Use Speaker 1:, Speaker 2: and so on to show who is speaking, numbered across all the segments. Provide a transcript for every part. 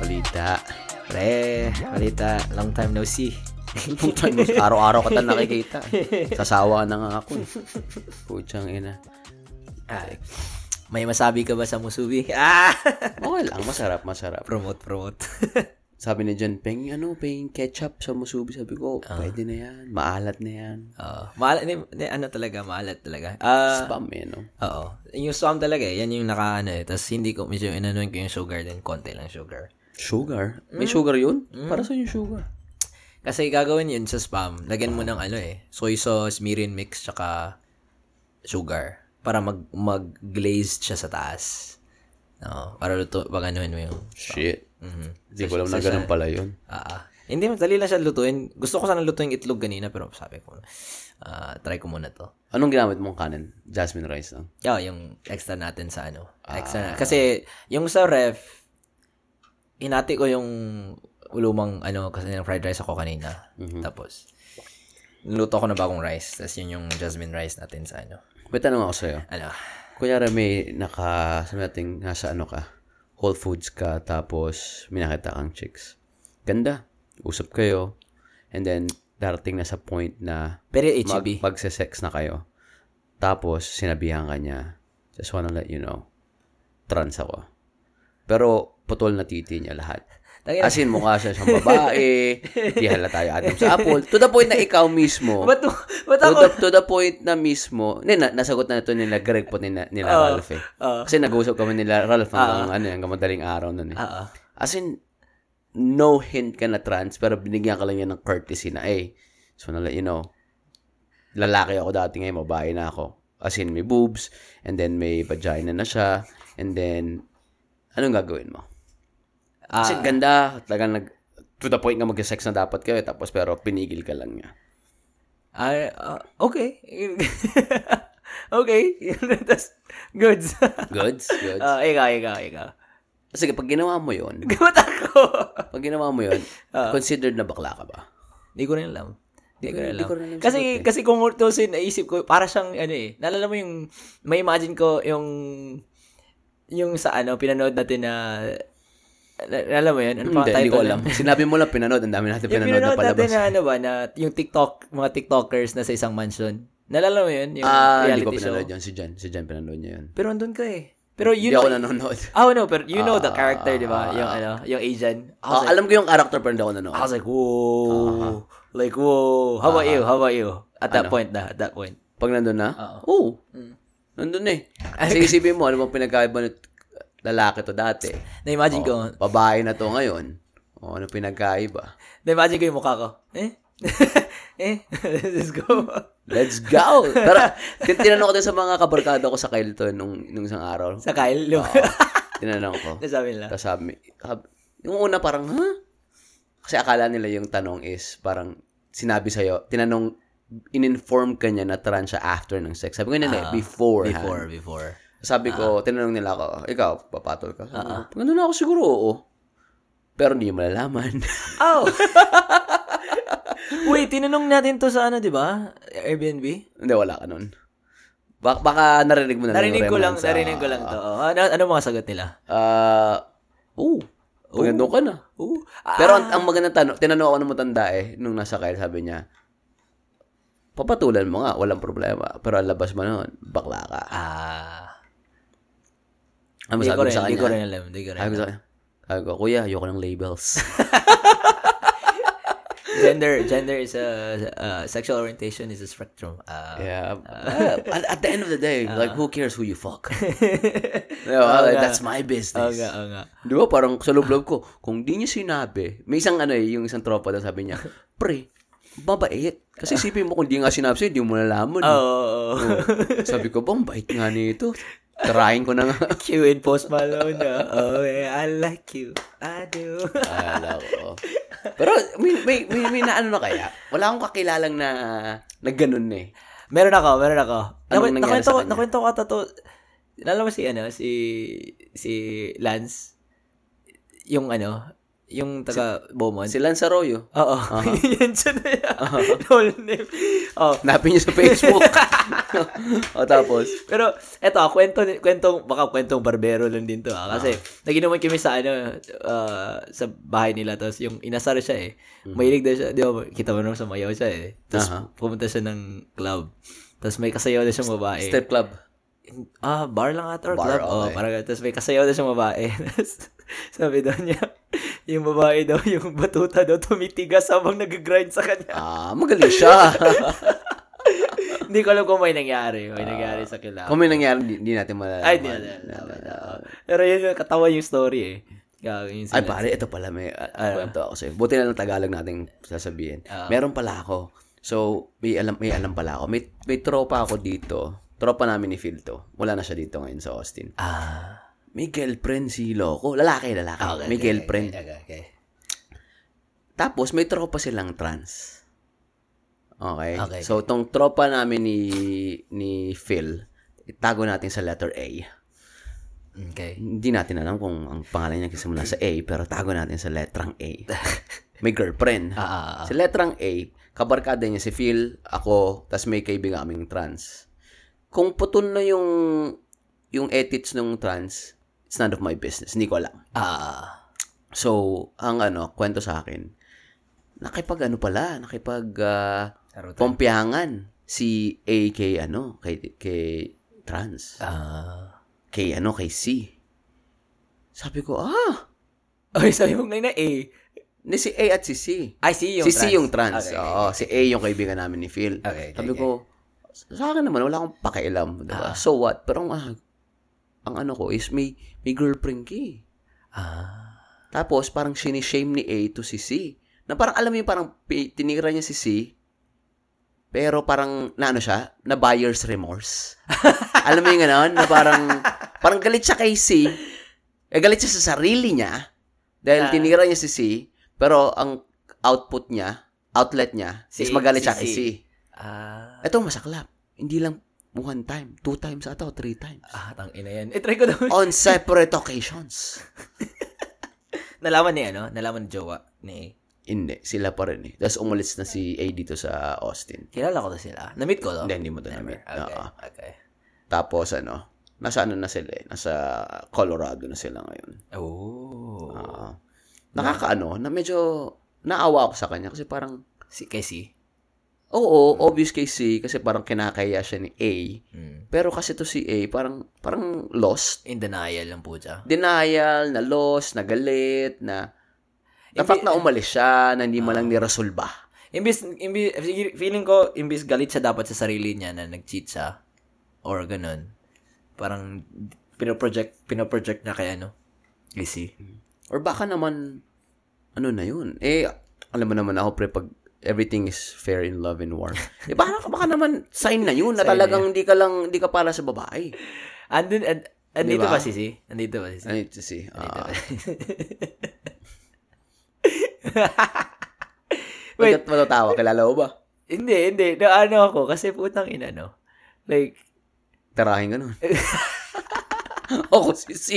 Speaker 1: Balita. Pre, balita. Long time no see. Long time no see. Araw-araw ka tayo nakikita. Sasawa na nga ako. eh. Putsang ina.
Speaker 2: Ah, may masabi ka ba sa Musubi? Ah!
Speaker 1: Okay lang, masarap, masarap.
Speaker 2: promote, promote.
Speaker 1: Sabi ni John Peng, ano, Peng, ketchup sa musubi. Sabi ko, pwede na yan. Maalat na yan.
Speaker 2: Oo. maalat, ni, ni- ano talaga, maalat talaga. Ah,
Speaker 1: Spam eh, no?
Speaker 2: oo. Yung swam talaga, eh, yan yung nakaano eh. Tapos hindi ko, medyo inanuin ko yung sugar din, konti lang sugar.
Speaker 1: Sugar? Mm. May sugar yun? Para sa yung sugar?
Speaker 2: Kasi gagawin yun sa spam, lagyan mo ng ano eh, soy sauce, mirin mix, tsaka sugar. Para mag, mag-glazed siya sa taas. Oo. Para luto, pag anuhin mo yung...
Speaker 1: Shit.
Speaker 2: Mhm.
Speaker 1: Hindi ko alam na ganun pala yun.
Speaker 2: Ah, ah. Hindi, madali lang siya lutuin. Gusto ko sana lutuin itlog ganina, pero sabi ko, ah, try ko muna to.
Speaker 1: Anong ginamit mong kanin? Jasmine rice ah? lang?
Speaker 2: Yeah, Oh, yung extra natin sa ano. Extra na. Kasi, yung sa ref, hinati ko yung ulumang ano, kasi ng fried rice ako kanina. Tapos, niluto ko na bagong rice. Tapos yun yung jasmine rice natin sa ano.
Speaker 1: May tanong ako sa'yo.
Speaker 2: Ano?
Speaker 1: Kunyari may naka, sabi natin, nasa ano ka, Whole Foods ka, tapos may nakita kang chicks. Ganda. Usap kayo. And then, darating na sa point na
Speaker 2: Pero E
Speaker 1: mag,
Speaker 2: HEB.
Speaker 1: magse-sex na kayo. Tapos, sinabihan ka niya, just wanna let you know, trans ako. Pero, putol na titi niya lahat.
Speaker 2: Tangina.
Speaker 1: As in, mukha siya siyang babae, di halata yung Adam sa apple. To the point na ikaw mismo,
Speaker 2: Ba't, ba't
Speaker 1: to
Speaker 2: ako?
Speaker 1: the, to the point na mismo, hindi, na, nasagot na ito nila Greg po nila, nila
Speaker 2: Ah,
Speaker 1: Ralph eh.
Speaker 2: Oo.
Speaker 1: Kasi nag-usap kami nila
Speaker 2: Ah,
Speaker 1: Ralph hanggang ano, hanggang madaling araw nun eh.
Speaker 2: Oo.
Speaker 1: As in, no hint ka na trans, pero binigyan ka lang niya ng courtesy na, eh, so na you know, lalaki ako dati ngayon, babae na ako. As in, may boobs, and then may vagina na siya, and then, anong gagawin mo? Kasi
Speaker 2: Ah.
Speaker 1: ganda, talagang nag, to the point nga mag-sex na dapat kayo, eh, tapos pero pinigil ka lang niya.
Speaker 2: Ay, ah, okay. okay. That's good.
Speaker 1: Goods? Goods?
Speaker 2: Ah, ikaw, ikaw, ikaw.
Speaker 1: Sige, pag ginawa mo yon
Speaker 2: Ba't ako? Ah.
Speaker 1: Pag ginawa mo yun, considered na bakla ka ba?
Speaker 2: Hindi ko rin alam. Hindi ko rin
Speaker 1: Hindi
Speaker 2: alam.
Speaker 1: ko rin alam eh.
Speaker 2: kasi, kasi kung tusin, naisip ko, para siyang, ano eh, naalala mo yung, may imagine ko yung, yung sa ano, pinanood natin na, na- naalala mo yun? Ano pa
Speaker 1: Hindi,
Speaker 2: title
Speaker 1: hindi ko
Speaker 2: nun?
Speaker 1: alam. Sinabi mo lang pinanood. Ang dami natin
Speaker 2: Yung
Speaker 1: pinanood na
Speaker 2: pinanood natin
Speaker 1: palabas.
Speaker 2: na ano ba, na yung TikTok, mga TikTokers na sa isang mansion. Naalala mo yun? Yung
Speaker 1: Ah, hindi ko
Speaker 2: reality show.
Speaker 1: pinanood yun. Si Jan. Si Jan pinanood niya yun.
Speaker 2: Pero andun ka eh. Pero you
Speaker 1: Hindi ako
Speaker 2: know,
Speaker 1: Ah, nanonood.
Speaker 2: oh no, pero you know the character, di ba? Yung ano, yung Asian. I was
Speaker 1: Ah, alam ko yung character pero hindi ako nanonood.
Speaker 2: I was like,
Speaker 1: Ah.
Speaker 2: whoa. Like, whoa. How about you? How about you?
Speaker 1: Ano?
Speaker 2: At that point na, at that point.
Speaker 1: Pag nandun na?
Speaker 2: Ah,
Speaker 1: Oo.
Speaker 2: Hmm.
Speaker 1: Nandun eh. Kasi isipin mo, ano bang pinagkaiba ng lalaki to dati?
Speaker 2: Na-imagine ko,
Speaker 1: Babae na to ngayon. O, ano pinagkaiba?
Speaker 2: na-imagine ko yung mukha ko. Eh? eh? Let's go.
Speaker 1: Let's go! Tara, tin- tinanong ko din sa mga kabarkada ko sa Kyle to nung, nung isang araw.
Speaker 2: Sa Kyle, lum-
Speaker 1: Tinanong ko.
Speaker 2: nasabi nila.
Speaker 1: Tapos sabi, sabi, yung una parang, ha? Kasi akala nila yung tanong is, parang, sinabi sa'yo, tinanong, in-inform ka niya na trans siya after ng sex. Sabi ko, hindi, uh, before.
Speaker 2: Ah, Before, Ah. before.
Speaker 1: Sabi ko, tinanong nila ako, ikaw, papatol ka? Sabi
Speaker 2: Ah.
Speaker 1: ko, "Ganun na ako siguro, oo. Pero hindi mo malalaman.
Speaker 2: Oh! Wait, tinanong natin to sa ano, di ba? Airbnb?
Speaker 1: hindi, wala ka nun. Bak- baka narinig mo na lang yung
Speaker 2: Narinig ko lang,
Speaker 1: remnants, ah.
Speaker 2: narinig ko lang to. Oh, ano, ano mga sagot nila?
Speaker 1: Ah, oo. Magandang ka na.
Speaker 2: Oh, ah,
Speaker 1: Pero ang, ang magandang tanong, tinanong ako ng matanda eh, nung nasa Kyle, sabi niya, papatulan mo nga, walang problema. Pero ang labas mo noon, bakla ka.
Speaker 2: ah,
Speaker 1: Ano
Speaker 2: di
Speaker 1: sabi
Speaker 2: ko
Speaker 1: ko
Speaker 2: rin,
Speaker 1: sa
Speaker 2: di
Speaker 1: kanya?
Speaker 2: ko rin alam, di ko rin.
Speaker 1: Sabi ko sa kanya, sabi ko, kuya, ayoko ng labels.
Speaker 2: Gender, gender is a, uh, sexual orientation is a spectrum. Ah,
Speaker 1: yeah. at, at the end of the day, like, who cares who you fuck? Diba? Like, that's my
Speaker 2: Oo
Speaker 1: business.
Speaker 2: nga, oo nga.
Speaker 1: Di ba? Parang sa loob-loob ko, kung di niya sinabi, may isang ano eh, yung isang tropa na sabi niya, pre, babait. Kasi isipin mo, kung di nga sinabi sa'yo, di mo nalaman. eh."
Speaker 2: Oo, oo, oo.
Speaker 1: Sabi ko, bang bait nga nito. Trying ko na nga.
Speaker 2: Q in Post Malone. ah. Oh, yeah, I like you. I do.
Speaker 1: Akala ko. Pero may, may, may, may na ano na kaya? Wala akong kakilalang na, na ganun eh.
Speaker 2: meron ako, meron ako.
Speaker 1: Anong nangyari
Speaker 2: nakwento
Speaker 1: sa
Speaker 2: ko,
Speaker 1: kanya?
Speaker 2: nakwento ko ata to. Nalala mo si, ano, si, si Lance? Yung ano, Yung taga Beaumont.
Speaker 1: Si Uh-huh. Lance Arroyo.
Speaker 2: Oo. Yan siya na yan.
Speaker 1: Uh-huh.
Speaker 2: Lol name. Oh.
Speaker 1: Hanapin niyo sa Facebook. o tapos,
Speaker 2: Pero eto, ah, kwento kwentong baka kwentong barbero lang din to ah. Kasi naginuman kami sa ano ah, sa bahay nila tapos yung inasar siya eh. Mahilig daw siya, di ba? Kita mo naman sa mayaw siya eh. Tapos
Speaker 1: Aha.
Speaker 2: pumunta siya ng club. Tapos may kasayaw na siyang babae.
Speaker 1: Step Club.
Speaker 2: Ah, bar lang ata or
Speaker 1: Bar,
Speaker 2: club. Oh,
Speaker 1: okay.
Speaker 2: parang ganun. Tapos may kasayaw na siyang babae. Tapos sabi daw niya, yung babae daw, yung batuta daw tumitigas habang nag-grind sa kanya.
Speaker 1: Ah, magaling siya.
Speaker 2: Hindi ko alam kung may nangyari. May nangyari sa kilap.
Speaker 1: Kung may nangyari, di, di natin malalaman.
Speaker 2: Ay, di alam. Pero yun yung katawa yung story eh. Gago yung
Speaker 1: Ay,
Speaker 2: sinasabi.
Speaker 1: pare, ito pala may uh, ako sa'yo. Buti na lang Tagalog nating sasabihin.
Speaker 2: Ah.
Speaker 1: Meron pala ako. So, may alam, may alam pala ako. May, may tropa ako dito. Tropa namin ni Phil to. Wala na siya dito ngayon sa Austin.
Speaker 2: Ah.
Speaker 1: May girlfriend si Loco. Lalaki, lalaki. may girlfriend.
Speaker 2: Okay, okay.
Speaker 1: Tapos, may tropa silang trans. Okay?
Speaker 2: Okay.
Speaker 1: So, tong tropa namin ni, ni Phil, itago natin sa letter A.
Speaker 2: Okay.
Speaker 1: Hindi natin alam kung ang pangalan niya nagsimula sa A, pero tago natin sa letrang A. may girlfriend.
Speaker 2: Ah, ah, ah.
Speaker 1: Sa letrang A, kabarkada niya si Phil, ako, tas may kaibigan kaming trans. Kung putol na yung yung ethics ng trans, it's none of my business. Hindi ko alam.
Speaker 2: Ah, ah, ah.
Speaker 1: So, ang ano, kwento sa akin, nakipag ano pala, nakipag ah,
Speaker 2: Sarutan.
Speaker 1: pompyangan si A kay ano, kay, kay trans
Speaker 2: Ah.
Speaker 1: kay ano, kay C. Sabi ko, ah,
Speaker 2: Ay, sabi mo ngayon na eh.
Speaker 1: ni si A at si C.
Speaker 2: Ay, si yung
Speaker 1: si C yung trans.
Speaker 2: Okay,
Speaker 1: Oo, si A yung kaibigan namin ni Phil.
Speaker 2: Okay, okay,
Speaker 1: Sabi ko, sa akin naman, wala akong pakialam. Diba? So what? Pero ang, ah, ang ano ko is may, may girlfriend ka eh.
Speaker 2: Ah.
Speaker 1: Tapos, parang sinishame ni A to si C. Na parang, alam mo yung parang pi- tinira niya si C, pero parang, na ano siya, na buyer's remorse. alam mo yung ganon? Na parang, parang galit siya kay C. Eh, galit siya sa sarili niya. Dahil
Speaker 2: Ah.
Speaker 1: tinira niya si C, pero ang output niya, outlet niya,
Speaker 2: Si-
Speaker 1: is magalit
Speaker 2: si
Speaker 1: siya kay
Speaker 2: C.
Speaker 1: C.
Speaker 2: Ah.
Speaker 1: Ito, masaklap. Hindi lang one time, two times ata, o three times.
Speaker 2: Ah, tang ina yan. Eh, try ko daw.
Speaker 1: On separate occasions.
Speaker 2: Nalaman ni ano? Nalaman ni Jowa ni
Speaker 1: Hindi, sila pa rin eh. Tapos umulis na si A dito sa Austin.
Speaker 2: Kilala ko to sila. Na-meet ko to.
Speaker 1: Hindi, hindi mo to
Speaker 2: Oh,
Speaker 1: na-meet.
Speaker 2: Never. Okay.
Speaker 1: Oo.
Speaker 2: Okay.
Speaker 1: Tapos ano, nasa ano na sila eh. Nasa Colorado na sila ngayon.
Speaker 2: Oh.
Speaker 1: Oo. Nakakaano, na medyo naawa ako sa kanya kasi parang,
Speaker 2: Si Casey.
Speaker 1: oo, obvious kay C kasi parang kinakaya siya ni A.
Speaker 2: Mm.
Speaker 1: Pero kasi to si A, parang, parang lost.
Speaker 2: In denial lang po siya.
Speaker 1: Denial, na lost, na galit, na... The fact
Speaker 2: eh.
Speaker 1: na umalis siya, na
Speaker 2: Ah.
Speaker 1: hindi malang nirasolba.
Speaker 2: Imbis, imbis, feeling ko, imbis galit siya dapat sa sarili niya na nag-cheat siya. Or ganun. Parang, pinoproject, pinoproject na kay ano. Casey.
Speaker 1: Or baka naman, ano na yun? Eh, alam mo naman ako, pre, pag everything is fair in love and war. eh, baka, baka naman, sign na yun na
Speaker 2: Sign na
Speaker 1: talagang hindi ka lang, hindi ka para sa babae.
Speaker 2: Andun, and, andito
Speaker 1: Diba?
Speaker 2: ba si si? Andito ba si si?
Speaker 1: I need to see. Ah,
Speaker 2: Wait.
Speaker 1: Wait. matatawa, kilala mo ba?
Speaker 2: Hindi, hindi. Naano ako kasi putang ina, no? Like,
Speaker 1: Tarahin ka nun. Ako si C.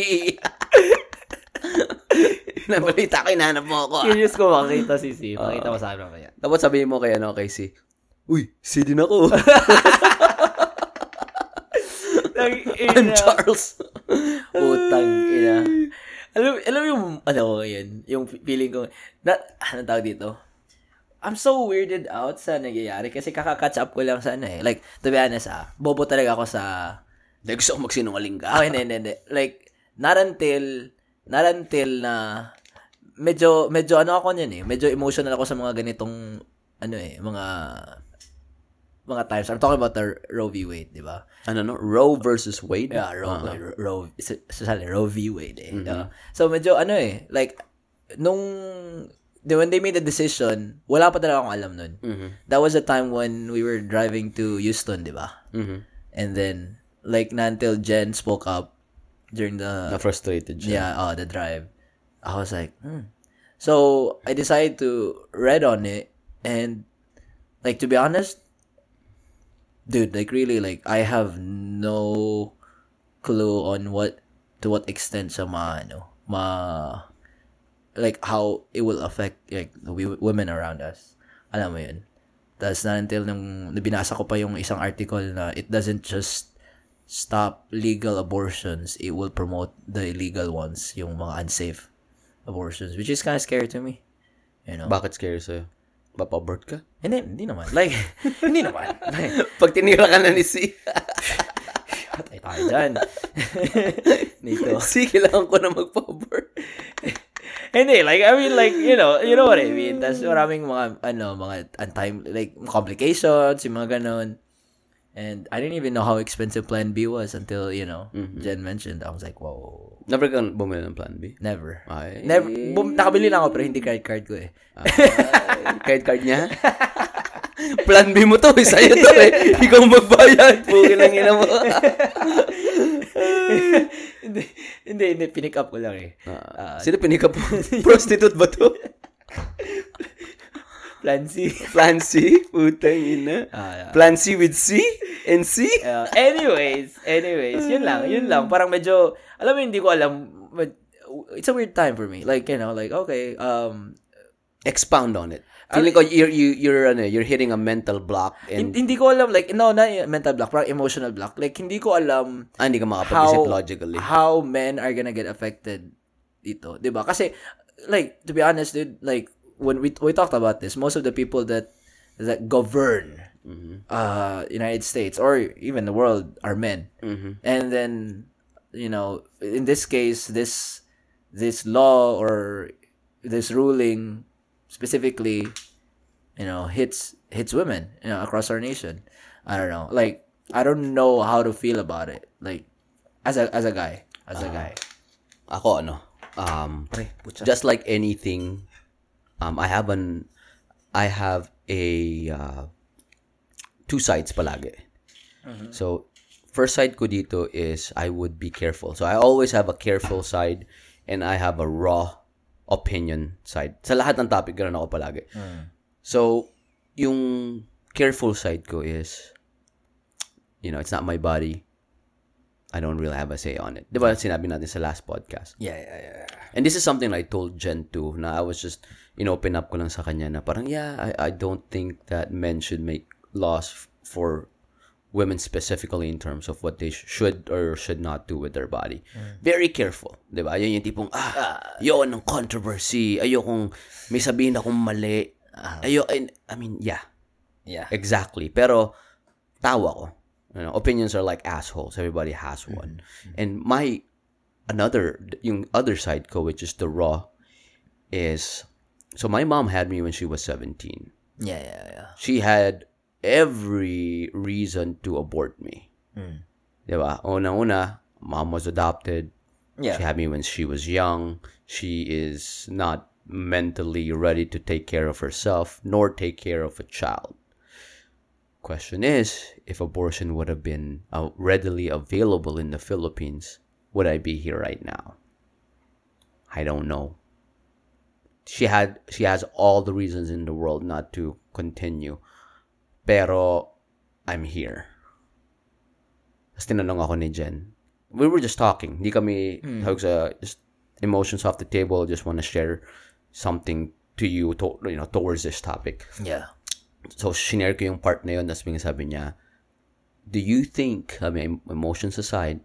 Speaker 1: Nabalita ko, hinahanap mo ako. ah.
Speaker 2: curious ko makita si si. Makita ko sa ano kaya.
Speaker 1: Tapos sabihin mo kay, ano, kay C, Uy, C din ako.
Speaker 2: Tang
Speaker 1: I'm
Speaker 2: ina.
Speaker 1: Charles. Utang ina.
Speaker 2: Alam, alam mo yung, ano ko yun, yung feeling ko, na, anong tawag dito? I'm so weirded out sa nangyayari kasi kaka-catch up ko lang sa ano eh. Like, to be honest ah, bobo talaga ako sa,
Speaker 1: Dahil gusto ko magsinungaling ka.
Speaker 2: oh, hindi, hindi, hindi. Like, not until, not until na, medyo, medyo ano ako yun eh, medyo emotional ako sa mga ganitong, ano eh, mga, mga times. I'm talking about the Roe v. Wade, di ba?
Speaker 1: Ano no? Roe versus Wade?
Speaker 2: Yeah, uh-huh. Roe,
Speaker 1: Ah.
Speaker 2: Roe, Roe, sa- sasali, Roe v. Wade eh. no? So, medyo ano eh, like, nung, the- when they made the decision, wala pa talaga akong alam nun.
Speaker 1: Mhm.
Speaker 2: That was the time when we were driving to Houston, di ba?
Speaker 1: Mhm.
Speaker 2: And then, like, na until Jen spoke up during the,
Speaker 1: Na-frustrated siya.
Speaker 2: yeah, oh, the drive, I was like, hmm. So, I decided to read on it, and, like, to be honest, dude, like, really, like, I have no clue on what, to what extent siya ma, ano, ma, like how it will affect like the wi- women around us. Alam mo 'yun. Tapos na until nung nabinasa ko pa yung isang article na it doesn't just stop legal abortions, it will promote the illegal ones, yung mga unsafe abortions, which is kind of scary to me. You know?
Speaker 1: Bakit scary sa'yo? Papabort ka?
Speaker 2: hindi, hindi naman. Like, hindi naman. Like,
Speaker 1: Pag tinira ka na ni C,
Speaker 2: patay tayo dyan. Nito.
Speaker 1: C, kailangan ko na magpabort.
Speaker 2: Hindi, like, I mean, like, you know, you know what I mean. Tapos maraming mga, ano, mga untimely, like, complications, yung mga ganun. And I didn't even know how expensive Plan B was until, you know, Jen mentioned. I was like, whoa,
Speaker 1: Never kang bumili ng plan B.
Speaker 2: never.
Speaker 1: Ay.
Speaker 2: Never, bum, nakabili lang ako pero hindi credit card ko eh.
Speaker 1: credit card niya. plan B mo to, eh. Sa'yo to eh. Ikaw magbayad. Pugin ang ina mo.
Speaker 2: hindi, hindi, hindi, pinick up ko lang eh.
Speaker 1: Ah, sino pinika po? Prostitute ba to?
Speaker 2: Plan C.
Speaker 1: Plan C? Putang ina.
Speaker 2: Ah, yeah.
Speaker 1: Plan C with C? And C?
Speaker 2: Yeah. Uh, anyways, anyways, yun lang, yun lang. Parang medyo, alam mo, hindi ko alam, but it's a weird time for me. Like, you know, like, okay, um,
Speaker 1: Expound on it. Feeling ko you're, you, you're, ano, you're hitting a mental block and
Speaker 2: hin- hindi ko alam, like, no, na mental block, parang emotional block. Like, hindi ko alam
Speaker 1: ah, hindi ka
Speaker 2: how,
Speaker 1: makapag-isip logically.
Speaker 2: how men are gonna get affected dito. 'di ba? Kasi, like, to be honest, dude, like, when we, we talked about this, most of the people that, that govern,
Speaker 1: Mm-hmm.
Speaker 2: uh, United States or even the world are men.
Speaker 1: Mhm.
Speaker 2: and then you know in this case this this law or this ruling specifically you know hits hits women you know across our nation i don't know like i don't know how to feel about it like as a as a guy as
Speaker 1: Uh,
Speaker 2: a guy
Speaker 1: Ako ano, um, just like anything, um, I have an, I have a, uh, two sides palagi. So, first side ko dito is I would be careful. So, I always have a careful side and I have a raw opinion side. Sa lahat ng topic, ganun ako palagi. So, yung careful side ko is, you know, it's not my body. I don't really have a say on it. Di ba sinabi natin sa last podcast?
Speaker 2: yeah yeah yeah
Speaker 1: And this is something I told Jen too, na I was just, you know, open up ko lang sa kanya na parang, yeah, I, I don't think that men should make laws f- for women specifically in terms of what they sh- should or should not do with their body. Very careful, di ba? Yun yung tipong, ah, yun ang controversy, ayokong may sabihin akong mali. Ayo, and, I mean, yeah,
Speaker 2: yeah
Speaker 1: Exactly. Pero, tawa ko. You know, opinions are like assholes. Everybody has one. And my, another, yung other side ko, which is the raw, is, so my mom had me when she was 17.
Speaker 2: yeah yeah yeah
Speaker 1: She had every reason to abort me. Diba? Una-una, mom was adopted.
Speaker 2: Yeah.
Speaker 1: She had me when she was young. She is not mentally ready to take care of herself nor take care of a child. Question is, if abortion would have been uh, readily available in the Philippines, would I be here right now? I don't know. She had she has all the reasons in the world not to continue. Pero I'm here. Tapos tinanong ako ni Jen. We were just talking. Hindi kami, tawag sa, uh, just emotions off the table. Just want to share something to you, to, you know, towards this topic.
Speaker 2: yeah
Speaker 1: So, shinare ko yung part na yun. Tapos biglang sabi niya, do you think, I mean, emotions aside,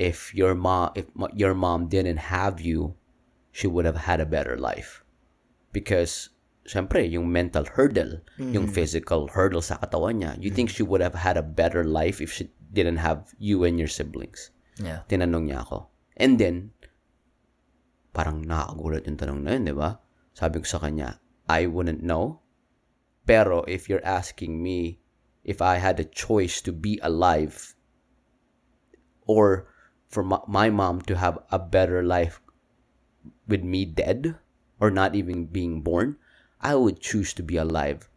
Speaker 1: if your mom, if mo- your mom didn't have you, she would have had a better life. Because, syempre, yung mental hurdle, yung physical hurdle sa katawan niya, you think she would have had a better life if she didn't have you and your siblings?
Speaker 2: yeah
Speaker 1: tinanong niya ako. And then, parang nakagulat yung tanong na yun, di ba? Sabi ko sa kanya, I wouldn't know. Pero if you're asking me if I had a choice to be alive or for my, my mom to have a better life with me dead or not even being born, I would choose to be alive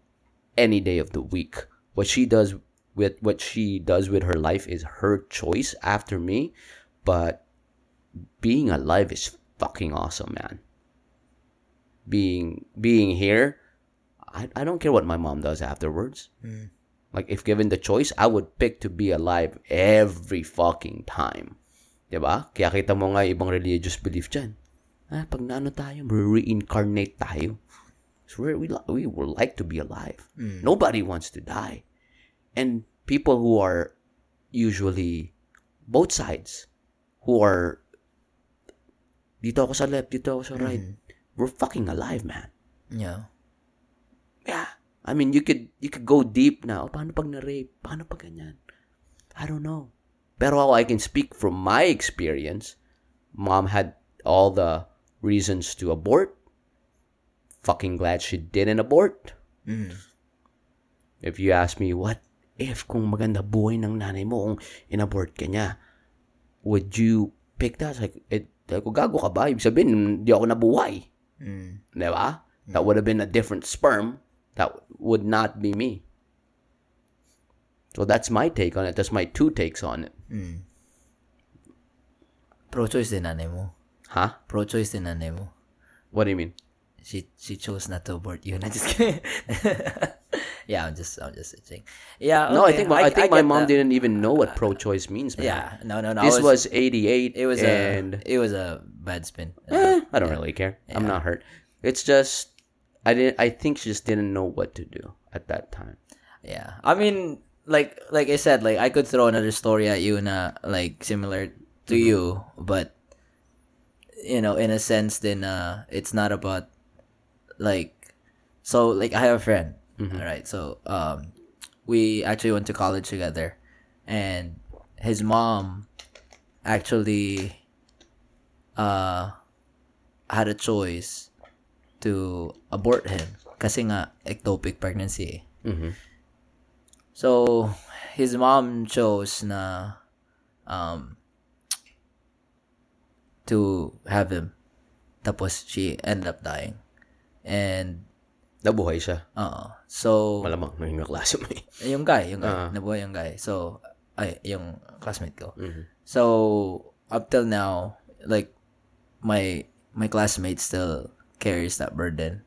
Speaker 1: any day of the week. What she does with what she does with her life is her choice after me, but being alive is fucking awesome, man. Being being here, I, I don't care what my mom does afterwards. Like if given the choice, I would pick to be alive every fucking time. 'Di ba? Kaya kita mo nga yung ibang religious belief dyan. Ah, pag naano tayo, reincarnate tayo. So we, we, li- we would like to be alive. Nobody wants to die. And people who are usually both sides, who are dito ako sa left, dito ako sa right, we're fucking alive, man.
Speaker 2: Yeah.
Speaker 1: Yeah. I mean, you could you could go deep na. O, paano pag na-rape? Paano pag ganyan? I don't know. Pero ako, I can speak from my experience. Mom had all the reasons to abort. Fucking glad she didn't abort.
Speaker 2: Mm.
Speaker 1: If you ask me, what if kung maganda buhay ng nanay mo kung inabort ka niya, would you pick that? Like, it, like, "Oh, gago ka ba? Ibig sabihin, hindi ako nabuhay.
Speaker 2: Mm.
Speaker 1: Diba? That would have been a different sperm. That would not be me. So that's my take on it. That's my two takes on it.
Speaker 2: Mm. Pro-choice din nanay mo.
Speaker 1: Huh?
Speaker 2: Pro-choice din nanay mo.
Speaker 1: What do you mean?
Speaker 2: She she chose not to abort you. I'm just kidding. yeah, I'm just I'm just saying. Yeah.
Speaker 1: No, I
Speaker 2: okay,
Speaker 1: think my, I, think my
Speaker 2: get
Speaker 1: mom
Speaker 2: that.
Speaker 1: didn't even know what pro-choice means. Man.
Speaker 2: Yeah. No, no, no. I
Speaker 1: This was, 88
Speaker 2: it was
Speaker 1: and
Speaker 2: a it was a bad spin.
Speaker 1: eh, I don't really care. I'm not hurt. It's just I didn't I think she just didn't know what to do at that time.
Speaker 2: Yeah. I mean, like like I said, like I could throw another story at you na like similar to you, but you know, in a sense then uh it's not about like so like I have a friend. All right. So um we actually went to college together and his mom actually uh had a choice to abort him kasi nga ectopic pregnancy. eh.
Speaker 1: Mhm.
Speaker 2: So, his mom chose na um to have him. Tapos she ended up dying. And
Speaker 1: Nabuhay siya.
Speaker 2: uh so
Speaker 1: Malamang naging kaklase mo eh.
Speaker 2: yung guy, yung guy,
Speaker 1: Ah.
Speaker 2: nabuhay yung guy. So ay yung classmate ko.
Speaker 1: Mhm.
Speaker 2: So up till now, like my my classmate still carries that burden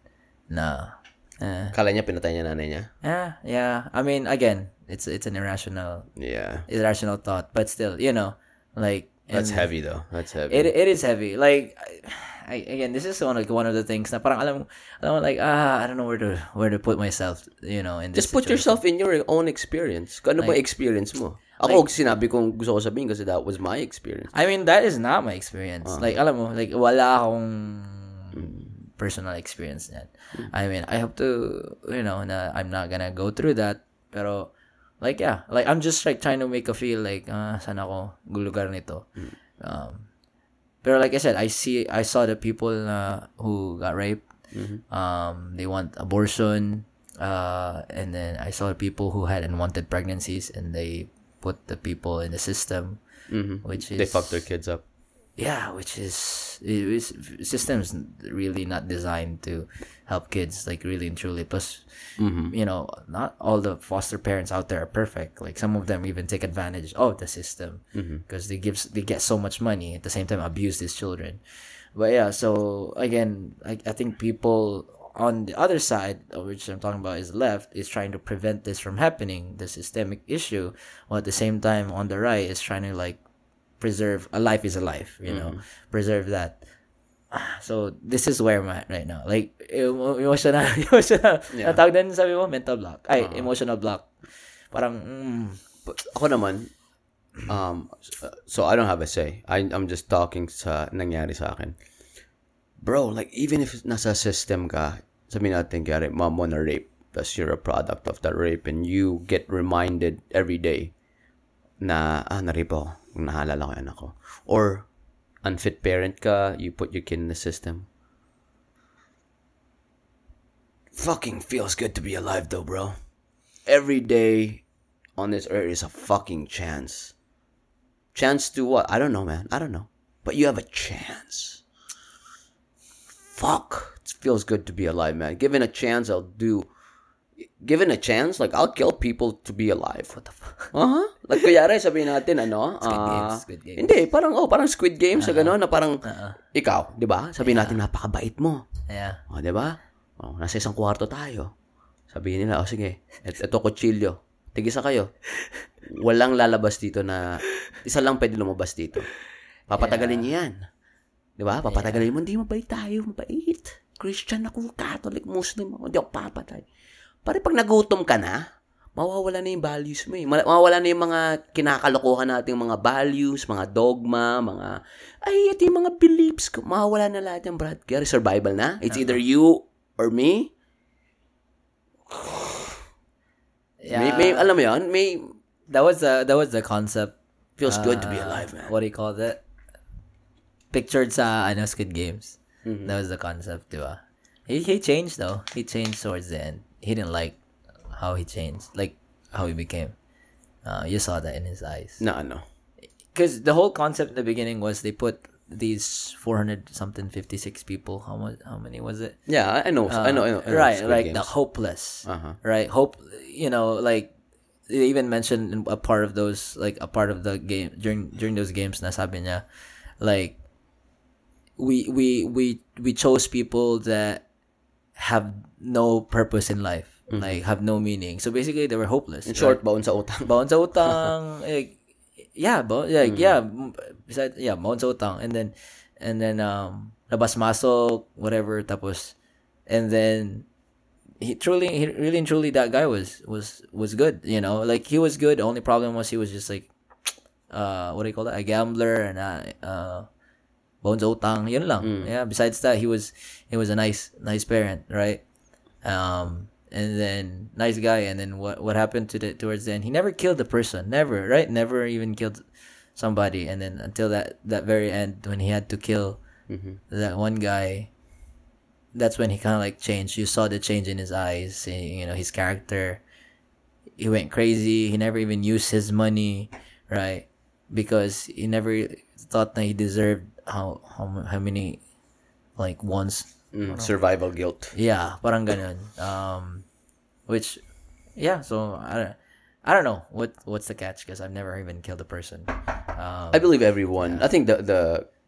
Speaker 2: na eh,
Speaker 1: Kala niya pinatay niya nanay niya.
Speaker 2: yeah, yeah. I mean, again, it's it's an irrational
Speaker 1: Yeah.
Speaker 2: irrational thought, but still, you know, like
Speaker 1: That's
Speaker 2: and
Speaker 1: heavy though. That's heavy.
Speaker 2: It it is heavy. Like I, again, this is one like one of the things. Na parang alam mo- alam mo, like ah, I don't know where to where to put myself. You know, in this
Speaker 1: Just put
Speaker 2: situation.
Speaker 1: yourself in your own experience. Ano ba experience mo? Ako, sinabi kong gusto ko sabihin kasi that was my experience.
Speaker 2: I mean, that is not my experience. Like alam mo, like wala akong personal experience niyan. I mean, I hope to you know na I'm not gonna go through that. Pero like yeah, like I'm just like trying to make a feel like ah, saan ako lugar nito. Um, Pero like I said, I see I saw the people na who got raped. Um, they want abortion. Uh, and then I saw people who had unwanted pregnancies, and they put the people in the system,
Speaker 1: Mhm.
Speaker 2: which is
Speaker 1: They fucked their kids up.
Speaker 2: yeah, which is it is systems really not designed to help kids like really and truly. Plus, you know, not all the foster parents out there are perfect. Like some of them even take advantage of the system because they gives they get so much money at the same time abuse these children. But yeah, so again, I, I think people on the other side of which I'm talking about is left is trying to prevent this from happening, the systemic issue, while at the same time on the right is trying to like preserve a life is a life, you know,
Speaker 1: Mm-hmm.
Speaker 2: preserve that. Ah, So this is where I'm at right now. Like emo- emotional, emotional.
Speaker 1: Yeah. Uh-huh.
Speaker 2: Natawag din sabi mo mental block. Ay, emotional block. Parang mm,
Speaker 1: But ako naman, um, so, so I don't have a say. I, I'm just talking sa nangyari sa akin. Bro, like, even if nasa system ka, sabihin natin, kaya mom mo na rape, tapos you're a product of that rape, and you get reminded every day na, ah, na-rape ako, nahalala ko yung anak ko. Or, unfit parent ka, you put your kid in the system. Fucking feels good to be alive though, bro. Every day on this earth is a fucking chance. Chance to what? I don't know, man. I don't know. But you have a chance. Fuck. It feels good to be alive, man. Given a chance, I'll do. Given a chance, like, I'll kill people to be alive.
Speaker 2: what the fuck?
Speaker 1: Aha. Like, kunyari, sabihin natin, ano? uh, Squid
Speaker 2: Games, Squid Games.
Speaker 1: Hindi,
Speaker 2: Uh-huh.
Speaker 1: parang, oh, parang Squid Games na gano'n, na parang, ikaw, di ba? Sabihin natin, napakabait mo.
Speaker 2: Yeah.
Speaker 1: O, di ba? O, nasa isang kwarto tayo. Sabihin nila, o sige, et, eto kutsilyo. Tigisa kayo. Walang lalabas dito na, isa lang pwede lumabas dito. Papatagalin niya yan. Di ba? Papatagalin mo, hindi mabait tayo, mabait. Christian ako, Catholic, Muslim oh, ako, hindi ako papatay. Pare, pag nagutom ka na, mawawala na yung values mo eh. Mala- Mawawala na yung mga kinakalokohan nating mga values, mga dogma, mga, ay, ito yung mga beliefs ko. Mawawala na lahat yung Brad. Kaya survival na. It's either you or me. May, may, alam mo yun, may
Speaker 2: that was the that was the concept.
Speaker 1: feels good to be
Speaker 2: uh,
Speaker 1: alive, man.
Speaker 2: What do you call that? Pictured sa ano Squid Games.
Speaker 1: Mm-hmm.
Speaker 2: That was the concept, di ba? He he changed though. He changed towards the end. He didn't like how he changed, like how he became. Uh, you saw that in his eyes.
Speaker 1: Na ano.
Speaker 2: because the whole concept in the beginning was they put these 400 something 56 people how much how many was it
Speaker 1: Yeah, I know. I know, I know. I know.
Speaker 2: Ah. right
Speaker 1: Squid
Speaker 2: like
Speaker 1: Games.
Speaker 2: the hopeless
Speaker 1: Uh-huh.
Speaker 2: right hope you know like they even mentioned in a part of those like a part of the game during during those games na sabi niya like we we we we chose people that have no purpose in life like have no meaning so basically they were hopeless
Speaker 1: Mm-hmm. In
Speaker 2: right?
Speaker 1: short, baon sa utang.
Speaker 2: baon sa utang like, yeah baon,
Speaker 1: Mm-hmm.
Speaker 2: like, yeah m- besides yeah baon sa utang and then and then um labas masok whatever tapos and then he truly he really and truly that guy was was was good you know like he was good the only problem was he was just like uh what do you call that a gambler and a uh baon sa utang yun lang yeah besides that he was he was a nice nice parent right um and then nice guy and then what what happened to the towards the end he never killed a person never right never even killed somebody and then until that that very end when he had to kill
Speaker 1: Mm-hmm.
Speaker 2: that one guy that's when he kind of like changed you saw the change in his eyes y- you know his character he went crazy he never even used his money right because he never thought that he deserved how how, how many like once
Speaker 1: Mm, survival guilt.
Speaker 2: yeah, parang ganun. Um, which, yeah. So I don't, I don't know what what's the catch because I've never even killed a person. Um,
Speaker 1: I believe everyone. I think the the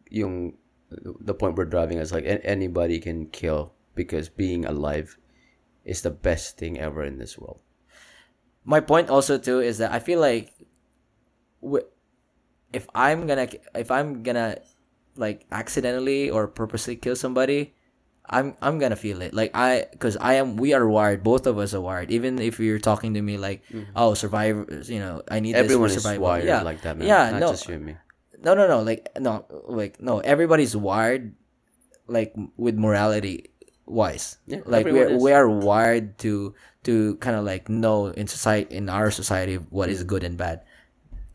Speaker 1: yung the point we're driving is like a- anybody can kill because being alive is the best thing ever in this world.
Speaker 2: my point also too is that I feel like, wi- if I'm gonna if I'm gonna like accidentally or purposely kill somebody, I'm I'm gonna feel it. Like I, cause I am. We are wired. Both of us are wired. Even if you're talking to me like, oh, survivors. You know, I need
Speaker 1: Mm-hmm. Everyone
Speaker 2: this
Speaker 1: is
Speaker 2: for survival.
Speaker 1: wired
Speaker 2: yeah.
Speaker 1: like that, man.
Speaker 2: Yeah,
Speaker 1: Not
Speaker 2: no,
Speaker 1: just you and me.
Speaker 2: no no no like no like no everybody's wired like with morality wise
Speaker 1: Yeah,
Speaker 2: like we
Speaker 1: everyone is.
Speaker 2: are, we are wired to to kind of like know in society in our society what is good and bad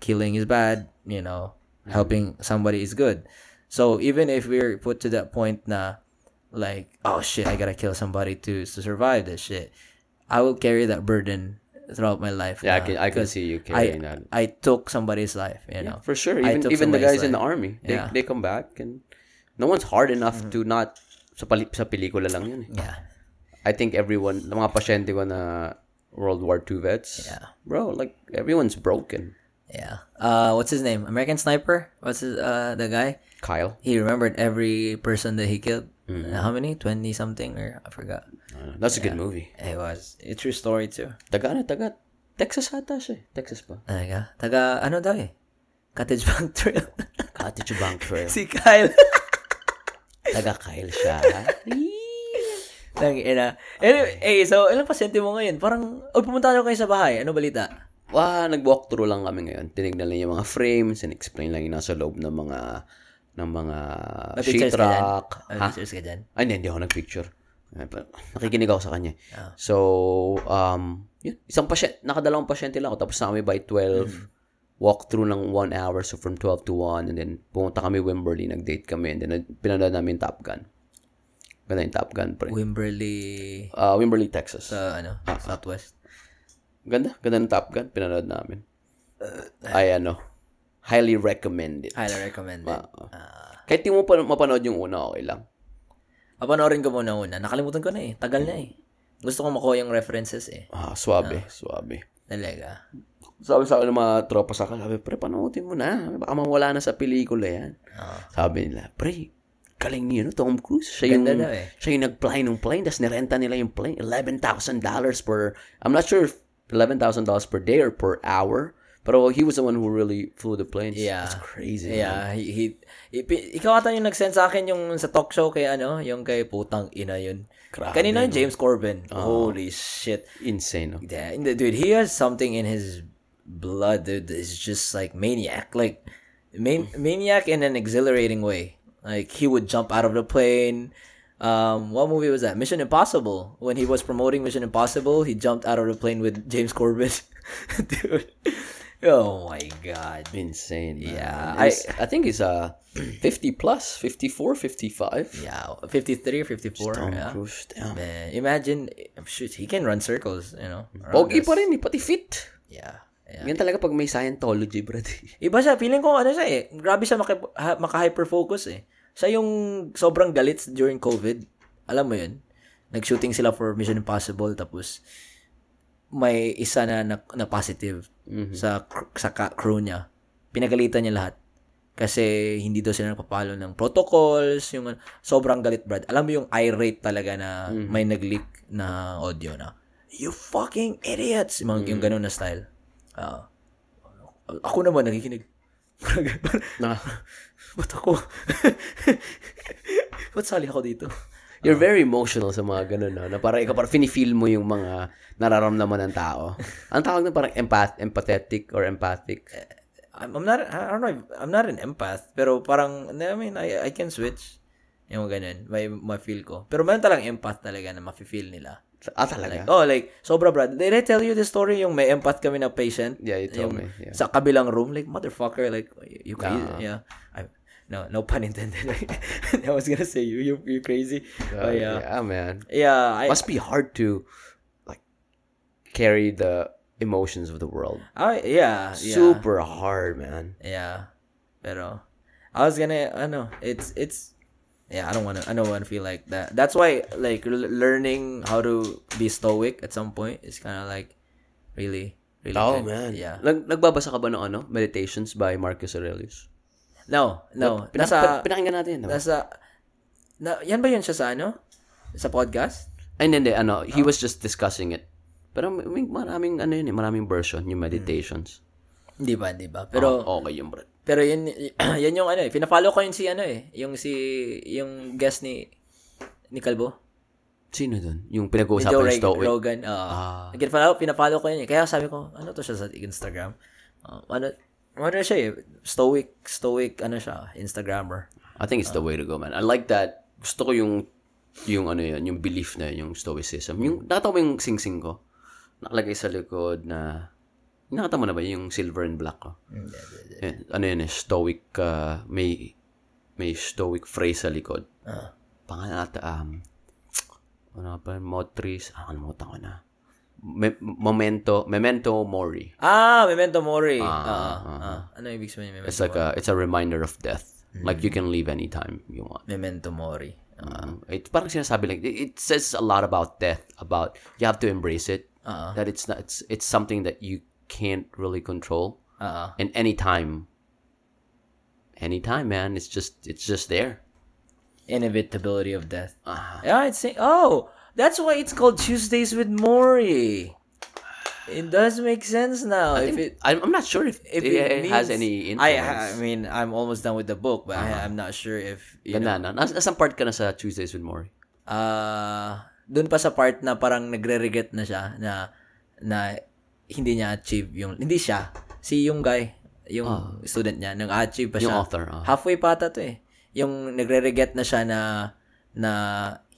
Speaker 2: killing is bad you know
Speaker 1: Mm-hmm.
Speaker 2: helping somebody is good so even if we're put to that point na like oh shit i gotta kill somebody to to survive this shit i will carry that burden throughout my life
Speaker 1: Yeah, I
Speaker 2: na,
Speaker 1: can I can
Speaker 2: 'cause
Speaker 1: see you
Speaker 2: I,
Speaker 1: carrying that.
Speaker 2: I took somebody's life you know
Speaker 1: For sure.
Speaker 2: I
Speaker 1: Even
Speaker 2: took
Speaker 1: even the guys
Speaker 2: somebody's
Speaker 1: in the
Speaker 2: life.
Speaker 1: army, they
Speaker 2: Yeah.
Speaker 1: they come back and no one's hard enough to not sa, pali, sa pelikula lang yun. eh.
Speaker 2: yeah
Speaker 1: I think everyone, ng mga pasyente ko na World War II vets,
Speaker 2: Yeah.
Speaker 1: bro, like everyone's broken.
Speaker 2: Yeah. Uh, what's his name? American Sniper. What's his, uh the guy?
Speaker 1: Kyle,
Speaker 2: He remembered every person that he killed. How many? Twenty something or I forgot.
Speaker 1: Uh, that's a good movie.
Speaker 2: It was a true story too.
Speaker 1: Taga ano, taga Texas ata siya. eh. Texas ba?
Speaker 2: Talaga. Taga ano daw eh? Cottage Bank Trail.
Speaker 1: Cottage Bank Trail.
Speaker 2: si Kyle.
Speaker 1: Taga Kyle siya.
Speaker 2: Nang ina. Anyway, eh, so ilang pasyente mo ngayon? Parang, oh, pumunta daw kayo sa bahay. Ano balita?
Speaker 1: Wah, nag-walkthrough lang kami ngayon. Tinignan lang yung mga frames and explain lang yung nasa loob ng mga ng mga
Speaker 2: May
Speaker 1: sheet
Speaker 2: pictures ka dyan?
Speaker 1: rock.
Speaker 2: May pictures ka dyan?
Speaker 1: Ay, hindi, hindi ako nag-picture. Ay, pa- Nakikinig ako sa kanya. eh. So, um, yun. Isang pasyente, nakadalawang pasyente lang ako. Tapos na kami by 12. Walk through ng 1 hour. So, from 12 to 1. And then, pumunta kami Wimberley. Nag-date kami. And then, nag- pinanood namin Top Gun. Ganda yung Top Gun, pre.
Speaker 2: Wimberley.
Speaker 1: Uh, Wimberley, Texas.
Speaker 2: Sa ano? Southwest.
Speaker 1: Ganda. Ganda ng Top Gun. Pinanood namin.
Speaker 2: Uh,
Speaker 1: Ay, ano. Highly recommend it.
Speaker 2: Highly recommended. Ah.
Speaker 1: Kahit di mo pa mapanood yung una, okay lang.
Speaker 2: Papanoorin ko muna una. Nakalimutan ko na eh. Tagal na eh. Gusto ko makuha yung references eh.
Speaker 1: Ah, swabe. Swabe.
Speaker 2: Talaga.
Speaker 1: Sabi sa akin ng mga tropa sa akin, sabi, pre, panootin mo na. Baka mawala na sa pelikula yan.
Speaker 2: Ah.
Speaker 1: Sabi nila, pre, galing niyo, no? Tom Cruise. Siya yung,
Speaker 2: Ganda daw eh.
Speaker 1: siya yung nag-fly ng plane, tapos nirenta nila yung plane. $11,000 per, I'm not sure if $11,000 per day or per hour, Pero he was the one who really flew the planes.
Speaker 2: Yeah.
Speaker 1: That's crazy. man.
Speaker 2: Yeah, he, he, ipi- ikaw ata yung nag-send sa akin yung sa talk show kay ano, yung kay putang ina yun.
Speaker 1: Grabe,
Speaker 2: Kanina yung
Speaker 1: no?
Speaker 2: James Corbin. Holy shit.
Speaker 1: Insane. No?
Speaker 2: Yeah, and the- dude, he has something in his blood, dude. It's just like maniac, like man- maniac in an exhilarating way. Like he would jump out of the plane. Um, what movie was that? Mission Impossible. When he was promoting Mission Impossible, he jumped out of the plane with James Corbin, dude. Oh my god.
Speaker 1: Insane. Man.
Speaker 2: Yeah,
Speaker 1: I, I think he's uh 50 plus, 54, 55.
Speaker 2: Yeah, 53 54.
Speaker 1: Tom
Speaker 2: yeah.
Speaker 1: Cruise. Damn.
Speaker 2: Man, imagine, eh, shoot, he can run circles, you know. around
Speaker 1: Pogi
Speaker 2: us.
Speaker 1: pa rin, eh, pati fit.
Speaker 2: Yeah. yeah.
Speaker 1: Yan talaga pag may Scientology, brad.
Speaker 2: Iba siya, feeling ko ano siya eh. Grabe siya maka, ha- maka-hyper-focus eh. Siya yung sobrang galit during COVID. Alam mo yun? Nag-shooting sila for Mission Impossible tapos may isa na na, na positive sa cr- sa ka- crew niya. Pinagalitan niya lahat. Kasi hindi daw sila nagpapalo ng protocols, yung ano. sobrang galit Brad. Alam mo yung irate talaga na may nag-leak na audio na. You fucking idiots! Yung, mga- yung ganun na style. Ah ako naman nakikinig.
Speaker 1: Na,
Speaker 2: Ba't ako? Ba't sali ako dito?
Speaker 1: you're
Speaker 2: Oh.
Speaker 1: very emotional sa mga ganun, no? Na parang ikaw, parang finifeel mo yung mga nararamdaman ng tao. Ang tawag na parang empath, empathetic or empathic.
Speaker 2: I'm, I'm not, I don't know, if- I'm not an empath, pero parang, I mean, I, I can switch. Yung ganun, may ma-feel ko. Pero meron talagang empath talaga na ma-feel nila.
Speaker 1: Ah, talaga?
Speaker 2: Like, oh, like, sobra Brad. Did I tell you the story yung may empath kami na patient?
Speaker 1: Yeah, you told
Speaker 2: Yung
Speaker 1: me. Yeah.
Speaker 2: Sa kabilang room, like, motherfucker, like, you crazy.
Speaker 1: Ah.
Speaker 2: Yeah. I, no, no pun intended. I was gonna say, you, you, you crazy.
Speaker 1: Uh,
Speaker 2: Oh, yeah.
Speaker 1: yeah, man.
Speaker 2: Yeah, I,
Speaker 1: Must be hard to like carry the emotions of the world.
Speaker 2: I, yeah, yeah.
Speaker 1: Super hard, man.
Speaker 2: Yeah. Pero I was gonna I know it's it's yeah, I don't wanna I don't wanna feel like that. That's why like l- learning how to be stoic at some point is kinda like really really
Speaker 1: Oh,
Speaker 2: good.
Speaker 1: man.
Speaker 2: Yeah.
Speaker 1: Nag- nagbabasa ka ba ng ano? Meditations by Marcus Aurelius?
Speaker 2: No, no.
Speaker 1: Pinak-
Speaker 2: nasa
Speaker 1: pinakinggan natin. yun, Diba?
Speaker 2: nasa na, yan ba yun siya sa ano? Sa podcast?
Speaker 1: Ay, hindi, hindi, ano, he was just discussing it. Pero may- may maraming, ano yun, eh, maraming version, yung meditations.
Speaker 2: Hindi ba, hindi ba? Pero
Speaker 1: Oh, okay yun, bro.
Speaker 2: pero yun yan yung ano eh. Pina-follow ko yun si ano eh, yung si yung guest ni ni Kalbo.
Speaker 1: Sino dun? Yung
Speaker 2: Ni Joe
Speaker 1: pinag-uusapan ng
Speaker 2: Reg-
Speaker 1: stoic.
Speaker 2: Rogan. oo.
Speaker 1: Ah.
Speaker 2: Nagpinapalo- pinapalo ko yun eh. Kaya sabi ko, ano to siya sa Instagram? Ah, ano, ano siya eh? Stoic, stoic, ano siya, Instagrammer.
Speaker 1: I think it's the way to go, man. I like that. Gusto ko yung, yung ano yun, yung belief na yun, yung stoicism. Yung, nakita mo ba yung sing-sing ko? Nakalagay sa likod na, nakita mo na ba yung silver and black ko? Yun, ano yun, eh, stoic, uh, may, may stoic phrase sa likod.
Speaker 2: Ah.
Speaker 1: Pangalan ata, um, ano pa, Motris, ah, kalimutan ko na. Me- momento, Memento Mori.
Speaker 2: Ah, Memento Mori. Ah,
Speaker 1: ah.
Speaker 2: ah. ano ibig sabihin ng Memento?
Speaker 1: It's like a, it's a reminder of death.
Speaker 2: Hmm.
Speaker 1: Like, you can leave anytime you want.
Speaker 2: Memento Mori.
Speaker 1: Um, it parang sinasabi like it it says a lot about death about you have to embrace it
Speaker 2: Ah,
Speaker 1: that it's not it's it's something that you can't really control
Speaker 2: ah, ah.
Speaker 1: and anytime anytime man it's just it's just there
Speaker 2: Inevitability of death.
Speaker 1: Ah.
Speaker 2: Yeah, it's saying, oh, that's why it's called Tuesdays with Mori. It does make sense now. if it,
Speaker 1: I'm, I'm not sure if,
Speaker 2: if
Speaker 1: it,
Speaker 2: it,
Speaker 1: has any
Speaker 2: means- I, I
Speaker 1: influence Uh-huh.
Speaker 2: mean, I'm almost done with the book, but I, I'm not sure if you know.
Speaker 1: Ganda, no? Nas, nasang part ka na sa Tuesdays with Mori?
Speaker 2: Ah, doon pa sa part na parang nagre-regret na siya na na hindi niya achieve yung hindi siya si yung guy yung student niya nang achieve
Speaker 1: Ah.
Speaker 2: pa
Speaker 1: Yung
Speaker 2: siya
Speaker 1: author, ah.
Speaker 2: halfway pa ata to eh yung nagre-regret na siya na na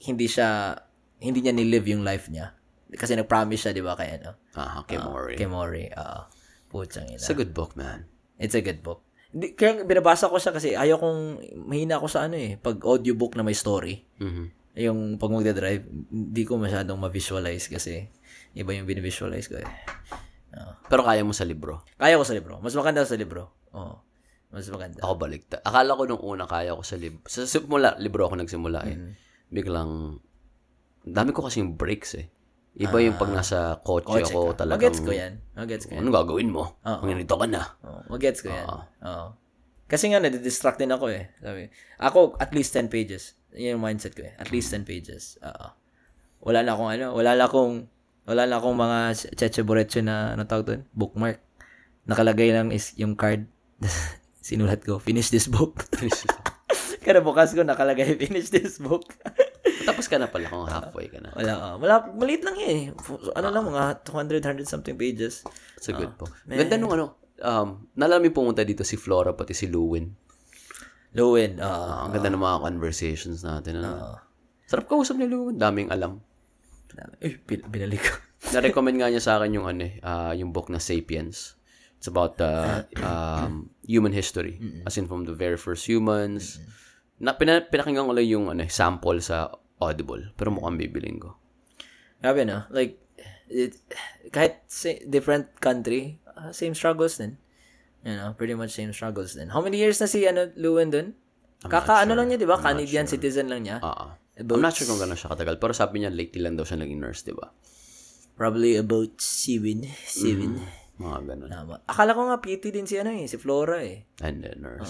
Speaker 2: hindi siya hindi niya nilive yung life niya kasi nag-promise siya di ba kay ano
Speaker 1: Ah, okay, Mori.
Speaker 2: kay Mori ah putang ina
Speaker 1: It's a good book, man.
Speaker 2: It's a good book. Di, kaya binabasa ko siya kasi ayaw kong mahina ako sa ano eh. Pag audiobook na may story,
Speaker 1: Mm-hmm.
Speaker 2: yung pag magdadrive, hindi ko masyadong ma-visualize kasi iba yung binivisualize ko eh. Oo.
Speaker 1: Pero kaya mo sa libro.
Speaker 2: Kaya ko sa libro. Mas maganda sa libro. Oo. Mas maganda.
Speaker 1: Ako baligtad. Akala ko nung una kaya ko sa libro. Sa simula, libro ako nagsimula eh. Biglang, dami ko kasing breaks eh. Iba yung pag nasa kotse,
Speaker 2: Kotse
Speaker 1: ako
Speaker 2: ka.
Speaker 1: talagang,
Speaker 2: Magets ko yan. Magets ko yan.
Speaker 1: ano gagawin mo?
Speaker 2: Oo.
Speaker 1: Kung ganito ka na.
Speaker 2: Oo. Magets Oh, ko yan. Oo. Kasi nga, nadidistract din ako eh. Sabi, ako, at least 10 pages. Yan yung mindset ko eh. At least 10 pages. Oo. Wala na akong ano, wala na akong, wala na akong mga cheche na, ano tawag doon? Bookmark. nakalagay lang is yung card sinulat ko, finish this book. Kada bukas ko nakalagay, finish this book.
Speaker 1: Tapos ka na pala kung halfway ka na.
Speaker 2: Wala, ah, wala, maliit lang yun eh. So, ano lang, mga 200, 100 something pages.
Speaker 1: It's a good book.
Speaker 2: man.
Speaker 1: Ganda nung ano, um, nalamin pumunta dito si Flora pati si Lewin.
Speaker 2: Lowen,
Speaker 1: Ah,
Speaker 2: ah,
Speaker 1: ang ganda ng mga conversations natin. Ano? Sarap kausap niya, Lewin. Daming alam.
Speaker 2: Uy, bin- binalik ko.
Speaker 1: Na-recommend nga niya sa akin yung ano eh, ah, yung book na Sapiens. It's about the um, human history. As in from the very first humans. Na, pina, pinakinggan ko lang yung ano, eh, sample sa Audible. Pero mukhang bibiling ko.
Speaker 2: Grabe, no? Like, it, kahit sa- different country, ah, same struggles din. You know, pretty much same struggles din. How many years na si ano, Lewin dun? Kaka, ano lang niya, di ba? Canadian citizen lang niya.
Speaker 1: Ah, ah. I'm not sure kung gano'n siya katagal. Pero sabi niya, lately lang daw siya naging nurse, di ba?
Speaker 2: Probably about seven. Seven.
Speaker 1: Mga gano'n.
Speaker 2: Tama. Akala ko nga PT din si ano eh, si Flora eh.
Speaker 1: And then nurse.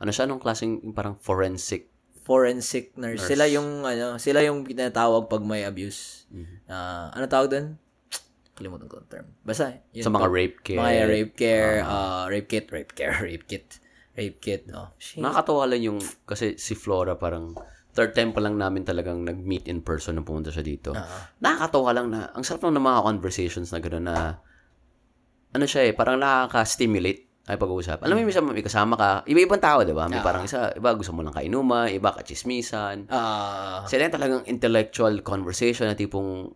Speaker 1: Ano siya? Anong klaseng yung parang forensic?
Speaker 2: Forensic nurse. Sila yung ano, sila yung tinatawag pag may abuse. Ah, ano tawag doon? Kalimutan ko ang term. Basta, yun.
Speaker 1: Sa mga rape care.
Speaker 2: Mga rape care, ah, rape kit, rape care, rape kit. Rape kit, no? Shit.
Speaker 1: Nakakatawa lang yung, kasi si Flora parang, third time pa lang namin talagang nag-meet in person nung pumunta siya dito. Nakakatawa lang na, ang sarap lang ng mga conversations na gano'n na, ano siya eh, parang nakaka-stimulate ay pag-uusap. Alam mo, minsan may kasama ka, iba-ibang tao, di ba? May parang isa, iba gusto mo lang kainuma, iba kachismisan.
Speaker 2: Ah,
Speaker 1: Sila yung talagang intellectual conversation na tipong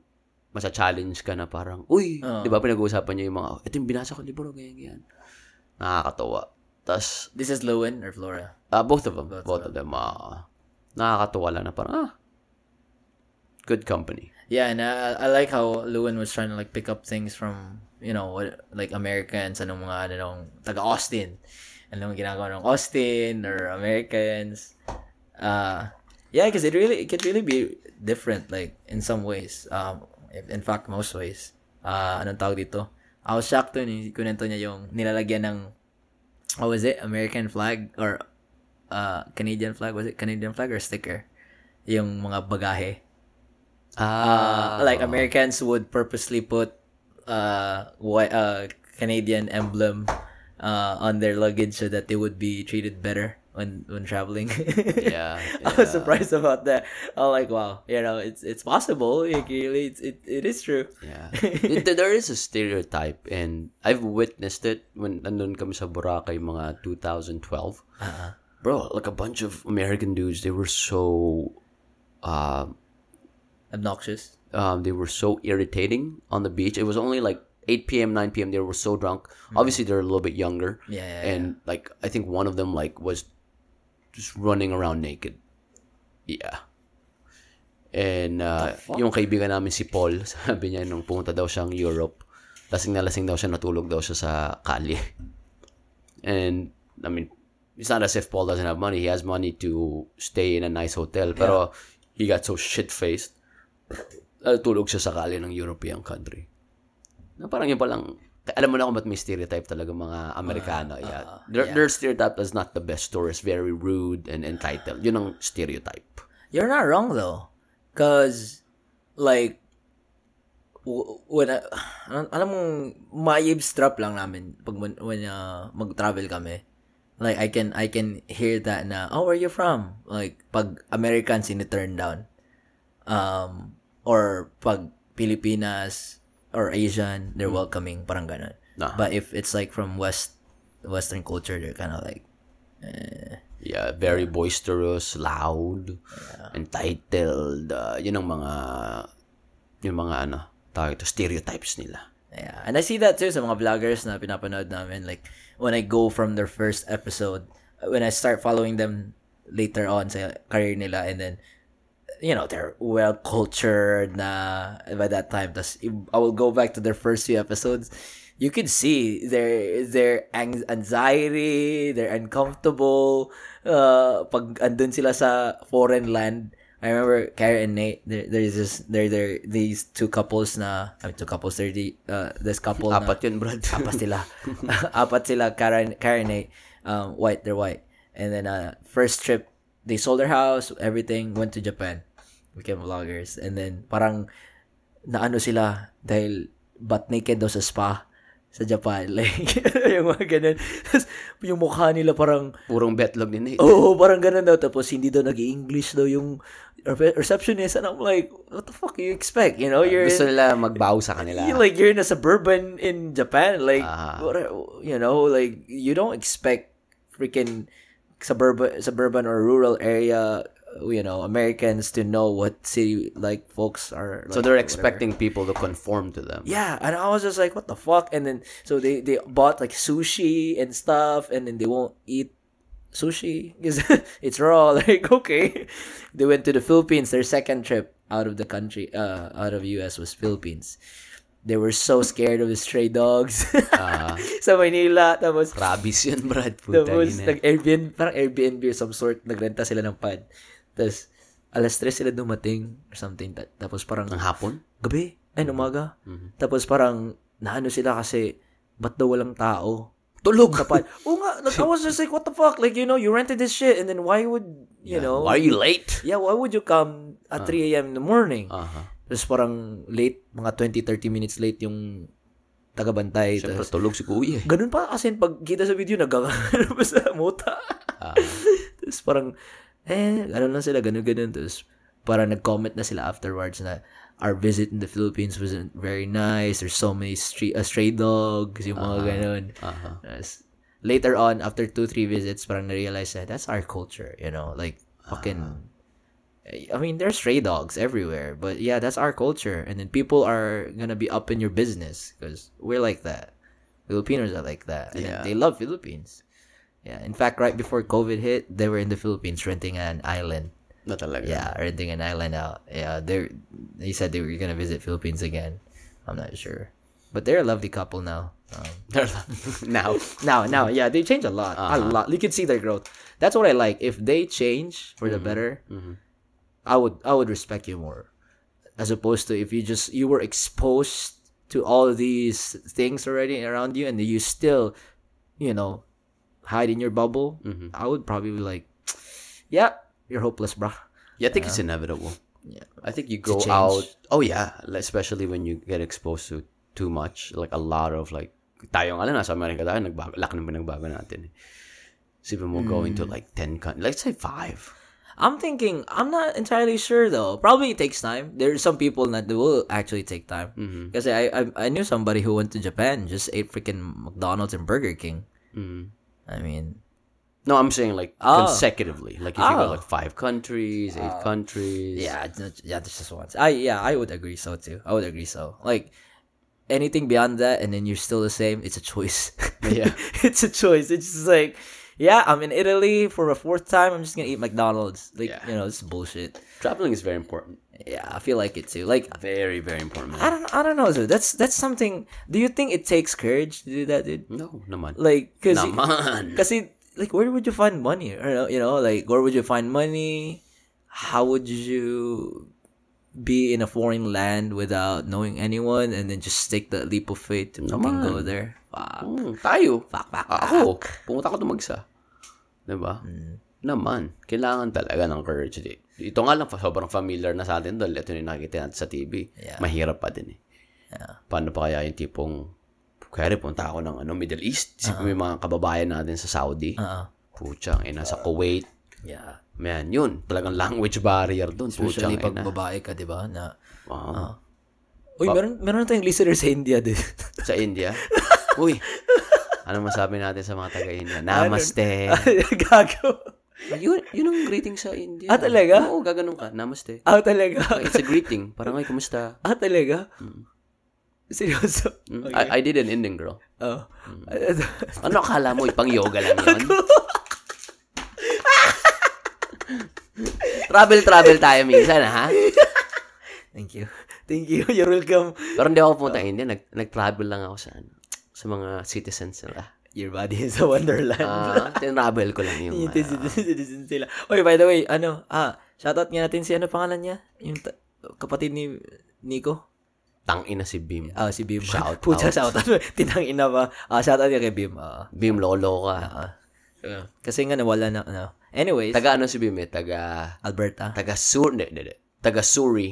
Speaker 1: masa-challenge ka na parang, uy, di ba pinag-uusapan niya yung mga, ito yung binasa ko libro, ganyan, ganyan. Nakakatawa. Tapos,
Speaker 2: this is Lowen or Flora.
Speaker 1: Ah, both of them. Both, of them. Ah, nakakatuwa lang na parang, ah, good company.
Speaker 2: Yeah, and uh, I, I like how Lewin was trying to like pick up things from, you know, what, like Americans, anong mga, ano, nung, taga Austin. Anong ginagawa ng Austin or Americans. Uh, yeah, because it really, it could really be different, like, in some ways. Um, in in fact, most ways. Uh, anong tawag dito? I was shocked when he- kunento niya yung nilalagyan ng, what was it? American flag or uh, Canadian flag? Was it Canadian flag or sticker? Yung mga bagahe
Speaker 1: Ah,
Speaker 2: uh, like Americans would purposely put uh white uh Canadian emblem uh on their luggage so that they would be treated better when when traveling.
Speaker 1: yeah.
Speaker 2: I was surprised about that. I'm like, wow, you know, it's it's possible. Like, really, it's, it it is true.
Speaker 1: Yeah. It- there is a stereotype and I've witnessed it when nandun kami sa Boracay mga 2012. Uh-huh. Bro, like a bunch of American dudes, they were so, um,
Speaker 2: Obnoxious.
Speaker 1: um, they were so irritating on the beach. It was only like 8 p.m., 9 p.m. They were so drunk. Obviously, they're a little bit younger.
Speaker 2: Yeah, yeah,
Speaker 1: and like I think one of them like was just running around naked. Yeah. And uh, yung kaibigan namin si Paul, sabi niya nung pumunta daw siyang Europe, lasing na lasing daw siya, natulog daw siya sa kalye. And I mean, it's not as if Paul doesn't have money. He has money to stay in a nice hotel. Pero he got so shit-faced, natulog siya sa kalye ng European country. Na parang yun palang, alam mo na kung ba't may stereotype talaga mga Amerikano.
Speaker 2: Ah,
Speaker 1: yeah. Their, their stereotype is not the best tourist, very rude and entitled. Yun ang stereotype.
Speaker 2: You're not wrong though, cause like w- when I, alam- alam mo ma-eavesdrop lang namin pag when, when uh, mag-travel kami. Like I can I can hear that na oh where you from? Like pag Americans in turn down. Um or pag Pilipinas or Asian, they're welcoming parang ganun.
Speaker 1: Ah.
Speaker 2: But if it's like from west western culture, they're kind of like
Speaker 1: Yeah, very boisterous, loud, entitled. Uh, yun ang mga, yung mga ano, tawag ito, stereotypes nila.
Speaker 2: Yeah, and I see that too sa mga vloggers na pinapanood namin. Like, when I go from their first episode, when I start following them later on sa career nila, and then, you know, they're well-cultured na by that time. Tas, i- I will go back to their first few episodes. You could see their their ang- anxiety, they're uncomfortable. Uh, pag andun sila sa foreign land, I remember Kara and Nate. There, there's this, there, there, these two couples na, I mean, two couples. There, the, uh, this couple na,
Speaker 1: Apat yun, Brad.
Speaker 2: apat sila. apat sila, Karen, Karen eh, um, white, they're white. And then, uh, first trip, they sold their house, everything, went to Japan. Became vloggers. And then, parang, naano sila, dahil, butt naked daw sa spa. sa Japan. Like, yung mga ganun. Tapos, yung mukha nila parang,
Speaker 1: Purong betlog ni Nate.
Speaker 2: oo, parang ganun daw. Tapos, hindi daw nag english daw yung re- receptionist. And I'm like, what the fuck you expect? You know, you're,
Speaker 1: Gusto nila magbaw sa kanila.
Speaker 2: you're like, you're in a suburban in Japan. Like,
Speaker 1: Ah.
Speaker 2: what, you know, like, you don't expect freaking suburban, suburban or rural area you know Americans to know what city like folks are
Speaker 1: so
Speaker 2: like,
Speaker 1: they're
Speaker 2: whatever.
Speaker 1: expecting people to conform to them.
Speaker 2: Yeah, and I was just like, what the fuck? And then so they they bought like sushi and stuff, and then they won't eat sushi because it's raw. Like okay, they went to the Philippines. Their second trip out of the country, uh, out of US was Philippines. They were so scared of the stray dogs.
Speaker 1: Ah,
Speaker 2: Sa Manila, tapos
Speaker 1: rabies yun, Brad. Puta
Speaker 2: tapos
Speaker 1: yun eh.
Speaker 2: nag-Airbnb, parang Airbnb or some sort, nagrenta sila ng pad. Tapos alas 3 sila dumating or something. Ta- Tapos parang
Speaker 1: Ng hapon?
Speaker 2: gabi, ay
Speaker 1: Mm-hmm.
Speaker 2: umaga. Tapos parang naano sila kasi ba't daw walang tao?
Speaker 1: Tulog!
Speaker 2: Kapag, oo nga, like, I was just like, what the fuck? Like, you know, you rented this shit and then why would, you
Speaker 1: Yeah.
Speaker 2: know,
Speaker 1: Why Ah. are you late?
Speaker 2: yeah, why would you come at 3 a.m. in the morning?
Speaker 1: Aha.
Speaker 2: Tapos parang late, mga 20-30 minutes late yung tagabantay.
Speaker 1: Siyempre,
Speaker 2: Tapos,
Speaker 1: tulog si kuya eh.
Speaker 2: ganun pa kasi pag kita sa video, nagkakano pa sa mota.
Speaker 1: Ah,
Speaker 2: Tapos parang, eh, ano lang sila, ganun-ganun. Tapos parang nag-comment na sila afterwards na, our visit in the Philippines wasn't very nice. There's so many stray, uh, stray dogs, yung
Speaker 1: Ah,
Speaker 2: mga ganun.
Speaker 1: aha.
Speaker 2: Tapos, later on, after two, three visits, parang na-realize na, that's our culture, you know? Like, fucking,
Speaker 1: Ah.
Speaker 2: I mean, there's stray dogs everywhere. But yeah, that's our culture. And then people are gonna be up in your business because we're like that. Filipinos are like that. And
Speaker 1: Yeah.
Speaker 2: then they love Philippines. Yeah. In fact, right before COVID hit, they were in the Philippines renting an island.
Speaker 1: Na talaga.
Speaker 2: Yeah, renting an island out. Yeah, they they said they were gonna visit Philippines again. I'm not sure, but they're a lovely couple now. Um,
Speaker 1: now.
Speaker 2: now, now, yeah, they change a lot, a lot. You can see their growth. That's what I like. If they change for the better, I would I would respect you more, as opposed to if you just you were exposed to all of these things already around you and you still, you know, hide in your bubble. I would probably be like, yeah, you're hopeless, bruh.
Speaker 1: Yeah, I think it's inevitable.
Speaker 2: Yeah.
Speaker 1: I think you go
Speaker 2: change.
Speaker 1: out. Oh yeah, like, especially when you get exposed to too much, like a lot of like tayo nga lang nasa Amerika tayo nagbago, laki ng pinagbago natin. eh. Isipin mo
Speaker 2: Mm.
Speaker 1: going to like 10 countries, let's say 5.
Speaker 2: I'm thinking, I'm not entirely sure though. Probably it takes time. There are some people that will actually take time.
Speaker 1: Mm-hmm. Mm.
Speaker 2: Because I, I I knew somebody who went to Japan, just ate freaking McDonald's and Burger King.
Speaker 1: Mm.
Speaker 2: I mean,
Speaker 1: No, I'm saying like
Speaker 2: Oh.
Speaker 1: consecutively. Like if you go
Speaker 2: Oh.
Speaker 1: like 5 countries, 8 countries.
Speaker 2: Ah. yeah, it's not- yeah, that's just once. I yeah, I would agree so too. I would agree so. Like anything beyond that, and then you're still the same. It's a choice.
Speaker 1: Yeah.
Speaker 2: it's a choice. It's just like, yeah, I'm in Italy for a fourth time. I'm just gonna eat McDonald's. Like
Speaker 1: Yeah.
Speaker 2: you know, it's bullshit.
Speaker 1: Traveling is very important.
Speaker 2: Yeah, I feel like it too. Like
Speaker 1: Very very important.
Speaker 2: I
Speaker 1: man.
Speaker 2: don't I don't know dude. That's that's something. Do you think it takes courage to do that, dude?
Speaker 1: No, naman.
Speaker 2: Like cuz
Speaker 1: naman.
Speaker 2: cuz like where would you find money? Or you know, like where would you find money? How would you be in a foreign land without knowing anyone and then just take the leap of faith to fucking
Speaker 1: Naman.
Speaker 2: go there? Fuck.
Speaker 1: Mm, tayo. Ah,
Speaker 2: Fuck, fuck, Hmm.
Speaker 1: Ako, pumunta ako tumagsa. Diba? Naman, kailangan talaga ng courage. Di- Ito nga lang, sobrang familiar na sa atin doon. Ito yung nakikita natin sa TV.
Speaker 2: Yeah.
Speaker 1: Mahirap pa din eh.
Speaker 2: Yeah.
Speaker 1: Paano pa kaya yung tipong, kaya punta ako ng ano, Middle East. Isipin
Speaker 2: Uh-huh.
Speaker 1: mo yung mga kababayan natin sa Saudi.
Speaker 2: Uh-uh.
Speaker 1: Puchang, ina sa Kuwait.
Speaker 2: Yeah.
Speaker 1: Man, yun. Talagang language barrier doon. Puchang,
Speaker 2: Especially pag Uh-huh.
Speaker 1: ina.
Speaker 2: babae ka, 'di ba? Na
Speaker 1: Wow.
Speaker 2: Uy, meron meron tayong listener sa India, dude.
Speaker 1: Sa India. Uy. Ano masabi natin sa mga taga-India? Namaste.
Speaker 2: Gago.
Speaker 1: yun, yun ang greeting sa India.
Speaker 2: Ah, talaga?
Speaker 1: Oo, gaganong ka. Namaste.
Speaker 2: Ah, talaga.
Speaker 1: Okay, it's a greeting. Parang, ay, kumusta?
Speaker 2: Ah, talaga? Seryoso?
Speaker 1: Mm, I, I did an Indian girl.
Speaker 2: Oh.
Speaker 1: Ano akala mo? Pang yoga lang yun? Travel-travel tayo minsan, ha?
Speaker 2: Thank you. Thank you. You're welcome.
Speaker 1: Pero hindi ako pumunta India. Nag, nag-travel lang ako sa, ano, sa mga citizens nila.
Speaker 2: Your body is a wonderland.
Speaker 1: Ah, tinravel ko lang yung...
Speaker 2: Yung
Speaker 1: ah,
Speaker 2: citizen, citizen sila. Oy, by the way, ano, ah, shoutout nga natin si ano pangalan niya? Yung ta- kapatid ni Nico?
Speaker 1: tangina si Bim.
Speaker 2: Ah, si Bim.
Speaker 1: Shoutout.
Speaker 2: Puta, shoutout. Tinang ina ba? Ah, shoutout niya kay Bim. Ah.
Speaker 1: Bim, lolo ka.
Speaker 2: ah. Kasi nga nawala na, ano. Anyways,
Speaker 1: Taga ano si Bim eh? Taga...
Speaker 2: Alberta.
Speaker 1: Taga Sur... Hindi, hindi, hindi. Taga Suri.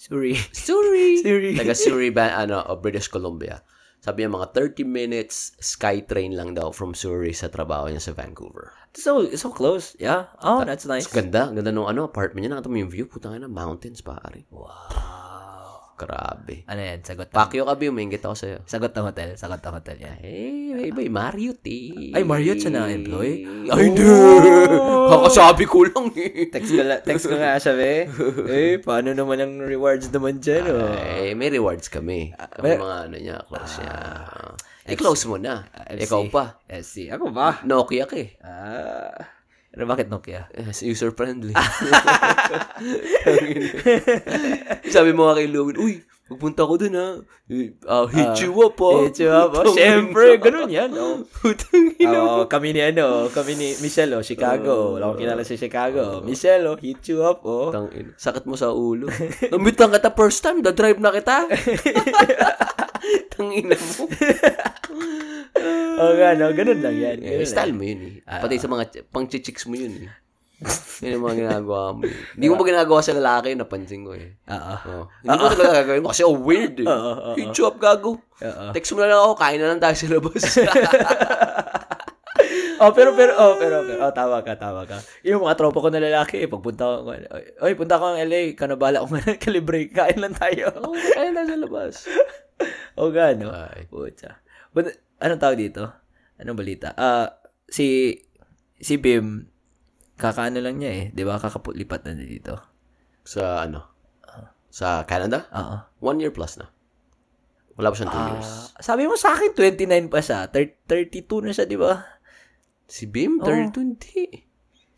Speaker 2: Sorry.
Speaker 1: Suri!
Speaker 2: Suri.
Speaker 1: Taga Suri ba, ano, o British Columbia. Sabi niya, mga 30 minutes, SkyTrain lang daw from Surrey sa trabaho niya sa Vancouver.
Speaker 2: So, so close. Yeah. Oh, that's nice.
Speaker 1: So, ganda. Ganda nung ano, apartment niya. Nakita mo yung view. Putang ina, mountains, pare.
Speaker 2: Wow.
Speaker 1: Grabe.
Speaker 2: Ano yan? Sagot na.
Speaker 1: Pakyo ka, Bill. May ingit ako sa'yo.
Speaker 2: Sagot na hotel. Sagot na hotel yan.
Speaker 1: Eh, may iba, eh, Marriott eh.
Speaker 2: Ay, Marriott siya na employee? Oh.
Speaker 1: Ay, hindi. Kakasabi ko lang eh.
Speaker 2: Text ko, la- text ko nga siya, be. Eh, paano naman ang rewards naman dyan, oh?
Speaker 1: Eh, may rewards kami. Kami
Speaker 2: Ah, may- Ah,
Speaker 1: mga ano niya, close niya. I-close mo na.
Speaker 2: FC.
Speaker 1: Ikaw pa.
Speaker 2: Eh, si, ako ba?
Speaker 1: Nokia ka eh.
Speaker 2: Ah. Pero bakit Nokia?
Speaker 1: Yes, user-friendly. Tangina. Sabi mo nga kay Lowen, Uy, pagpunta ko dun ha. Uh, hit you up oh. ha.
Speaker 2: Eh, chiwa ba? Siyempre, ganun yan, oh.
Speaker 1: Putang ina.
Speaker 2: Oo, kami ni ano, kami ni Michelle, oh, Chicago. Wala akong kilala sa Chicago. Michelle, oh, hit you up, oh.
Speaker 1: Putang ina. Sakit mo sa ulo. Nambitang kita first time, da-drive na kita. Tangina mo.
Speaker 2: Oh, gano, ganun lang yan.
Speaker 1: Eh,
Speaker 2: Ganun lang.
Speaker 1: style mo yun eh. Pati sa mga ch- pang-chicks mo yun eh. Yun yung mga ginagawa mo. eh. Hindi mo ba ginagawa sa lalaki? Napansin ko eh.
Speaker 2: Oo.
Speaker 1: Oh. Hindi mo talaga gagawin mo kasi oh, weird eh.
Speaker 2: Oo, oo,
Speaker 1: Hit you up, gago.
Speaker 2: Oo.
Speaker 1: Text mo na lang ako, kain na lang tayo sa labas.
Speaker 2: Oh, pero, pero, oh, pero, pero, oh, tama ka, tama ka. Yung mga tropa ko na lalaki, eh, pagpunta ko, oy, punta ko ng LA, kanabala ko nga kalibre, kain lang tayo.
Speaker 1: Oo, kain na lang sa labas.
Speaker 2: oh, gano.
Speaker 1: Ay.
Speaker 2: Pucha. But, anong tawag dito? Anong balita? Ah, si, si Bim, kakaano lang niya eh, di ba? Kakapulipat na niya dito.
Speaker 1: Sa ano? Sa Canada?
Speaker 2: Oo.
Speaker 1: One year plus na. Wala pa siyang two
Speaker 2: Ah,
Speaker 1: years.
Speaker 2: sabi mo sa akin, 29 pa siya. Thir- 32 na siya, di ba?
Speaker 1: Si Bim, 32 hindi.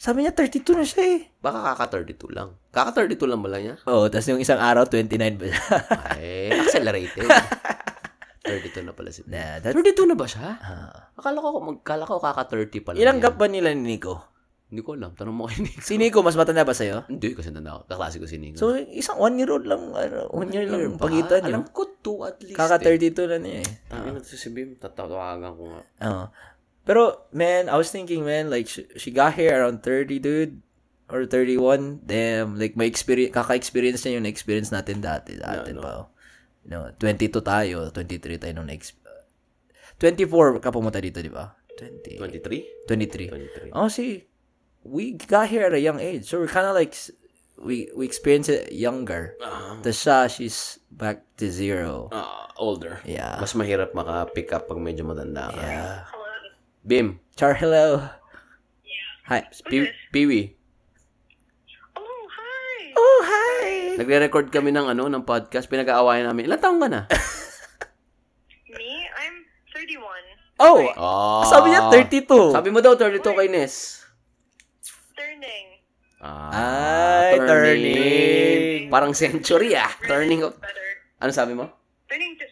Speaker 2: Sabi niya, 32 na siya eh.
Speaker 1: Baka kaka-32 lang. Kaka-32 lang bala niya?
Speaker 2: Oo, oh, tapos yung isang araw, 29 pa siya.
Speaker 1: Ay, accelerated. 32 na pala si Bim.
Speaker 2: na, that's,
Speaker 1: 32 na ba siya?
Speaker 2: ah.
Speaker 1: Akala ko, magkala ko kaka-30 pala.
Speaker 2: ilang
Speaker 1: niya.
Speaker 2: gap ba nila ni Nico?
Speaker 1: Hindi ko alam. Tanong mo kay Nick.
Speaker 2: Si Nico, mas matanda ba sa'yo?
Speaker 1: Hindi, kasi tanda ko. Kaklase ko si Nick.
Speaker 2: So, isang one year old lang, ano, one year lang
Speaker 1: Ba?
Speaker 2: pagitan niyo.
Speaker 1: Alam ko, 2 at least.
Speaker 2: Kaka
Speaker 1: eh.
Speaker 2: 32 na niya eh.
Speaker 1: Tangin na to si Bim. Tatawagan ko nga.
Speaker 2: Oo. Uh, Pero, man, I was thinking, man, like, she, she got here around 30, dude. Or 31. Damn, like, may experience, kaka-experience niya yung experience natin dati. Dati pa, oh. You know, 22 tayo, 23 tayo nung next. 24 ka pumunta dito, di ba? 20,
Speaker 1: 23?
Speaker 2: 23.
Speaker 1: 23.
Speaker 2: Oh, see, we got here at a young age. So, we're kind of like, s- we we experience it younger.
Speaker 1: Ah,
Speaker 2: The siya, she's back to zero.
Speaker 1: ah, older.
Speaker 2: Yeah.
Speaker 1: Mas mahirap maka-pick up pag medyo matanda ka.
Speaker 2: Yeah.
Speaker 1: Bim,
Speaker 2: Char, hello. Hi.
Speaker 1: Pi- Piwi,
Speaker 3: Oh, hi.
Speaker 2: Oh, hi!
Speaker 1: nagre-record kami ng ano, ng podcast. Pinag-aawayan namin. Ilan taong ka na?
Speaker 3: Me? I'm 31.
Speaker 2: Oh!
Speaker 1: Oh.
Speaker 2: Sabi niya 32.
Speaker 1: Sabi mo daw 32 kay Ness.
Speaker 3: Turning.
Speaker 2: Ay, turning.
Speaker 1: Ah, Parang century ah. Turning of...
Speaker 3: Better.
Speaker 1: Ano sabi mo?
Speaker 3: Turning to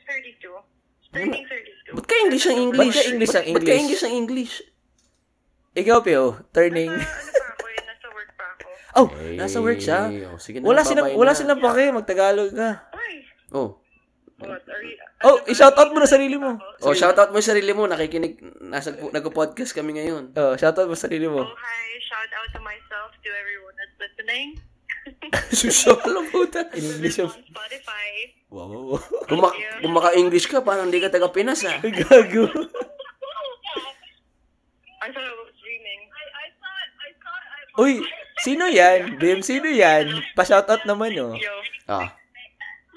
Speaker 2: Mm.
Speaker 3: 32. Turning 32.
Speaker 1: Ba't ka English ang English?
Speaker 2: Ba't ka English ang
Speaker 1: Ba't ka
Speaker 2: English?
Speaker 1: English ang English?
Speaker 2: Ikaw, Pio, turning.
Speaker 3: Nasa, Uh, ano pa ako eh? Nasa work pa ako.
Speaker 2: Oh, nasa work siya.
Speaker 1: Eh, oh, sige na,
Speaker 2: Wala silang,
Speaker 1: babay
Speaker 2: wala
Speaker 1: na.
Speaker 2: silang pake. Magtagalog ka.
Speaker 3: Why?
Speaker 1: Oh.
Speaker 3: What? Are you...
Speaker 2: Oh, i-shoutout mo na sarili mo.
Speaker 1: Oh, shoutout mo yung sarili mo. Nakikinig, nasa, nagpo-podcast kami ngayon.
Speaker 2: Oh, shoutout mo sarili mo.
Speaker 3: Oh, hi. Shout out to myself, to everyone that's listening.
Speaker 1: Susolo po
Speaker 2: In English
Speaker 3: Listen
Speaker 2: of...
Speaker 3: on Spotify.
Speaker 2: Wow, wow, wow.
Speaker 1: Kung, ma- kung maka-English ka, parang hindi ka taga Pinas ah.
Speaker 2: Gago.
Speaker 3: I thought I was dreaming. I, I thought, I thought I
Speaker 2: Uy, sino yan? Bim, sino yan? Pa-shoutout naman, oh.
Speaker 3: Yo.
Speaker 1: Ah,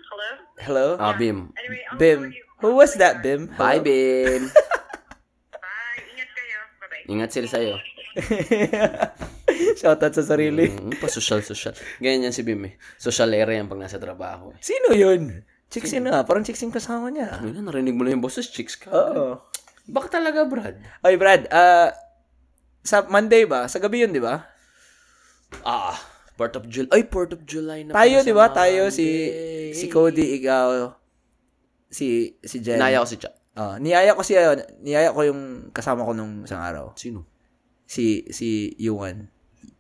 Speaker 3: Hello?
Speaker 2: Hello?
Speaker 1: ah Bim.
Speaker 3: Anyway, I'll
Speaker 2: Bim.
Speaker 3: call you.
Speaker 2: Who was that, Bim?
Speaker 1: Bye, Bim.
Speaker 3: Bye. Ingat kayo. Bye-bye.
Speaker 1: Ingat sila sa'yo.
Speaker 2: shoutout sa sarili.
Speaker 1: Mm, pa-social-social. Ganyan yan si Bim eh. Socialera yan pag nasa trabaho eh.
Speaker 2: Sino yun? Chicks yun nga. Parang chicks yung kasama niya.
Speaker 1: Ano na, narinig mo na yung boses, chicks ka.
Speaker 2: Oo.
Speaker 1: Baka talaga, Brad.
Speaker 2: Oy, Brad, ah, sa Monday ba? Sa gabi yun, di ba?
Speaker 1: Ah, Port of July. Ay, Port of July na.
Speaker 2: Tayo,
Speaker 1: pala
Speaker 2: di
Speaker 1: sa
Speaker 2: ba? Tayo, si,
Speaker 1: Monday.
Speaker 2: si Cody, ikaw, si, si Jen.
Speaker 1: Naya ko si Cha.
Speaker 2: Ah, niyaya ko siya, niyaya ko yung kasama ko nung isang araw.
Speaker 1: Sino?
Speaker 2: Si, si Yuan.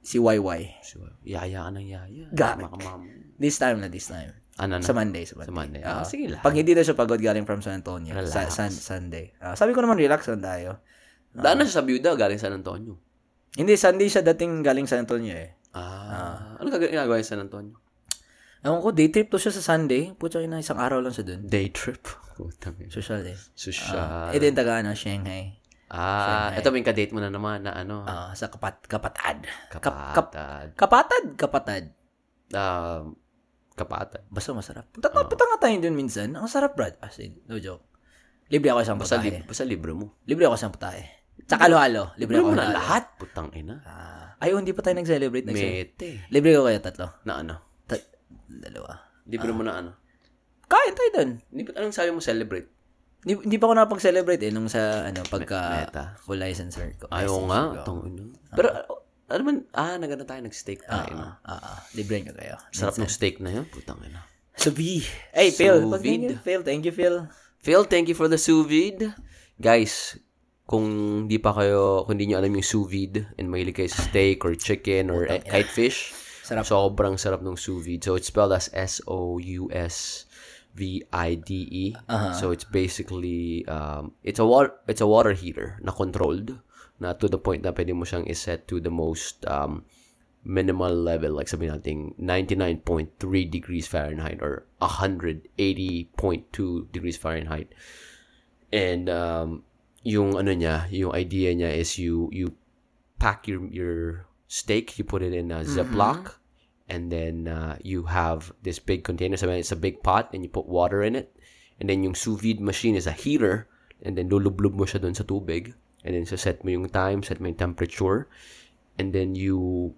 Speaker 2: Si YY.
Speaker 1: Si Yaya ka ng yaya.
Speaker 2: Got it.
Speaker 1: Makamama.
Speaker 2: This time na, this time.
Speaker 1: Ano na?
Speaker 2: Sa Monday, sa Monday.
Speaker 1: Sa Monday. Ah,
Speaker 2: Ah,
Speaker 1: sige lang.
Speaker 2: Pag hindi na siya pagod galing from San Antonio. Sa,
Speaker 1: Relax.
Speaker 2: sun, Sunday. Ah, sabi ko naman, relax lang tayo. Ah,
Speaker 1: Daan na siya sa Biuda, galing San Antonio.
Speaker 2: Hindi, Sunday siya dating galing San Antonio eh.
Speaker 1: Ah. ano ka ginagawa niya sa San Antonio?
Speaker 2: Ewan ko, day trip to siya sa Sunday. Puta na, isang araw lang siya dun.
Speaker 1: Day trip. Puta may.
Speaker 2: Social eh.
Speaker 1: Social.
Speaker 2: Eh, din taga ano, Shanghai.
Speaker 1: ah, ito may kadate mo na naman na ano.
Speaker 2: Ah, sa kapat, kapatad. Kap- kap-
Speaker 1: Kapatad.
Speaker 2: kapatad, kapatad.
Speaker 1: Ah, kapatad.
Speaker 2: Basta masarap. Punta,
Speaker 1: Ah.
Speaker 2: uh, punta nga tayo dun minsan. Ang sarap, Brad. As in, no joke. Libre ako isang
Speaker 1: Basta,
Speaker 2: putahe.
Speaker 1: lib- basta libro mo.
Speaker 2: libre ako isang putahe. Tsaka halo-halo. Libre
Speaker 1: Libro
Speaker 2: ako
Speaker 1: mo na
Speaker 2: halo-halo.
Speaker 1: lahat. Putang ina.
Speaker 2: Ah, Ay, oh, hindi pa tayo nag-celebrate. nag-celebrate.
Speaker 1: Mete.
Speaker 2: Libre ko kayo tatlo.
Speaker 1: Na ano?
Speaker 2: Ta- dalawa.
Speaker 1: Libro mo na ano?
Speaker 2: Kain tayo dun.
Speaker 1: Hindi ba, anong sabi mo celebrate?
Speaker 2: Hindi, hindi pa ako nakapag-celebrate eh nung sa ano pagka
Speaker 1: Meta.
Speaker 2: full licensor ko.
Speaker 1: Ayaw
Speaker 2: Licensure
Speaker 1: nga.
Speaker 2: ko.
Speaker 1: Tang ina. Pero, ano man, ah, nagano tayo, nag-steak tayo. no?
Speaker 2: Ah, ah, ah. libre nyo kayo.
Speaker 1: Sarap ng steak na yun. Putang ina.
Speaker 2: So, B. Hey,
Speaker 1: Sous
Speaker 2: Phil. Pag- thank you,
Speaker 1: vide.
Speaker 2: Phil. Thank you, Phil.
Speaker 1: Phil, thank you for the sous vide. Guys, kung di pa kayo, kung di nyo alam yung sous vide and mahilig kayo sa steak or chicken or eh, kahit fish,
Speaker 2: Sarap.
Speaker 1: sobrang sarap ng sous vide. So, it's spelled as S-O-U-S-V-I-D-E. E. So, it's basically, um, it's a water, it's a water heater na controlled na to the point na pwede mo siyang iset to the most um, minimal level, like sabi natin, 99.3 degrees Fahrenheit or 180.2 degrees Fahrenheit. And um, yung ano niya, yung idea niya is you you pack your your steak, you put it in a Ziploc, and then uh, you have this big container. So it's a big pot, and you put water in it. And then yung sous vide machine is a heater, and then lulublub mo siya dun sa tubig. And then set mo yung time, set mo yung temperature, and then you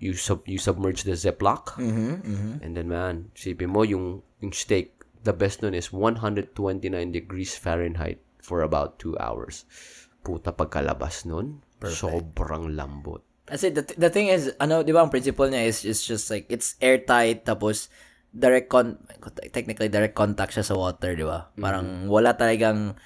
Speaker 1: you sub you submerge the Ziploc.
Speaker 2: Mm-hmm, mm-hmm.
Speaker 1: And then man, sipin mo yung yung steak, the best nun is 129 degrees Fahrenheit for about 2 hours. Puta pagkalabas nun, sobrang lambot.
Speaker 2: Kasi the, the thing is, ano, di ba ang principle niya is, is just like, it's airtight, tapos direct con, technically direct contact siya sa water, di ba? Parang wala talagang,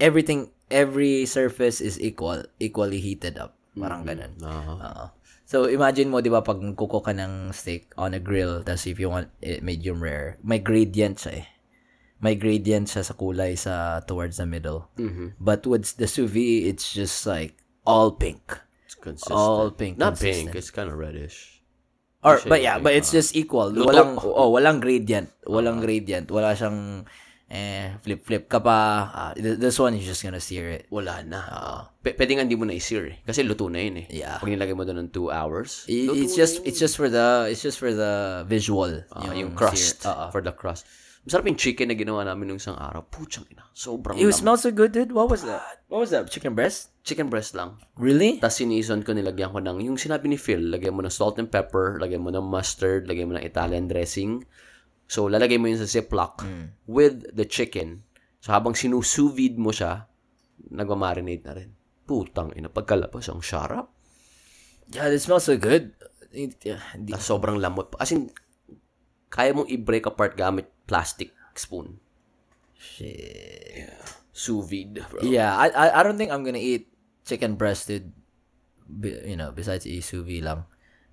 Speaker 2: everything, every surface is equal, equally heated up. Parang ganun.
Speaker 1: Aha.
Speaker 2: Oo. So, imagine mo, di ba, pag kuko ka ng steak on a grill, tapos if you want it medium rare, may gradient siya eh. May gradient siya sa kulay sa towards the middle.
Speaker 1: Mhm.
Speaker 2: But with the sous vide, it's just like all pink.
Speaker 1: It's consistent.
Speaker 2: All pink.
Speaker 1: Not
Speaker 2: Oh, consistent.
Speaker 1: pink, it's kind of reddish.
Speaker 2: Or,
Speaker 1: Siya
Speaker 2: but
Speaker 1: yung
Speaker 2: yeah,
Speaker 1: pink,
Speaker 2: but it's
Speaker 1: ah.
Speaker 2: just equal.
Speaker 1: Luto.
Speaker 2: Walang, oh, walang gradient. Walang
Speaker 1: Uh-huh.
Speaker 2: gradient. Wala siyang, eh, flip-flip ka pa. Ah, th- this one, you're just gonna sear it.
Speaker 1: Wala na. P- pwede nga hindi mo na i-sear eh. Kasi luto na yun eh.
Speaker 2: Yeah.
Speaker 1: Pag nilagay mo doon ng 2 hours,
Speaker 2: I-
Speaker 1: luto
Speaker 2: It's
Speaker 1: na
Speaker 2: just,
Speaker 1: yun.
Speaker 2: it's just for the, it's just for the visual.
Speaker 1: Ah, yung,
Speaker 2: sear. Uh, uh-uh.
Speaker 1: crust.
Speaker 2: Oo.
Speaker 1: For the crust. Masarap yung chicken na ginawa namin nung isang araw. Puchang ina. Sobrang
Speaker 2: It
Speaker 1: lambot.
Speaker 2: smells so good, dude. What was that? What was that? Chicken breast?
Speaker 1: Chicken breast lang.
Speaker 2: Really?
Speaker 1: Tapos sinison ko, nilagyan ko ng, yung sinabi ni Phil, lagyan mo ng salt and pepper, lagyan mo ng mustard, lagyan mo ng Italian dressing. So, lalagay mo yun sa Ziploc
Speaker 2: Mm.
Speaker 1: with the chicken. So, habang sous vide mo siya, nagmamarinate na rin. Putang ina, pagkalabas, ang sarap.
Speaker 2: Yeah, it smells so good. It- yeah, hindi-
Speaker 1: Tapos sobrang lamot. pa. As in, kaya mong i-break apart gamit plastic spoon.
Speaker 2: Shit.
Speaker 1: Sous vide, bro.
Speaker 2: Yeah, I, I I don't think I'm gonna eat chicken breast, dude. Be- you know, besides E i sous vide lang.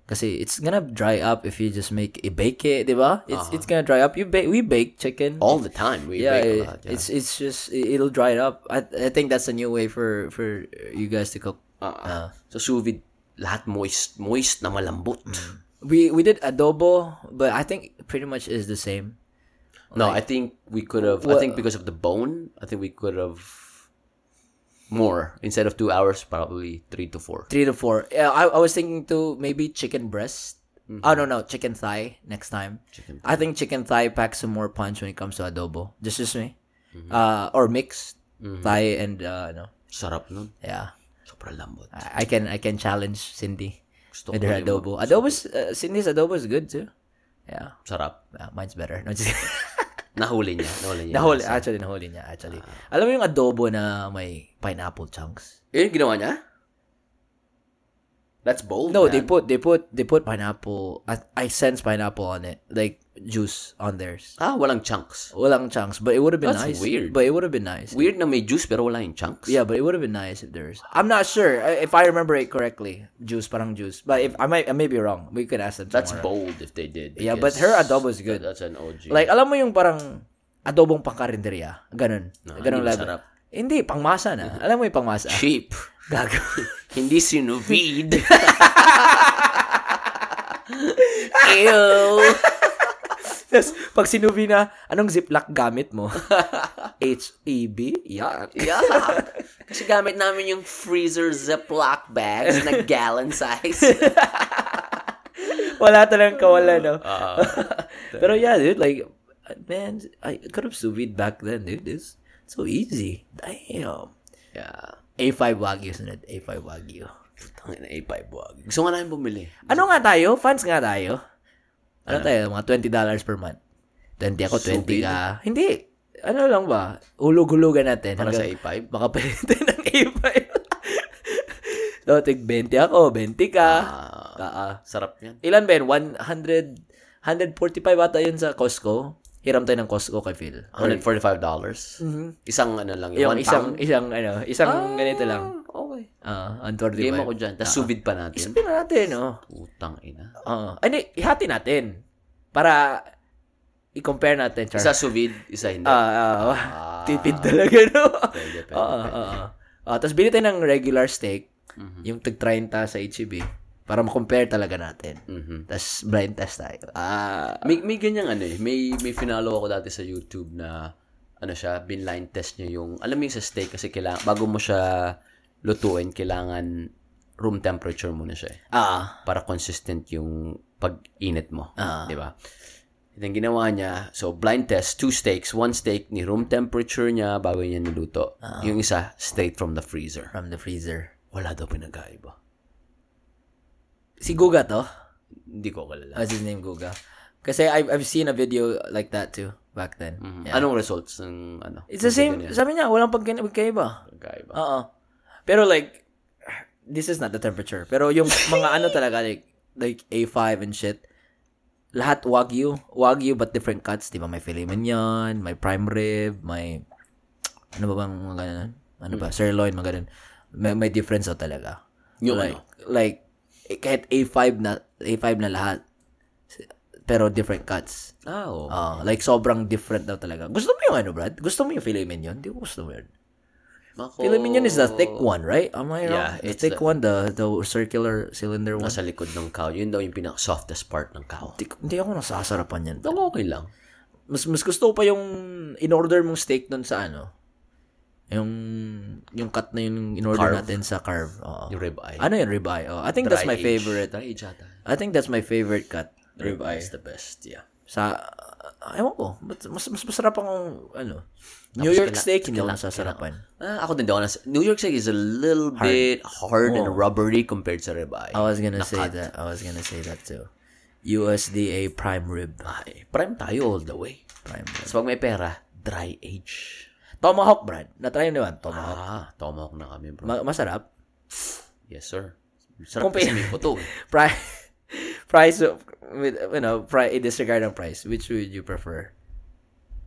Speaker 2: Kasi it's gonna dry up if you just make i bake it, di ba? It's it's gonna dry up. You bake we bake chicken.
Speaker 1: All the time. We Uh-huh. Oh,
Speaker 2: yeah,
Speaker 1: bake a
Speaker 2: it-
Speaker 1: lot. Yeah.
Speaker 2: it's it's just it, it'll dry it up. I I think that's a new way for for you guys to cook. uh-uh.
Speaker 1: Ah, ah. so, sous vide, lahat moist, moist na malambot.
Speaker 2: Mm. We we did adobo, but I think pretty much is the same.
Speaker 1: No, I think we could have. I
Speaker 2: Wha-
Speaker 1: think because of the bone, I think we could have more instead of two hours, probably three to four.
Speaker 2: three to four. Yeah, I, I was thinking to maybe chicken breast.
Speaker 1: Mm-hmm.
Speaker 2: Oh no no chicken thigh next time.
Speaker 1: Chicken
Speaker 2: I think chicken thigh packs some more punch when it comes to adobo. Just just me.
Speaker 1: Mm-hmm.
Speaker 2: Uh, or mixed thigh and uh, no
Speaker 1: Sarap nun.
Speaker 2: yeah.
Speaker 1: Sobrang lambot.
Speaker 2: I, I can I can challenge Cindy
Speaker 1: Gusto
Speaker 2: with
Speaker 1: ko
Speaker 2: her
Speaker 1: yung-
Speaker 2: adobo. Adobo's uh, Cindy's adobo is good too. Yeah,
Speaker 1: Sarap.
Speaker 2: Uh, mine's better. No, just
Speaker 1: Nahuli niya. Nahuli niya.
Speaker 2: nahuli actually nahuli niya actually.
Speaker 1: Ah.
Speaker 2: Alam mo yung adobo na may pineapple chunks?
Speaker 1: Eh, yung ginawa niya? That's bold,
Speaker 2: No, they
Speaker 1: man.
Speaker 2: put they put they put pineapple. I, I sense pineapple on it, like juice on theirs.
Speaker 1: Ah, walang chunks.
Speaker 2: Walang chunks, but it would have been
Speaker 1: That's
Speaker 2: nice.
Speaker 1: weird.
Speaker 2: But it would have been nice.
Speaker 1: Weird na may juice pero wala yung chunks.
Speaker 2: Yeah, but it would have been nice if there's. I'm not sure I- if I remember it correctly. Juice, parang juice. But if I might, I may be wrong. We could ask them.
Speaker 1: That's
Speaker 2: tomorrow.
Speaker 1: bold if they did.
Speaker 2: Yeah, but
Speaker 1: because
Speaker 2: her adobo is good.
Speaker 1: That's an OG.
Speaker 2: Like alam mo yung parang adobong pangkarinderya. Ganun.
Speaker 1: No,
Speaker 2: Ganun
Speaker 1: hindi
Speaker 2: level.
Speaker 1: masarap.
Speaker 2: Hindi, pangmasa na. Alam mo yung pangmasa.
Speaker 1: Cheap.
Speaker 2: Gago.
Speaker 1: Hindi sinuvid. Ew.
Speaker 2: Tapos, pag sinubi na, anong ziplock gamit mo? E H-E-B? Yuck.
Speaker 1: Yeah. Kasi gamit namin yung freezer Ziploc bags na gallon size.
Speaker 2: Wala talagang kawala, no?
Speaker 1: Oo.
Speaker 2: Pero yeah, dude, like, man, I could have sous vide back then, dude. It's so easy. Damn.
Speaker 1: yeah.
Speaker 2: A5 Wagyu, sunod. A5 Wagyu.
Speaker 1: Putang ina, A5 wag. Gusto nga namin bumili.
Speaker 2: Ano nga tayo? Fans nga tayo?
Speaker 1: Ah.
Speaker 2: Ano tayo? Mga $20 per month. 20 ako, 20
Speaker 1: Sous vide?
Speaker 2: ka. Hindi. Ano lang ba? Hulog-hulugan natin.
Speaker 1: Para sa
Speaker 2: hanggang
Speaker 1: A5?
Speaker 2: Baka pwede tayo ng A5. Dotig 20 ako, 20 ka.
Speaker 1: Ah,
Speaker 2: Ah, ah.
Speaker 1: sarap yan.
Speaker 2: Ilan ba yun? 100, 145 ata yun sa Costco. Hiram tayo ng Costco kay Phil.
Speaker 1: $145. Isang ano lang.
Speaker 2: Yung
Speaker 1: Yung,
Speaker 2: isang, isang, ano, isang ganito lang.
Speaker 1: Okay.
Speaker 2: Ah, uh,
Speaker 1: Ah. Game ako dyan. Tapos sous vide pa natin.
Speaker 2: Ispin na natin,
Speaker 1: Ah,
Speaker 2: oh.
Speaker 1: Putang ina.
Speaker 2: Oo. Ano, ihati natin. Para i-compare natin, Char.
Speaker 1: Isa sous vide, isa hindi.
Speaker 2: Ah, ah,
Speaker 1: Ah.
Speaker 2: ah. tipid talaga, no?
Speaker 1: Pwede, pwede,
Speaker 2: Oo,
Speaker 1: pwede.
Speaker 2: oo, oo. Ah, Tapos bili tayo ng regular steak,
Speaker 1: Mhm.
Speaker 2: yung tag 30 sa HEB, para ma-compare talaga natin.
Speaker 1: Mhm.
Speaker 2: Tapos blind test tayo. Ah,
Speaker 1: May, may ganyang ano eh. May, may finalo ako dati sa YouTube na ano siya, binline test niya yung, alam mo yung sa steak kasi kailangan, bago mo siya lutuin, kailangan room temperature muna siya eh.
Speaker 2: ah,
Speaker 1: Para consistent yung pag-init mo.
Speaker 2: Ah.
Speaker 1: Di ba? Then ginawa niya, so blind test, two steaks, one steak ni room temperature niya bago niya niluto. Yung isa, straight from the freezer.
Speaker 2: from the freezer.
Speaker 1: Wala daw pinagkaiba.
Speaker 2: Si Guga to?
Speaker 1: Hindi ko kalala.
Speaker 2: What's his name, Guga? Kasi I've, I've seen a video like that too, back then. Yeah.
Speaker 1: Anong results ng ano?
Speaker 2: It's the same, sabi niya, walang pagkaiba.
Speaker 1: Pinagkaiba.
Speaker 2: Oo. Pero like, this is not the temperature. Pero yung mga ano talaga, like, like A5 and shit, lahat Wagyu. Wagyu but different cuts. Di ba? May filet mignon, may prime rib, may, ano ba bang mga ganun? Ano
Speaker 1: Hmm.
Speaker 2: ba? Sirloin, mga ganun. May, may difference daw talaga.
Speaker 1: Yung
Speaker 2: like,
Speaker 1: ano?
Speaker 2: like, eh, kahit A5 na, A5 na lahat. Pero different cuts.
Speaker 1: Ah, oo.
Speaker 2: ah like, sobrang different daw talaga. Gusto mo yung ano, Brad? Gusto mo yung filet mignon? Di ko gusto mo yun.
Speaker 1: Ako-
Speaker 2: Filet mignon is the thick one, right? Am I
Speaker 1: Oh.
Speaker 2: wrong?
Speaker 1: Yeah,
Speaker 2: the
Speaker 1: it's
Speaker 2: thick
Speaker 1: the-
Speaker 2: one, the the circular cylinder one.
Speaker 1: nasa likod ng cow. Yun daw yung pinaka-softest part ng cow.
Speaker 2: Hindi, ko- hindi ako nasasarapan yan.
Speaker 1: Ang okay lang.
Speaker 2: Mas mas gusto ko pa yung in-order mong steak doon sa ano. Yung yung cut na yung in-order
Speaker 1: Carve.
Speaker 2: natin sa carve. Oo.
Speaker 1: Yung ribeye.
Speaker 2: Ano yun, ribeye? Oh, I think that's my favorite.
Speaker 1: Dry age ata.
Speaker 2: I think that's my favorite cut.
Speaker 1: Ribeye
Speaker 2: Ribeye.
Speaker 1: is the best, yeah.
Speaker 2: Sa, uh, ewan ko. Mas, mas, mas masarap ang, ano, New
Speaker 1: Tapos
Speaker 2: York
Speaker 1: kila-
Speaker 2: steak, hindi ako
Speaker 1: kila-
Speaker 2: nasasarapan.
Speaker 1: Ah, ako din daw. nas- New York steak is a little bit hard and
Speaker 2: Oo.
Speaker 1: rubbery compared sa ribeye.
Speaker 2: I was gonna say that. I was gonna say that too. USDA prime rib.
Speaker 1: Ay, prime tayo all the way.
Speaker 2: Prime rib.
Speaker 1: So, pag may pera, dry age.
Speaker 2: Tomahawk, Brad. Na-try nyo naman, Tomahawk.
Speaker 1: Ah, tomahawk na kami, bro.
Speaker 2: Ma- masarap.
Speaker 1: yes, sir. Sarap
Speaker 2: Kung pa-
Speaker 1: kasi may puto. eh.
Speaker 2: Pri- price of, with, you know, pri- disregard ang price. Which would you prefer?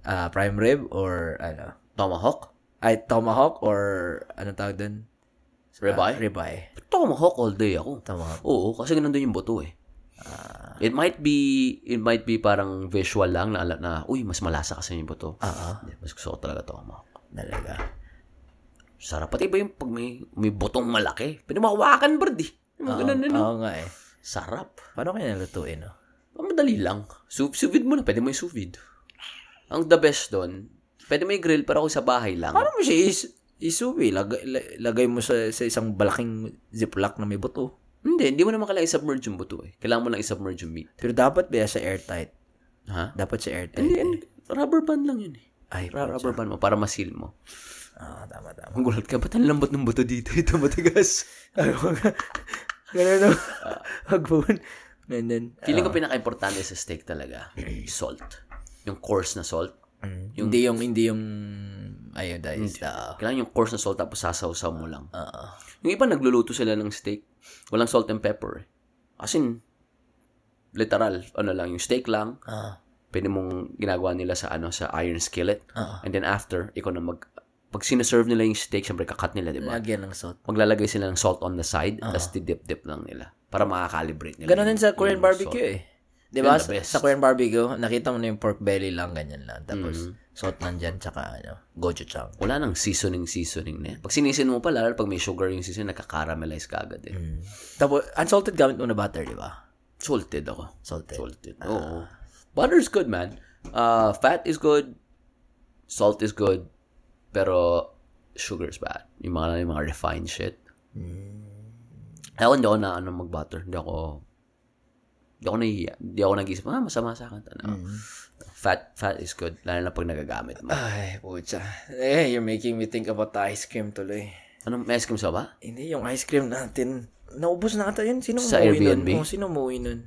Speaker 2: Uh, prime rib or, ano,
Speaker 1: Tomahawk?
Speaker 2: ay, tomahawk or, ano tawag dun?
Speaker 1: Ribeye?
Speaker 2: Ah, ribeye.
Speaker 1: Tomahawk all day ako.
Speaker 2: Tomahawk.
Speaker 1: Oo, kasi nandun yung buto eh.
Speaker 2: Ah,
Speaker 1: it might be it might be parang visual lang na ala- na uy mas malasa kasi yung buto.
Speaker 2: Ah, ah.
Speaker 1: Hindi, Mas gusto ko talaga tomahawk.
Speaker 2: Talaga.
Speaker 1: Sarap pati ba yung pag may may butong malaki. Pwede makawakan bird eh. Yung mga
Speaker 2: Oo,
Speaker 1: ganun, ano?
Speaker 2: oo nga eh.
Speaker 1: Sarap.
Speaker 2: Paano kaya nalutuin, no?
Speaker 1: Ang madali lang. Sous sous vide mo na, pwede mo yung sous vide. Ang the best doon, pwede mo i-grill pero ako sa bahay lang.
Speaker 2: Paano mo siya is, isuwi? Lagay, la- lagay mo sa, sa isang balaking ziplock na may buto.
Speaker 1: Hindi, hindi mo naman kailangan i-submerge yung buto eh. Kailangan mo lang i-submerge yung meat.
Speaker 2: Pero dapat ba siya airtight?
Speaker 1: Ha?
Speaker 2: Dapat siya airtight.
Speaker 1: Hindi, hindi. rubber band lang yun eh.
Speaker 2: Ay,
Speaker 1: Ra-
Speaker 2: putya.
Speaker 1: Rubber band mo para masil mo.
Speaker 2: Ah, tama, tama.
Speaker 1: Ang gulat ka, ba't ang lambot ng buto dito? Ito matigas.
Speaker 2: Ganun na. Hagpon. And then, ah,
Speaker 1: Feeling ko pinaka-importante sa steak talaga, salt. Yung coarse na salt.
Speaker 2: Mm, yung, hindi yung, hindi yung iodized. Ah,
Speaker 1: Kailangan yung coarse na salt tapos sasawsaw mo lang.
Speaker 2: ah.
Speaker 1: Yung iba nagluluto sila ng steak, walang salt and pepper. eh. As in, literal, ano lang, yung steak lang,
Speaker 2: Ah.
Speaker 1: pwede mong ginagawa nila sa ano sa iron skillet.
Speaker 2: Ah.
Speaker 1: And then after, ikaw na mag... Pag sinaserve nila yung steak, syempre kakat nila, di ba?
Speaker 2: Lagyan ng salt.
Speaker 1: Maglalagay sila ng salt on the side, tapos didip-dip lang nila para makakalibrate nila.
Speaker 2: Ah. Ganun
Speaker 1: yung-
Speaker 2: din sa
Speaker 1: yung
Speaker 2: Korean
Speaker 1: salt.
Speaker 2: barbecue eh. Di ba?
Speaker 1: Yun, the
Speaker 2: Sa,
Speaker 1: best.
Speaker 2: sa Korean barbecue, nakita mo na yung pork belly lang, ganyan lang. Tapos, salt lang dyan, tsaka ano, gochujang.
Speaker 1: wala nang seasoning-seasoning na yan. Pag sinisin mo pa, lalo pag may sugar yung seasoning, nakakaramelize ka agad eh.
Speaker 2: Hmm. Tapos, unsalted gamit mo na butter, di ba?
Speaker 1: Salted ako. Ah.
Speaker 2: Salted.
Speaker 1: Salted. Oo. Butter's good, man. Uh, fat is good. Salt is good. Pero sugar's bad. Yung mga, yung mga refined shit. Mm. Ako hindi ako na ano, mag-butter. Hindi ako hindi ako nahihiya. Hindi ako nag-isip, ah, masama sa akin. Ano? Fat, fat is good. Lalo na pag nagagamit mo.
Speaker 2: Ay, pucha. Eh, you're making me think about the ice cream tuloy.
Speaker 1: Anong may ice cream sa ba?
Speaker 2: Hindi, yung ice cream natin. Naubos na ata yun. Sino
Speaker 1: Sa
Speaker 2: umuwi nun?
Speaker 1: Airbnb?
Speaker 2: Oo, sino umuwi nun?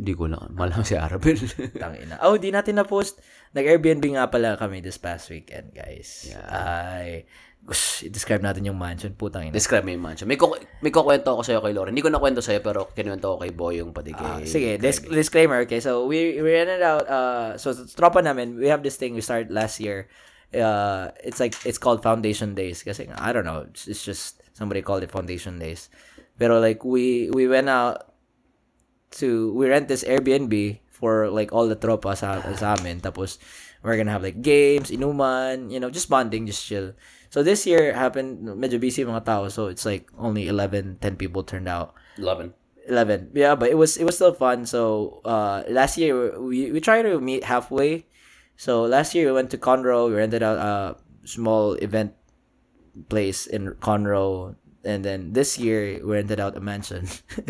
Speaker 1: Hindi ko lang. Malam si Arabel.
Speaker 2: Tangina. Oh, di natin na-post. Nag-Airbnb nga pala kami this past weekend, guys.
Speaker 1: Yeah.
Speaker 2: Ay, ush, i-describe natin yung mansion. Putang ina.
Speaker 1: Describe mo yung mansion. May, kuku- may kukwento ako sa'yo kay Lauren. Hindi ko nakwento sa'yo, pero kinuwento ko kay Boyong pati kay...
Speaker 2: Ah, sige, dis- disclaimer. Okay, so we we rented out. Uh, so sa tropa namin, we have this thing we started last year. Uh, it's like it's called Foundation Days. Kasi nga, I don't know. It's, it's just somebody called it Foundation Days. Pero like we we went out to we rent this Airbnb for like all the tropa sa, sa amin. Tapos we're gonna have like games, inuman, you know, just bonding, just chill. So this year happened, medyo busy mga tao. So it's like only 11, 10 people turned out.
Speaker 1: Lovin.
Speaker 2: 11 yeah but it was it was still fun so uh last year we we tried to meet halfway so last year we went to conroe we rented out a small event place in conroe and then this year we rented out a mansion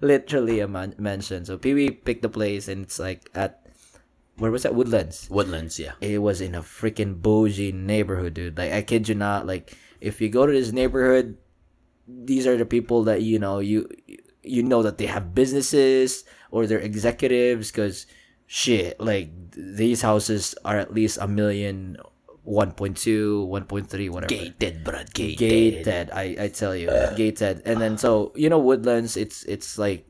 Speaker 2: literally a man- mansion so pee picked the place and it's like at where was that woodlands
Speaker 1: Woodlands, yeah.
Speaker 2: it was in a freaking bougie neighborhood, dude. Like I kid you not. Like if you go to this neighborhood, these are the people that you know you you know that they have businesses or they're executives because shit like these houses are at least a million 1.2 1.3 whatever
Speaker 1: Gated, Brad.
Speaker 2: gated. I I tell you, gated. And then so you know Woodlands, it's it's like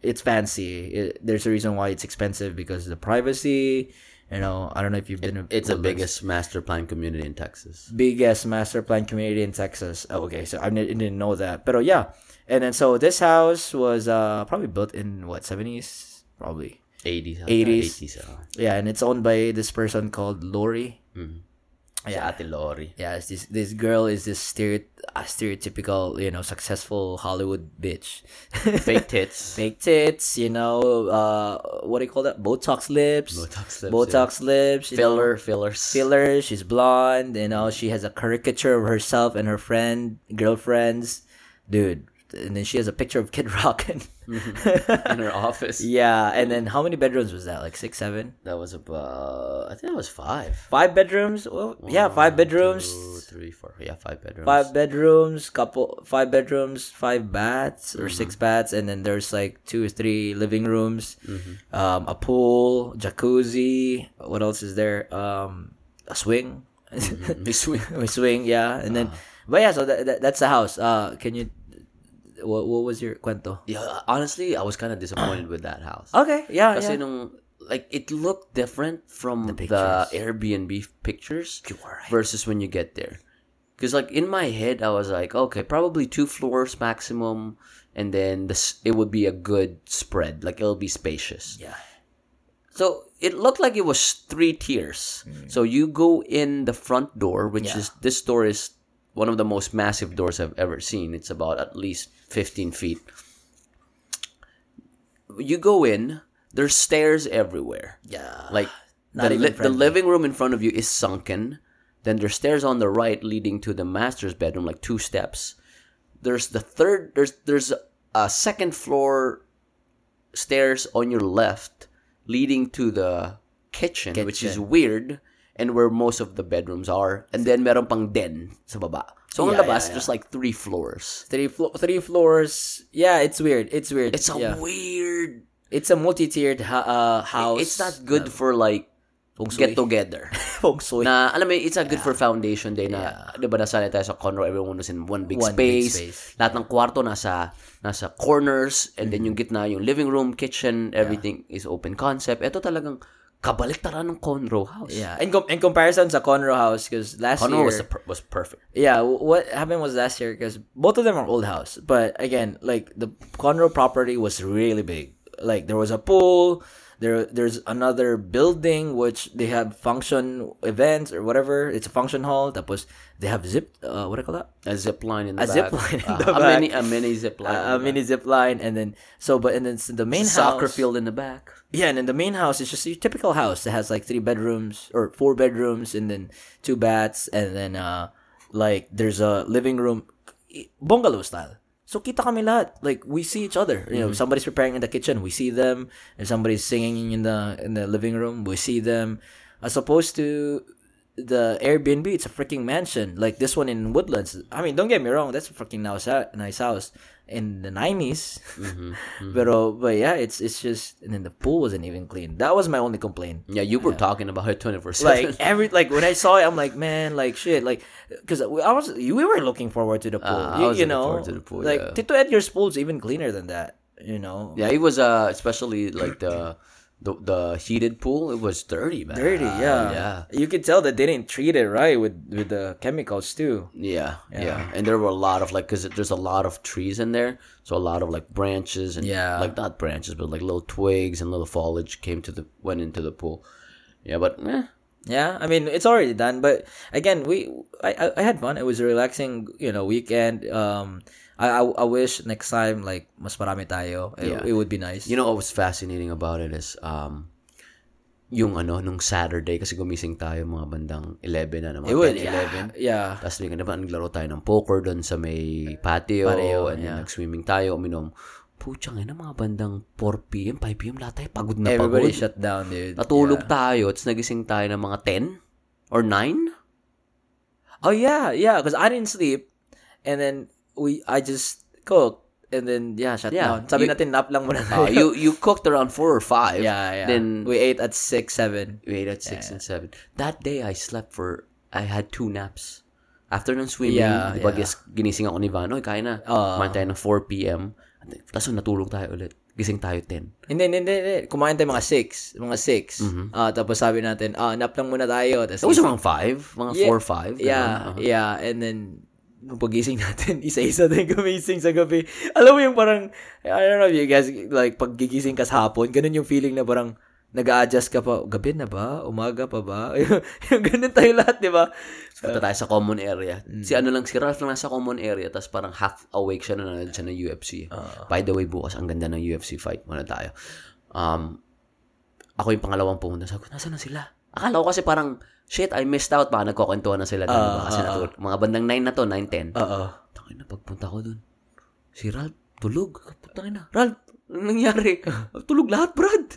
Speaker 2: it's fancy. It, there's a reason why it's expensive because the privacy. You know, I don't know if you've been.
Speaker 1: It's the
Speaker 2: Woodlands.
Speaker 1: biggest master plan community in Texas.
Speaker 2: biggest master plan community in Texas. Oh, okay, so I didn't didn't know that, but oh, yeah. And then so this house was uh probably built in what 70s probably
Speaker 1: 80s.
Speaker 2: 80s.
Speaker 1: 80s. ah.
Speaker 2: yeah, and it's owned by this person called Lori.
Speaker 1: Mm. Si
Speaker 2: Yeah,
Speaker 1: Ate Lori.
Speaker 2: yeah. It's this this girl is this stereoty- uh, stereotypical you know successful Hollywood bitch.
Speaker 1: Fake tits.
Speaker 2: fake tits, you know, uh, what do you call that? Botox lips,
Speaker 1: Botox lips,
Speaker 2: Botox lips, you
Speaker 1: Filler,
Speaker 2: know,
Speaker 1: fillers.
Speaker 2: filler. She's blonde, you know. She has a caricature of herself and her friend, girlfriends, dude. And then she has a picture of Kid Rock. And
Speaker 1: in Mm-hmm. her office.
Speaker 2: yeah, and then how many bedrooms was that? Like six, seven,
Speaker 1: That was about, I think that was five.
Speaker 2: five bedrooms? Well, yeah, five
Speaker 1: One,
Speaker 2: bedrooms.
Speaker 1: Two, three, four. Yeah, five bedrooms.
Speaker 2: Five bedrooms, couple, five bedrooms, five baths or six
Speaker 1: Mm-hmm.
Speaker 2: baths, and then there's like two or three living rooms,
Speaker 1: Mm-hmm.
Speaker 2: um, a pool, jacuzzi. What else is there? Um, a swing,
Speaker 1: May Mm-hmm. swing. Uh-huh.
Speaker 2: a swing, yeah. And then, but yeah, so that, that, that's the house. Uh, can you? What, what was your cuento?
Speaker 1: Yeah, honestly, I was kind of disappointed with that house.
Speaker 2: Okay, Oh, yeah,
Speaker 1: Kasi
Speaker 2: yeah.
Speaker 1: nung, like, it looked different from the,
Speaker 2: pictures.
Speaker 1: Airbnb pictures
Speaker 2: You are right.
Speaker 1: versus when you get there. Because, like, in my head, I was like, okay, probably two floors maximum, and then this, it would be a good spread. Like, it'll be spacious.
Speaker 2: Yeah,
Speaker 1: So it looked like it was three tiers. So you go in the front door, which
Speaker 2: Yeah.
Speaker 1: is this door is one of the most massive doors I've ever seen. It's about at least fifteen feet. You go in. There's stairs everywhere.
Speaker 2: yeah.
Speaker 1: Like
Speaker 2: Not
Speaker 1: the,
Speaker 2: even
Speaker 1: li- the
Speaker 2: friendly.
Speaker 1: living room in front of you is sunken. Then there's stairs on the right leading to the master's bedroom, like two steps. There's the third. There's there's a second floor stairs on your left leading to the kitchen, which is weird and where most of the bedrooms are. And then meron pang den sa baba. So on
Speaker 2: Yeah,
Speaker 1: the bus,
Speaker 2: yeah,
Speaker 1: there's like three floors.
Speaker 2: three flo- three floors. Yeah, it's weird. It's weird.
Speaker 1: It's a
Speaker 2: yeah.
Speaker 1: weird.
Speaker 2: it's a multi-tiered ha- uh, house.
Speaker 1: It's not good for like
Speaker 2: shui.
Speaker 1: get together.
Speaker 2: feng shui.
Speaker 1: na alam mo yun, it's a good for foundation day na 'di ba nasanay tayo sa Conroe everyone was in one big,
Speaker 2: One big
Speaker 1: space,
Speaker 2: space.
Speaker 1: lahat ng kwarto nasa nasa corners and
Speaker 2: Mm-hmm.
Speaker 1: then yung gitna yung living room kitchen everything is open concept ito talagang kabaliktaran ng Conroe house
Speaker 2: Yeah, in, com- in comparison sa Conroe House, because last
Speaker 1: Conroe was
Speaker 2: year,
Speaker 1: the per- was perfect
Speaker 2: yeah, w- what happened was last year because both of them are old house, but again, like the Conroe property was really big. Like there was a pool, There, there's another building which they have function events or whatever. It's a function hall. Tapos they have zip. Uh, what do you call that?
Speaker 1: A zip line in the
Speaker 2: A
Speaker 1: back.
Speaker 2: zip line in
Speaker 1: Ah,
Speaker 2: the
Speaker 1: a
Speaker 2: back.
Speaker 1: mini a mini zip line.
Speaker 2: Uh, a
Speaker 1: in the
Speaker 2: mini zip line, and then so but and then s- the
Speaker 1: back.
Speaker 2: main house,
Speaker 1: soccer field in the back.
Speaker 2: Yeah, and then the main house is just your typical house that has like three bedrooms or four bedrooms and then two baths and then uh like there's a living room bungalow style. So kita kami lahat. Like we see each other. You know, somebody's preparing in the kitchen, we see them. If somebody's singing in the in the living room, we see them. As opposed to the Airbnb, it's a freaking mansion. Like this one in Woodlands. I mean, don't get me wrong, that's a freaking nice hou- nice house in the 90s.
Speaker 1: Mm-hmm,
Speaker 2: Pero but yeah, it's it's just and then the pool wasn't even clean. That was my only complaint.
Speaker 1: Yeah, you were talking about it 24/7.
Speaker 2: Like every like when I saw it, I'm like, man, like shit, like because I was we were looking forward to the pool.
Speaker 1: Ah, I
Speaker 2: you,
Speaker 1: was
Speaker 2: you
Speaker 1: looking
Speaker 2: know,
Speaker 1: forward to the pool,
Speaker 2: like
Speaker 1: yeah.
Speaker 2: Tito Edgar's pool's even cleaner than that. You know,
Speaker 1: yeah, it was uh especially like the the, the heated pool, it was dirty, man.
Speaker 2: dirty. Yeah,
Speaker 1: Yeah.
Speaker 2: You could tell that they didn't treat it right with with the chemicals too.
Speaker 1: Yeah, yeah, and there were a lot of like because there's a lot of trees in there, so a lot of like branches and
Speaker 2: Yeah.
Speaker 1: like not branches, but like little twigs and little foliage came to the went into the pool. Yeah, but eh,
Speaker 2: Yeah, I mean it's already done, but again, we I I- I had fun. It was a relaxing, you know, weekend. Um, I I, I wish next time like mas marami tayo. It,
Speaker 1: Yeah.
Speaker 2: it would be nice.
Speaker 1: you know what was fascinating about it is um yung ano nung Saturday kasi gumising tayo mga bandang 11 na naman.
Speaker 2: it would
Speaker 1: 10, 11.
Speaker 2: Yeah.
Speaker 1: Tapos bigla naman naglaro tayo ng poker doon sa may patio.
Speaker 2: Pareho,
Speaker 1: and then
Speaker 2: yeah.
Speaker 1: nag-swimming tayo, uminom. Putsang ina mga bandang 4 p.m., 5 p.m. lahat tayo pagod na
Speaker 2: Everybody
Speaker 1: pagod.
Speaker 2: shut down, dude.
Speaker 1: Natulog
Speaker 2: Yeah.
Speaker 1: tayo. Tapos nagising tayo ng mga 10 or 9.
Speaker 2: Oh yeah, yeah. Because I didn't sleep, and then we I just cooked, and then yeah, shut
Speaker 1: Yeah.
Speaker 2: down. Sabi
Speaker 1: You-
Speaker 2: natin nap lang muna
Speaker 1: Uh,
Speaker 2: tayo.
Speaker 1: you you cooked around 4 or 5.
Speaker 2: yeah, yeah.
Speaker 1: Then we
Speaker 2: we ate at six seven.
Speaker 1: ate at 6 and 7. That day, I slept for, I had two naps. After ng swimming,
Speaker 2: Yeah,
Speaker 1: di ba
Speaker 2: yeah.
Speaker 1: gis- ginising ako ni Van, oy, kaya na.
Speaker 2: Ah.
Speaker 1: Kumain tayo ng 4 p.m. Tapos natulog tayo ulit. Gising tayo 10.
Speaker 2: Hindi, hindi, hindi, hindi. Kumain tayo mga 6. Mga 6. Ah, tapos sabi natin, ah, nap lang muna tayo. Tapos
Speaker 1: It was around 5, mga 4
Speaker 2: Yeah.
Speaker 1: or Uh-huh. 5.
Speaker 2: Yeah, yeah. And then, nung pagising natin, isa-isa din gumising sa gabi. Alam mo yung parang, I don't know if you guys, like, paggigising ka sa hapon, ganun yung feeling na parang, nag adjust ka pa, gabi na ba? Umaga pa ba? yung ganun tayo lahat, di ba?
Speaker 1: Punta tayo sa common area. Si ano lang, si Ralph lang nasa common area, tapos parang half awake siya na nanonood siya ng UFC. By the way, bukas, ang ganda ng UFC fight. Muna tayo. Um, ako yung pangalawang pumunta. Sabi ko, nasa na sila? Akala ko kasi parang, shit, I missed out. Baka nagkukwentuhan na sila. doon, diba? kasi natu- mga bandang 9 na to, 9, 10.
Speaker 2: Oo.
Speaker 1: Tangin na, pagpunta ko dun. Si Ralph, tulog. Putangin na, Ralph, anong nangyari? tulog lahat, Brad.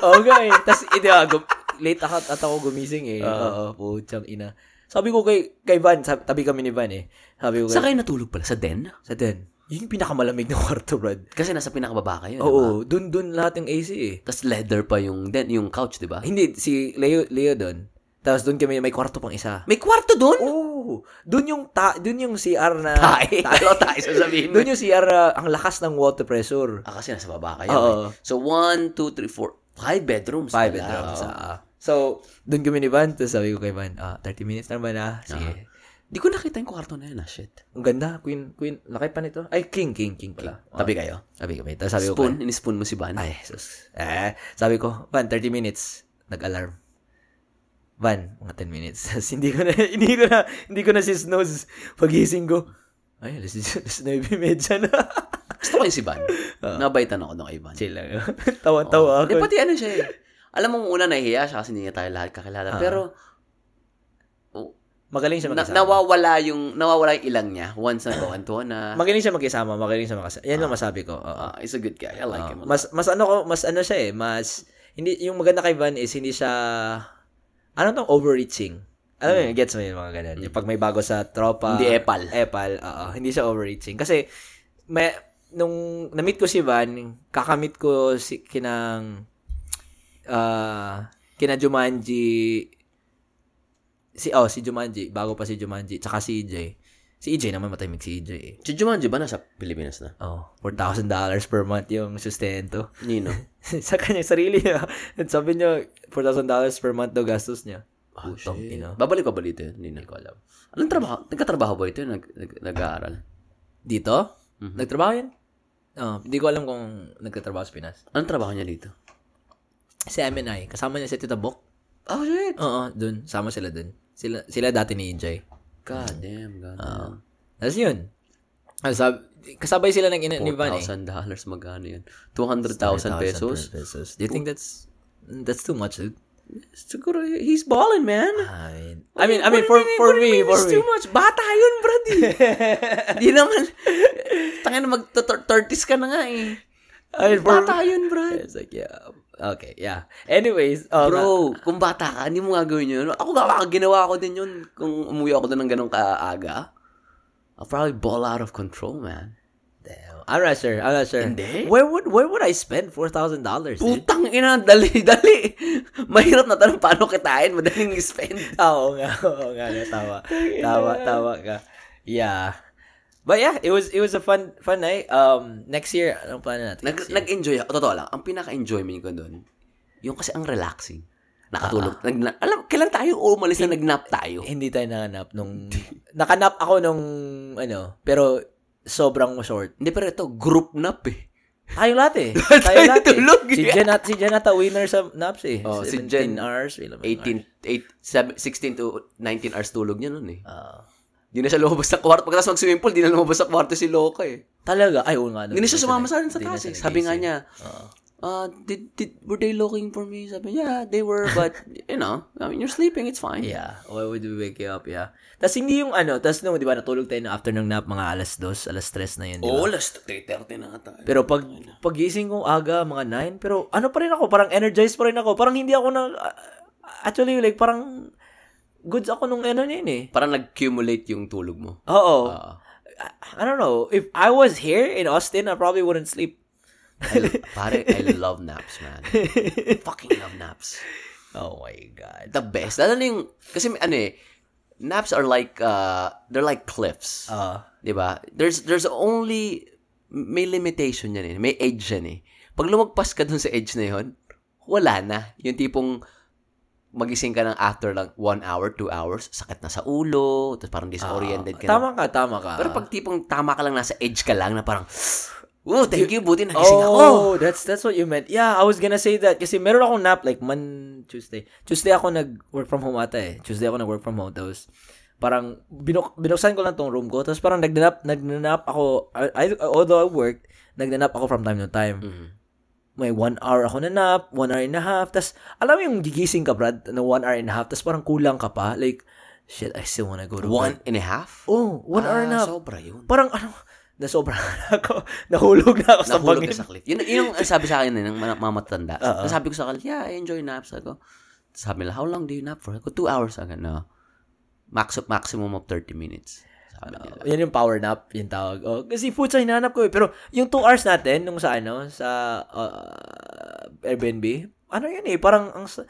Speaker 2: Okay. Tapos, hindi ah, gum- late ako, at ako gumising eh. Oo, putyang ina. Sabi ko kay, kay Van, sabi, tabi kami ni Van eh. Sabi ko kay,
Speaker 1: Sa kayo natulog pala? Sa den?
Speaker 2: sa den, yun yung pinakamalamig na kwarto, Brad.
Speaker 1: Kasi nasa pinakababa kayo. diba?
Speaker 2: Oo, dun dun lahat yung AC eh.
Speaker 1: Tapos leather pa yung den, yung couch, diba? di ba?
Speaker 2: Hindi, si Leo, Leo dun. Tapos dun kami, may kwarto pang isa.
Speaker 1: May kwarto doon?
Speaker 2: Oo, dun yung, ta, dun yung CR na...
Speaker 1: Tay. Talo tayo sasabihin.
Speaker 2: Dun yung CR na, ang lakas ng water pressure.
Speaker 1: Ah, kasi nasa baba kayo.
Speaker 2: Oo.
Speaker 1: eh. So, one, two, three, four. Five bedrooms.
Speaker 2: Five
Speaker 1: pala.
Speaker 2: bedrooms.
Speaker 1: Oo.
Speaker 2: ah. So, dun kami ni Van, tapos sabi ko kay Van, ah, 30 minutes na naman ah. Sige.
Speaker 1: Di ko nakita yung kwarto na yun, ah, shit.
Speaker 2: Ang ganda, Queen, Queen, laki pa nito. Ay, King, King, King pala. Ah,
Speaker 1: Tabi kayo.
Speaker 2: Sabi kami, tapos sabi ko kay-
Speaker 1: Spoon, in-spoon mo si Van.
Speaker 2: Ay, sus. Eh, sabi ko, Van, 30 minutes. Nag-alarm. Van, mga 10 minutes. Tapos hindi ko na, hindi ko na, hindi ko na si Snows pagising ko. Ay, alas, alas 9 medya na.
Speaker 1: Gusto ko yung si Van. Nabaitan ako nung kay Van.
Speaker 2: Chill lang. Tawa-tawa
Speaker 1: Eh,
Speaker 2: Ah. ako.
Speaker 1: pati ano siya eh. Alam mo, una nahihiya siya kasi hindi niya tayo lahat kakilala.
Speaker 2: Ah.
Speaker 1: Pero, oh,
Speaker 2: Magaling siya
Speaker 1: na-
Speaker 2: makisama.
Speaker 1: nawawala yung, nawawala yung ilang niya. Once na kakantuan na,
Speaker 2: magaling siya makisama, magaling siya makasama. Yan lang masabi ko. oo.
Speaker 1: ah, he's a good guy. I like him. a lot.
Speaker 2: mas mas ano ko, mas ano siya eh, mas hindi yung maganda kay Van is hindi siya ano tong overreaching. Alam mo yun, gets mo yun, mga ganun. Yung pag may bago sa tropa.
Speaker 1: Hmm. Hindi epal.
Speaker 2: Epal, oo. Hindi siya overreaching. Kasi, may, nung na-meet ko si Van, kakamit ko si, kinang, ah, kina Jumanji, si, oh, si Jumanji, bago pa si Jumanji, tsaka si EJ. Si EJ naman matahimik si EJ eh.
Speaker 1: Si Jumanji ba nasa Pilipinas na?
Speaker 2: Oh, $4,000 per month yung sustento.
Speaker 1: Nino?
Speaker 2: sa kanyang sarili niya. At sabi niya, $4,000 per month daw gastos niya.
Speaker 1: Ah,
Speaker 2: Putang
Speaker 1: shit.
Speaker 2: ina.
Speaker 1: Babalik ko ba dito? yun? Hindi na ko alam. Anong trabaho? Nagkatrabaho ba ito? Nag, nag, nag-aaral?
Speaker 2: Dito?
Speaker 1: Mhm.
Speaker 2: Ah, Nagtrabaho yan? Oh, hindi ko alam kung nagtatrabaho sa Pinas.
Speaker 1: Anong trabaho niya dito?
Speaker 2: Si M&I. Kasama niya si Tita Bok.
Speaker 1: Oh, shit.
Speaker 2: Oo, dun. Sama sila dun. Sila, sila dati ni Injay.
Speaker 1: God damn, God
Speaker 2: Oo.
Speaker 1: damn.
Speaker 2: Tapos yun. Ah, sab- kasabay sila ng ina ni Van eh.
Speaker 1: $4,000 magkano yun? 200,000 pesos?
Speaker 2: pesos. Do you think that's that's too much, dude?
Speaker 1: Siguro, he's balling, man.
Speaker 2: I mean, I mean, I mean for,
Speaker 1: What do you mean-
Speaker 2: for
Speaker 1: what do you mean it's
Speaker 2: me, for me.
Speaker 1: too much. Bata yun, brad. eh. Di naman. Tangin na mag-30s ka na nga eh.
Speaker 2: I mean, for
Speaker 1: Bata yun, brad.
Speaker 2: It's like, yeah. Okay, yeah. Anyways, um,
Speaker 1: Bro, kung bata ka, hindi mo gagawin yun. Ako gawa ginawa ko din yun kung umuwi ako doon ng ganong kaaga. I'll probably ball out of control, man.
Speaker 2: Damn. I'm not sure. I'm not sure.
Speaker 1: Hindi?
Speaker 2: Where would where would I spend four thousand dollars?
Speaker 1: Putang ina, dali, dali. Mahirap na tanong paano kitain, madaling spend.
Speaker 2: Oo nga, oo nga, nga, tama. tama, tama ka. Yeah. But yeah, it was it was a fun fun night. Um, next year, anong plano natin?
Speaker 1: Nag,
Speaker 2: next year?
Speaker 1: nag-enjoy ako. Totoo lang, ang pinaka-enjoyment ko doon, yung kasi ang relaxing. Nakatulog. Nag, na- alam, kailan tayo umalis na nag-nap tayo?
Speaker 2: Hindi tayo nakanap nung... nakanap ako nung, ano, pero sobrang short.
Speaker 1: Hindi, pero ito, group nap eh.
Speaker 2: Tayo lahat eh. Tayo lahat eh.
Speaker 1: tulog
Speaker 2: Si
Speaker 1: eh.
Speaker 2: Jen, at, si Jen ata winner sa naps eh.
Speaker 1: Oh, si
Speaker 2: 17
Speaker 1: Jen,
Speaker 2: hours. wala ba?
Speaker 1: 18, eight, seven- 16 to 19 hours tulog niya nun eh.
Speaker 2: Ah.
Speaker 1: Di na siya lumabas sa kwarto. Pagkatapos mag-swimming pool, di na lumabas sa kwarto si Loka eh.
Speaker 2: talaga? Ay, oo nga. no.
Speaker 1: Hindi na siya sumama sa akin sa
Speaker 2: Hindi na
Speaker 1: taas
Speaker 2: siya
Speaker 1: eh. Sabi nga
Speaker 2: nagising.
Speaker 1: niya,
Speaker 2: Oo.
Speaker 1: uh, did, did, were they looking for me? Sabi niya, yeah, they were, but, you know, I mean, you're sleeping, it's fine.
Speaker 2: Yeah. Why would we wake you up? Yeah. Tapos hindi yung ano, tapos nung, di ba, natulog tayo na after ng nap, mga alas dos, alas tres na yun, di ba?
Speaker 1: Oo, alas 3.30 na ata.
Speaker 2: Pero pag pagising kong aga, mga 9, pero ano pa rin ako, parang energized pa rin ako. Parang hindi ako na, actually, like, parang goods ako nung ano na yun eh.
Speaker 1: Parang nag-accumulate yung tulog mo.
Speaker 2: Oo.
Speaker 1: Oo.
Speaker 2: I, I don't know. If I was here in Austin, I probably wouldn't sleep.
Speaker 1: I- pare, I love naps, man. Fucking love naps.
Speaker 2: Oh my God.
Speaker 1: The best. Lalo na yung, kasi may ano eh, naps are like, uh, they're like cliffs.
Speaker 2: Uh,
Speaker 1: Di ba? There's, there's only, may limitation yan eh. May edge yan eh. Pag lumagpas ka dun sa edge na yun, wala na. Yung tipong, magising ka ng after lang one hour, two hours, sakit na sa ulo, tapos parang disoriented ka na.
Speaker 2: Ah, tama ka, tama ka.
Speaker 1: Pero pag tipong tama ka lang, nasa edge ka lang, na parang, oh, thank you, buti nagising ako.
Speaker 2: Oh, that's that's what you meant. Yeah, I was gonna say that kasi meron akong nap like man Tuesday. Tuesday ako nag-work from home ata eh. Tuesday ako nag-work from home. Tapos parang binuk binuksan ko lang tong room ko. Tapos parang nagnanap, nagnanap ako. I, I- although I worked, nagnanap ako from time to time.
Speaker 1: Mhm.
Speaker 2: May one hour ako na nap, one hour and a half. Tapos alam mo yung gigising ka, Brad, na one hour and a half. Tapos parang kulang ka pa. Like, shit, I still wanna go to
Speaker 1: One
Speaker 2: bed.
Speaker 1: and a half?
Speaker 2: Oh, one hour and
Speaker 1: Ah,
Speaker 2: a half.
Speaker 1: Sobra yun.
Speaker 2: Parang ano, nasobrahan na ako. Nahulog na ako sa
Speaker 1: Nahulog
Speaker 2: bangin.
Speaker 1: ka sa cliff. Yun, yun yung sabi sa akin eh, ng mga mamatanda.
Speaker 2: Oo.
Speaker 1: Sabi ko sa kanila, yeah, I enjoy naps. Ako, sabi nila, how long do you nap for? Ako, two hours. Ako, no. Max, maximum of 30 minutes. Sabi nila.
Speaker 2: Oh, Yan yung power nap, yung tawag. Oh, kasi food sa hinahanap ko eh. Pero yung 2 hours natin, nung sa ano, sa uh, Airbnb, ano yun eh, parang ang, sa-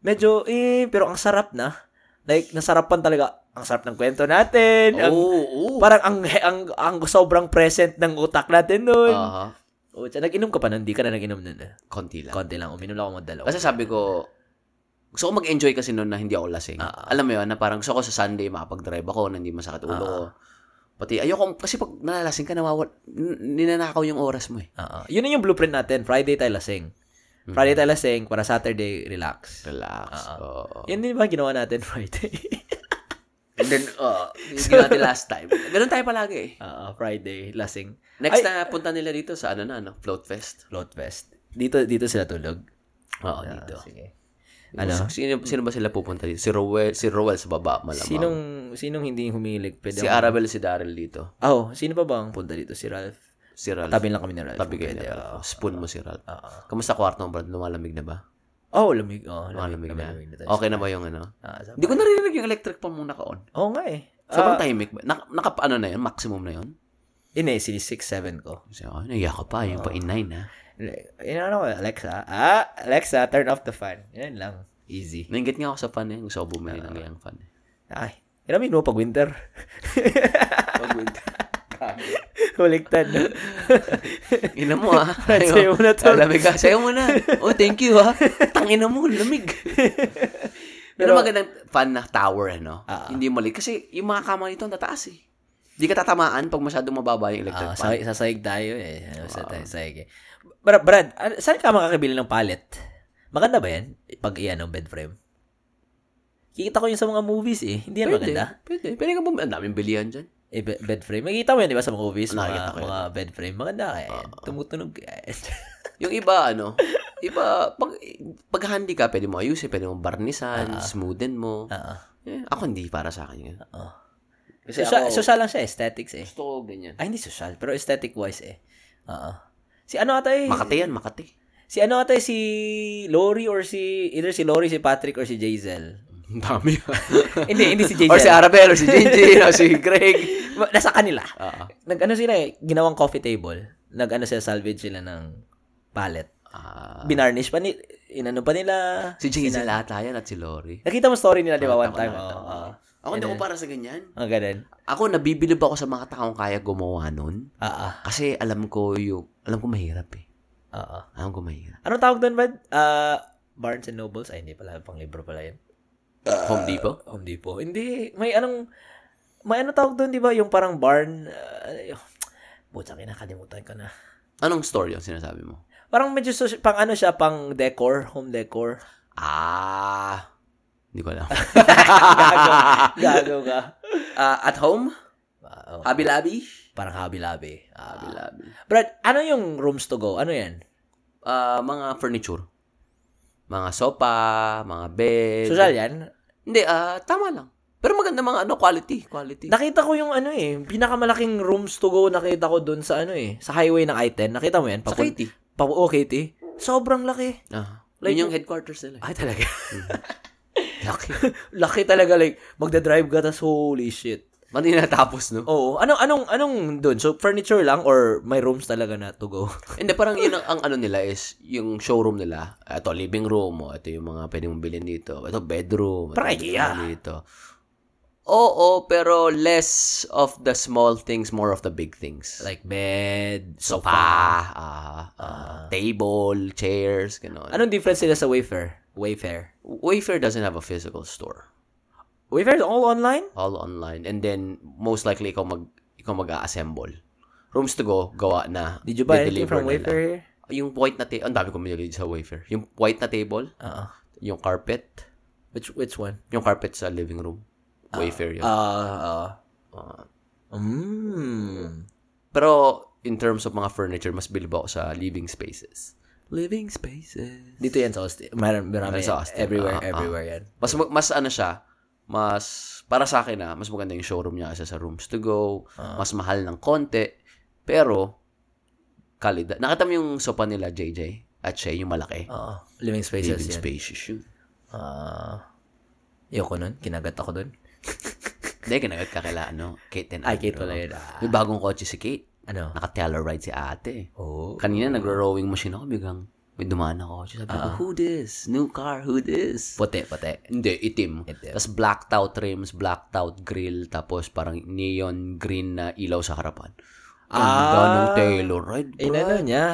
Speaker 2: medyo, eh, pero ang sarap na. Like, nasarapan talaga. Ang sarap ng kwento natin. ang,
Speaker 1: Oo, oo.
Speaker 2: Parang ang, ang, ang sobrang present ng utak natin nun.
Speaker 1: Aha.
Speaker 2: o, tsaka nag-inom ka pa nun, di ka na nag-inom nun. eh.
Speaker 1: konti lang.
Speaker 2: Konti lang, uminom lang ako magdalaw.
Speaker 1: Kasi sabi ko, gusto ko mag-enjoy kasi noon na hindi ako lasing.
Speaker 2: Ah,
Speaker 1: Alam mo yun, na parang gusto ko sa Sunday makapag-drive ako na hindi masakit
Speaker 2: Ah,
Speaker 1: ulo ko. Pati ayoko, kasi pag nalalasing ka, nawawal, n- ninanakaw yung oras mo eh.
Speaker 2: Oo. Ah, Yun na yung blueprint natin. Friday tayo lasing. Friday tayo lasing, para Saturday, relax.
Speaker 1: Relax.
Speaker 2: Ah,
Speaker 1: Oo.
Speaker 2: Yan din ba ginawa natin Friday?
Speaker 1: And then, uh, yung ginawa natin last time. Ganun tayo palagi eh.
Speaker 2: Ah, Friday, lasing,
Speaker 1: Next
Speaker 2: Ay-
Speaker 1: na punta nila dito sa ano na, ano, Float Fest.
Speaker 2: float fest. Dito dito sila tulog.
Speaker 1: Oo,
Speaker 2: Ah,
Speaker 1: dito.
Speaker 2: sige.
Speaker 1: Ano?
Speaker 2: Ano?
Speaker 1: Sino, sino ba sila pupunta dito? Si Rowell, si Rowell sa baba, malamang.
Speaker 2: Sinong sinong hindi humilig? Pwede
Speaker 1: Si
Speaker 2: ako-
Speaker 1: Arabel, si Daryl dito.
Speaker 2: Oh, sino pa ba ang punta dito? Si Ralph.
Speaker 1: Si Ralph.
Speaker 2: Tabi lang kami ni Ralph.
Speaker 1: Tabi kayo
Speaker 2: Pwede,
Speaker 1: niya.
Speaker 2: oo.
Speaker 1: Spoon mo si Ralph.
Speaker 2: Oo.
Speaker 1: Kamusta kwarto mo, Brad? Lumalamig na ba?
Speaker 2: Oh, lamig. Oh,
Speaker 1: Lumalamig, Ah, na.
Speaker 2: lamig tayo.
Speaker 1: Okay na ba yung ano?
Speaker 2: Ah, sa-
Speaker 1: Hindi ko narinig yung electric fan mong naka-on.
Speaker 2: Oo nga eh.
Speaker 1: Sobrang
Speaker 2: Ah,
Speaker 1: timing ba? Naka, naka, ano na yun? Maximum na yun?
Speaker 2: Yun eh, si 6-7 ko.
Speaker 1: Kasi, oh, naiya ka pa.
Speaker 2: Ah.
Speaker 1: Yung ah. pa in nine, ha?
Speaker 2: Inano ko, ano, Alexa. Ah, Alexa, turn off the fan. Yan lang. Easy.
Speaker 1: Nainggit nga ako sa fan eh. Gusto ko bumili
Speaker 2: Ah.
Speaker 1: ng gayang fan eh.
Speaker 2: Ay, inamin mo pag winter.
Speaker 1: Pag-winter.
Speaker 2: Baliktad. no?
Speaker 1: Ina mo ah.
Speaker 2: Brad, sayo mo na to.
Speaker 1: Lamig ka. Sayo mo na. Oh, thank you ha. Tangina mo, lamig. Pero,
Speaker 2: Pero-
Speaker 1: magandang fan na tower, ano?
Speaker 2: Ah, ah.
Speaker 1: Hindi mali. Kasi yung mga kama nito, ang tataas eh. Hindi ka tatamaan pag masyadong mababa yung electric
Speaker 2: Ah,
Speaker 1: fan.
Speaker 2: sasayag, sasayag tayo eh. Ano, sa tayo, sasayag eh. Brad, Brad, ah, saan ka makakabili ng pallet? Maganda ba yan? Pag iyan ng bed frame? Kikita ko yun sa mga movies eh. Hindi yan maganda.
Speaker 1: Pwede. Pwede ka bumili. Ang daming bilihan dyan.
Speaker 2: Eh, be- bed frame. Makikita mo yan, di ba, sa mga movies?
Speaker 1: Nakikita
Speaker 2: Mga,
Speaker 1: ko yun.
Speaker 2: mga bed frame. Maganda kaya yan. Tumutunog kaya yan.
Speaker 1: Yung iba, ano, iba, pag, pag handy ka, pwede mo ayusin, pwede mo barnisan,
Speaker 2: Ah.
Speaker 1: smoothen mo.
Speaker 2: Oo.
Speaker 1: Eh, ako hindi para sa akin yun.
Speaker 2: Oo.
Speaker 1: Kasi
Speaker 2: Sosyal,
Speaker 1: ako-
Speaker 2: sosyal lang siya, aesthetics eh.
Speaker 1: Gusto ko ganyan.
Speaker 2: Ay, hindi social, pero aesthetic-wise eh. Oo. Si ano ata eh?
Speaker 1: Makati yan, Makati.
Speaker 2: Si ano ata eh, si Lori or si, either si Lori, si Patrick, or si Jazel.
Speaker 1: Ang dami.
Speaker 2: hindi, hindi si Jazel.
Speaker 1: or si Arabel, or si Jinjin, or si Greg.
Speaker 2: Ma- Nasa kanila.
Speaker 1: Oo.
Speaker 2: Nag-ano sila eh, ginawang coffee table. Nag-ano sila, salvage sila ng pallet.
Speaker 1: Ah.
Speaker 2: Binarnish pa ni, inano pa nila.
Speaker 1: si Jason ata yan at si Lori.
Speaker 2: Nakita mo story nila, di ba,
Speaker 1: Ah,
Speaker 2: one
Speaker 1: Tama,
Speaker 2: time?
Speaker 1: tama,
Speaker 2: Oo.
Speaker 1: tama.
Speaker 2: oo.
Speaker 1: Ako hindi ako para sa ganyan.
Speaker 2: Ang ganun.
Speaker 1: Ako, nabibilib ako sa mga taong kaya gumawa nun.
Speaker 2: Oo.
Speaker 1: Kasi alam ko yung, alam ko mahirap eh.
Speaker 2: Oo.
Speaker 1: Alam ko mahirap.
Speaker 2: Anong tawag doon, Brad? Ah, Barnes and Nobles? Ay, hindi pala. Pang libro pala yun.
Speaker 1: Home Depot?
Speaker 2: Home Depot. Hindi. May anong... May ano tawag doon, di ba? Yung parang barn... Uh, Butang ina, kalimutan ko na.
Speaker 1: Anong story yung sinasabi mo?
Speaker 2: Parang medyo sos- pang ano siya, pang decor, home decor.
Speaker 1: Ah, hindi ko alam.
Speaker 2: Gago ka.
Speaker 1: Ah, at home?
Speaker 2: Ah, oh.
Speaker 1: Habi-labi?
Speaker 2: Parang habi-labi. Ah.
Speaker 1: Habi-labi.
Speaker 2: Brad, ano yung rooms to go? Ano yan?
Speaker 1: Ah, mga furniture. Mga sopa, mga bed.
Speaker 2: Social yan?
Speaker 1: Hindi, ah, tama lang. Pero maganda mga ano, quality. Quality.
Speaker 2: Nakita ko yung ano eh, pinakamalaking rooms to go nakita ko doon sa ano eh, sa highway ng I-10. Nakita mo yan?
Speaker 1: Sa
Speaker 2: Papun-
Speaker 1: Katie.
Speaker 2: Papu- oh, Katie. Sobrang laki.
Speaker 1: Ah,
Speaker 2: Like-
Speaker 1: yun yung headquarters nila. eh.
Speaker 2: Ay, talaga.
Speaker 1: Laki.
Speaker 2: laki talaga. Like, magdadrive ka, tas holy shit.
Speaker 1: Mati Ano natapos, no?
Speaker 2: Oo. Anong, anong, anong dun? So, furniture lang or may rooms talaga na to go?
Speaker 1: Hindi, parang yun ang, ang ano nila is, yung showroom nila, ito, living room, o, ito yung mga pwede mong bilhin dito, ito, bedroom, ito,
Speaker 2: Parang
Speaker 1: yung
Speaker 2: IKEA.
Speaker 1: mga dito. Oo, pero less of the small things, more of the big things.
Speaker 2: like, bed,
Speaker 1: sofa, ah, ah, Ano- table, chairs, gano'n.
Speaker 2: Anong difference nila sa Wayfair? Wayfair.
Speaker 1: Wayfair doesn't have a physical store.
Speaker 2: Wayfair is all online?
Speaker 1: All online. And then, most likely, ikaw, mag, ikaw mag-assemble. Rooms to go, gawa na.
Speaker 2: Did you buy anything
Speaker 1: Dideliver
Speaker 2: from
Speaker 1: nila.
Speaker 2: Wayfair here?
Speaker 1: Yung white na table, ang dami kong binili sa Wayfair. Yung white na table,
Speaker 2: Oo.
Speaker 1: yung carpet,
Speaker 2: Uh-uh. Which, which one?
Speaker 1: yung carpet sa living room, Wayfair yun.
Speaker 2: Ah,
Speaker 1: Ah.
Speaker 2: uh, mm.
Speaker 1: pero, in terms of mga furniture, mas bilib ako sa living spaces. Living spaces.
Speaker 2: Dito yan sa Austin. Meron, marami.
Speaker 1: Sa Austin. Ah,
Speaker 2: Everywhere,
Speaker 1: ah.
Speaker 2: everywhere yan.
Speaker 1: Mas ma- mas ano siya, mas para sa akin na mas maganda yung showroom niya kasi sa rooms to go,
Speaker 2: Ah.
Speaker 1: mas mahal ng konti, pero kalidad. Nakita mo yung sopa nila JJ at siya yung malaki.
Speaker 2: Oo. Ah, Living spaces
Speaker 1: Living
Speaker 2: yan.
Speaker 1: spaces yun.
Speaker 2: Ah. Ayoko nun. Kinagat ako dun.
Speaker 1: Hindi, kinagat ka kaila, ano, Kate and
Speaker 2: Ay, Kate
Speaker 1: Andrew.
Speaker 2: pala yun. Ah.
Speaker 1: May bagong kotse si Kate.
Speaker 2: Ano?
Speaker 1: Naka-telluride si ate.
Speaker 2: Oh. Ah.
Speaker 1: Kanina, nagro-rowing machine ako, biglang may dumaan ako. Sabi ko, who this? New car, who this?
Speaker 2: Puti, puti.
Speaker 1: Hindi, itim.
Speaker 2: Itim.
Speaker 1: Tapos blacked out rims, blacked out grill, tapos parang neon green na ilaw sa harapan. Ang
Speaker 2: Ah.
Speaker 1: ganda ng Taylor, right?
Speaker 2: Eh, ano niya?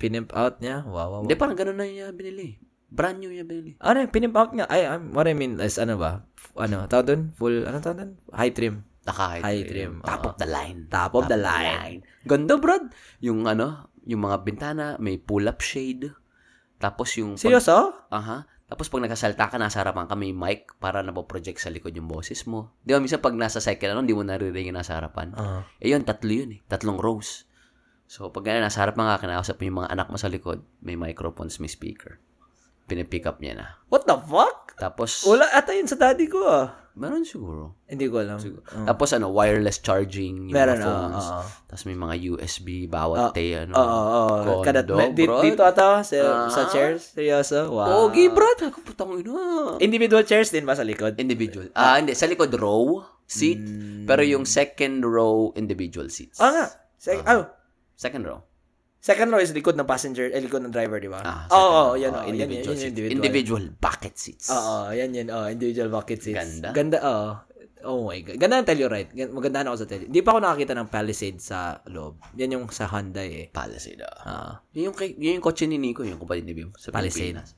Speaker 2: Pinimp out niya? Wow, wow, wow.
Speaker 1: Hindi, parang ganun na niya binili. Brand new niya binili.
Speaker 2: Ano, pinimp out niya? Ay, um, what I mean is, ano ba? F- Ano, tawag dun? Full, ano tawag dun? High trim.
Speaker 1: Naka
Speaker 2: High trim,
Speaker 1: Top
Speaker 2: oo.
Speaker 1: of the line.
Speaker 2: Top of the line.
Speaker 1: Ganda, brad. Yung ano, yung mga bintana, may pull-up shade. Tapos yung... pag-
Speaker 2: Seryoso?
Speaker 1: Aha. Tapos pag nagkasalta ka, nasa harapan ka, may mic para napoproject sa likod yung boses mo. Di ba, minsan pag nasa cycle, ano, hindi mo naririnig yung nasa harapan.
Speaker 2: Oo.
Speaker 1: Eh yun, tatlo yun eh. Tatlong rows. So, pag ganyan, nasa harap mga kinausap mo yung mga anak mo sa likod, may microphones, may speaker. Pinipick up niya na.
Speaker 2: What the fuck?
Speaker 1: Tapos,
Speaker 2: Wala ata yun sa daddy ko ah.
Speaker 1: meron siguro.
Speaker 2: Hindi ko alam. Ah. Oo.
Speaker 1: Tapos, ano, wireless charging, yung
Speaker 2: Meron, ah,
Speaker 1: mga
Speaker 2: oo,
Speaker 1: phones.
Speaker 2: oo.
Speaker 1: Tapos, may mga USB, bawat tay, ano.
Speaker 2: Oo, oo.
Speaker 1: Kondo,
Speaker 2: Kada, may- di-
Speaker 1: bro.
Speaker 2: dito ata,
Speaker 1: Ah.
Speaker 2: sa, sa chairs. Seryoso? Wow.
Speaker 1: Pogi, bro. Ako, putang ina.
Speaker 2: Individual chairs din ba sa likod? Hmm.
Speaker 1: Individual. Ah, hindi. Sa likod, row, seat. Pero yung second row, individual seats.
Speaker 2: Mm. Ah nga. Sec- oh,
Speaker 1: Second row.
Speaker 2: second row is likod ng passenger, eh, likod ng driver, di ba?
Speaker 1: Ah,
Speaker 2: Oo,
Speaker 1: second
Speaker 2: oh,
Speaker 1: row.
Speaker 2: yan,
Speaker 1: Ah,
Speaker 2: oh, yan, yan,
Speaker 1: individual,
Speaker 2: yan,
Speaker 1: seat.
Speaker 2: individual.
Speaker 1: individual bucket seats.
Speaker 2: Oo, yan yan. Oh, individual bucket seats.
Speaker 1: Ganda.
Speaker 2: Ganda, oo. Oh my God. Ganda ng Telluride. Gan- Magandaan ako sa Telluride. Hindi pa ako nakakita ng Palisade sa loob. Yan yung sa Hyundai eh.
Speaker 1: Palisade. ah.
Speaker 2: Ah.
Speaker 1: Yun yung, kay- yun yung kotse ni Nico, yung kapatid ni Bim. Sa
Speaker 2: Palisade.
Speaker 1: Pilipinas.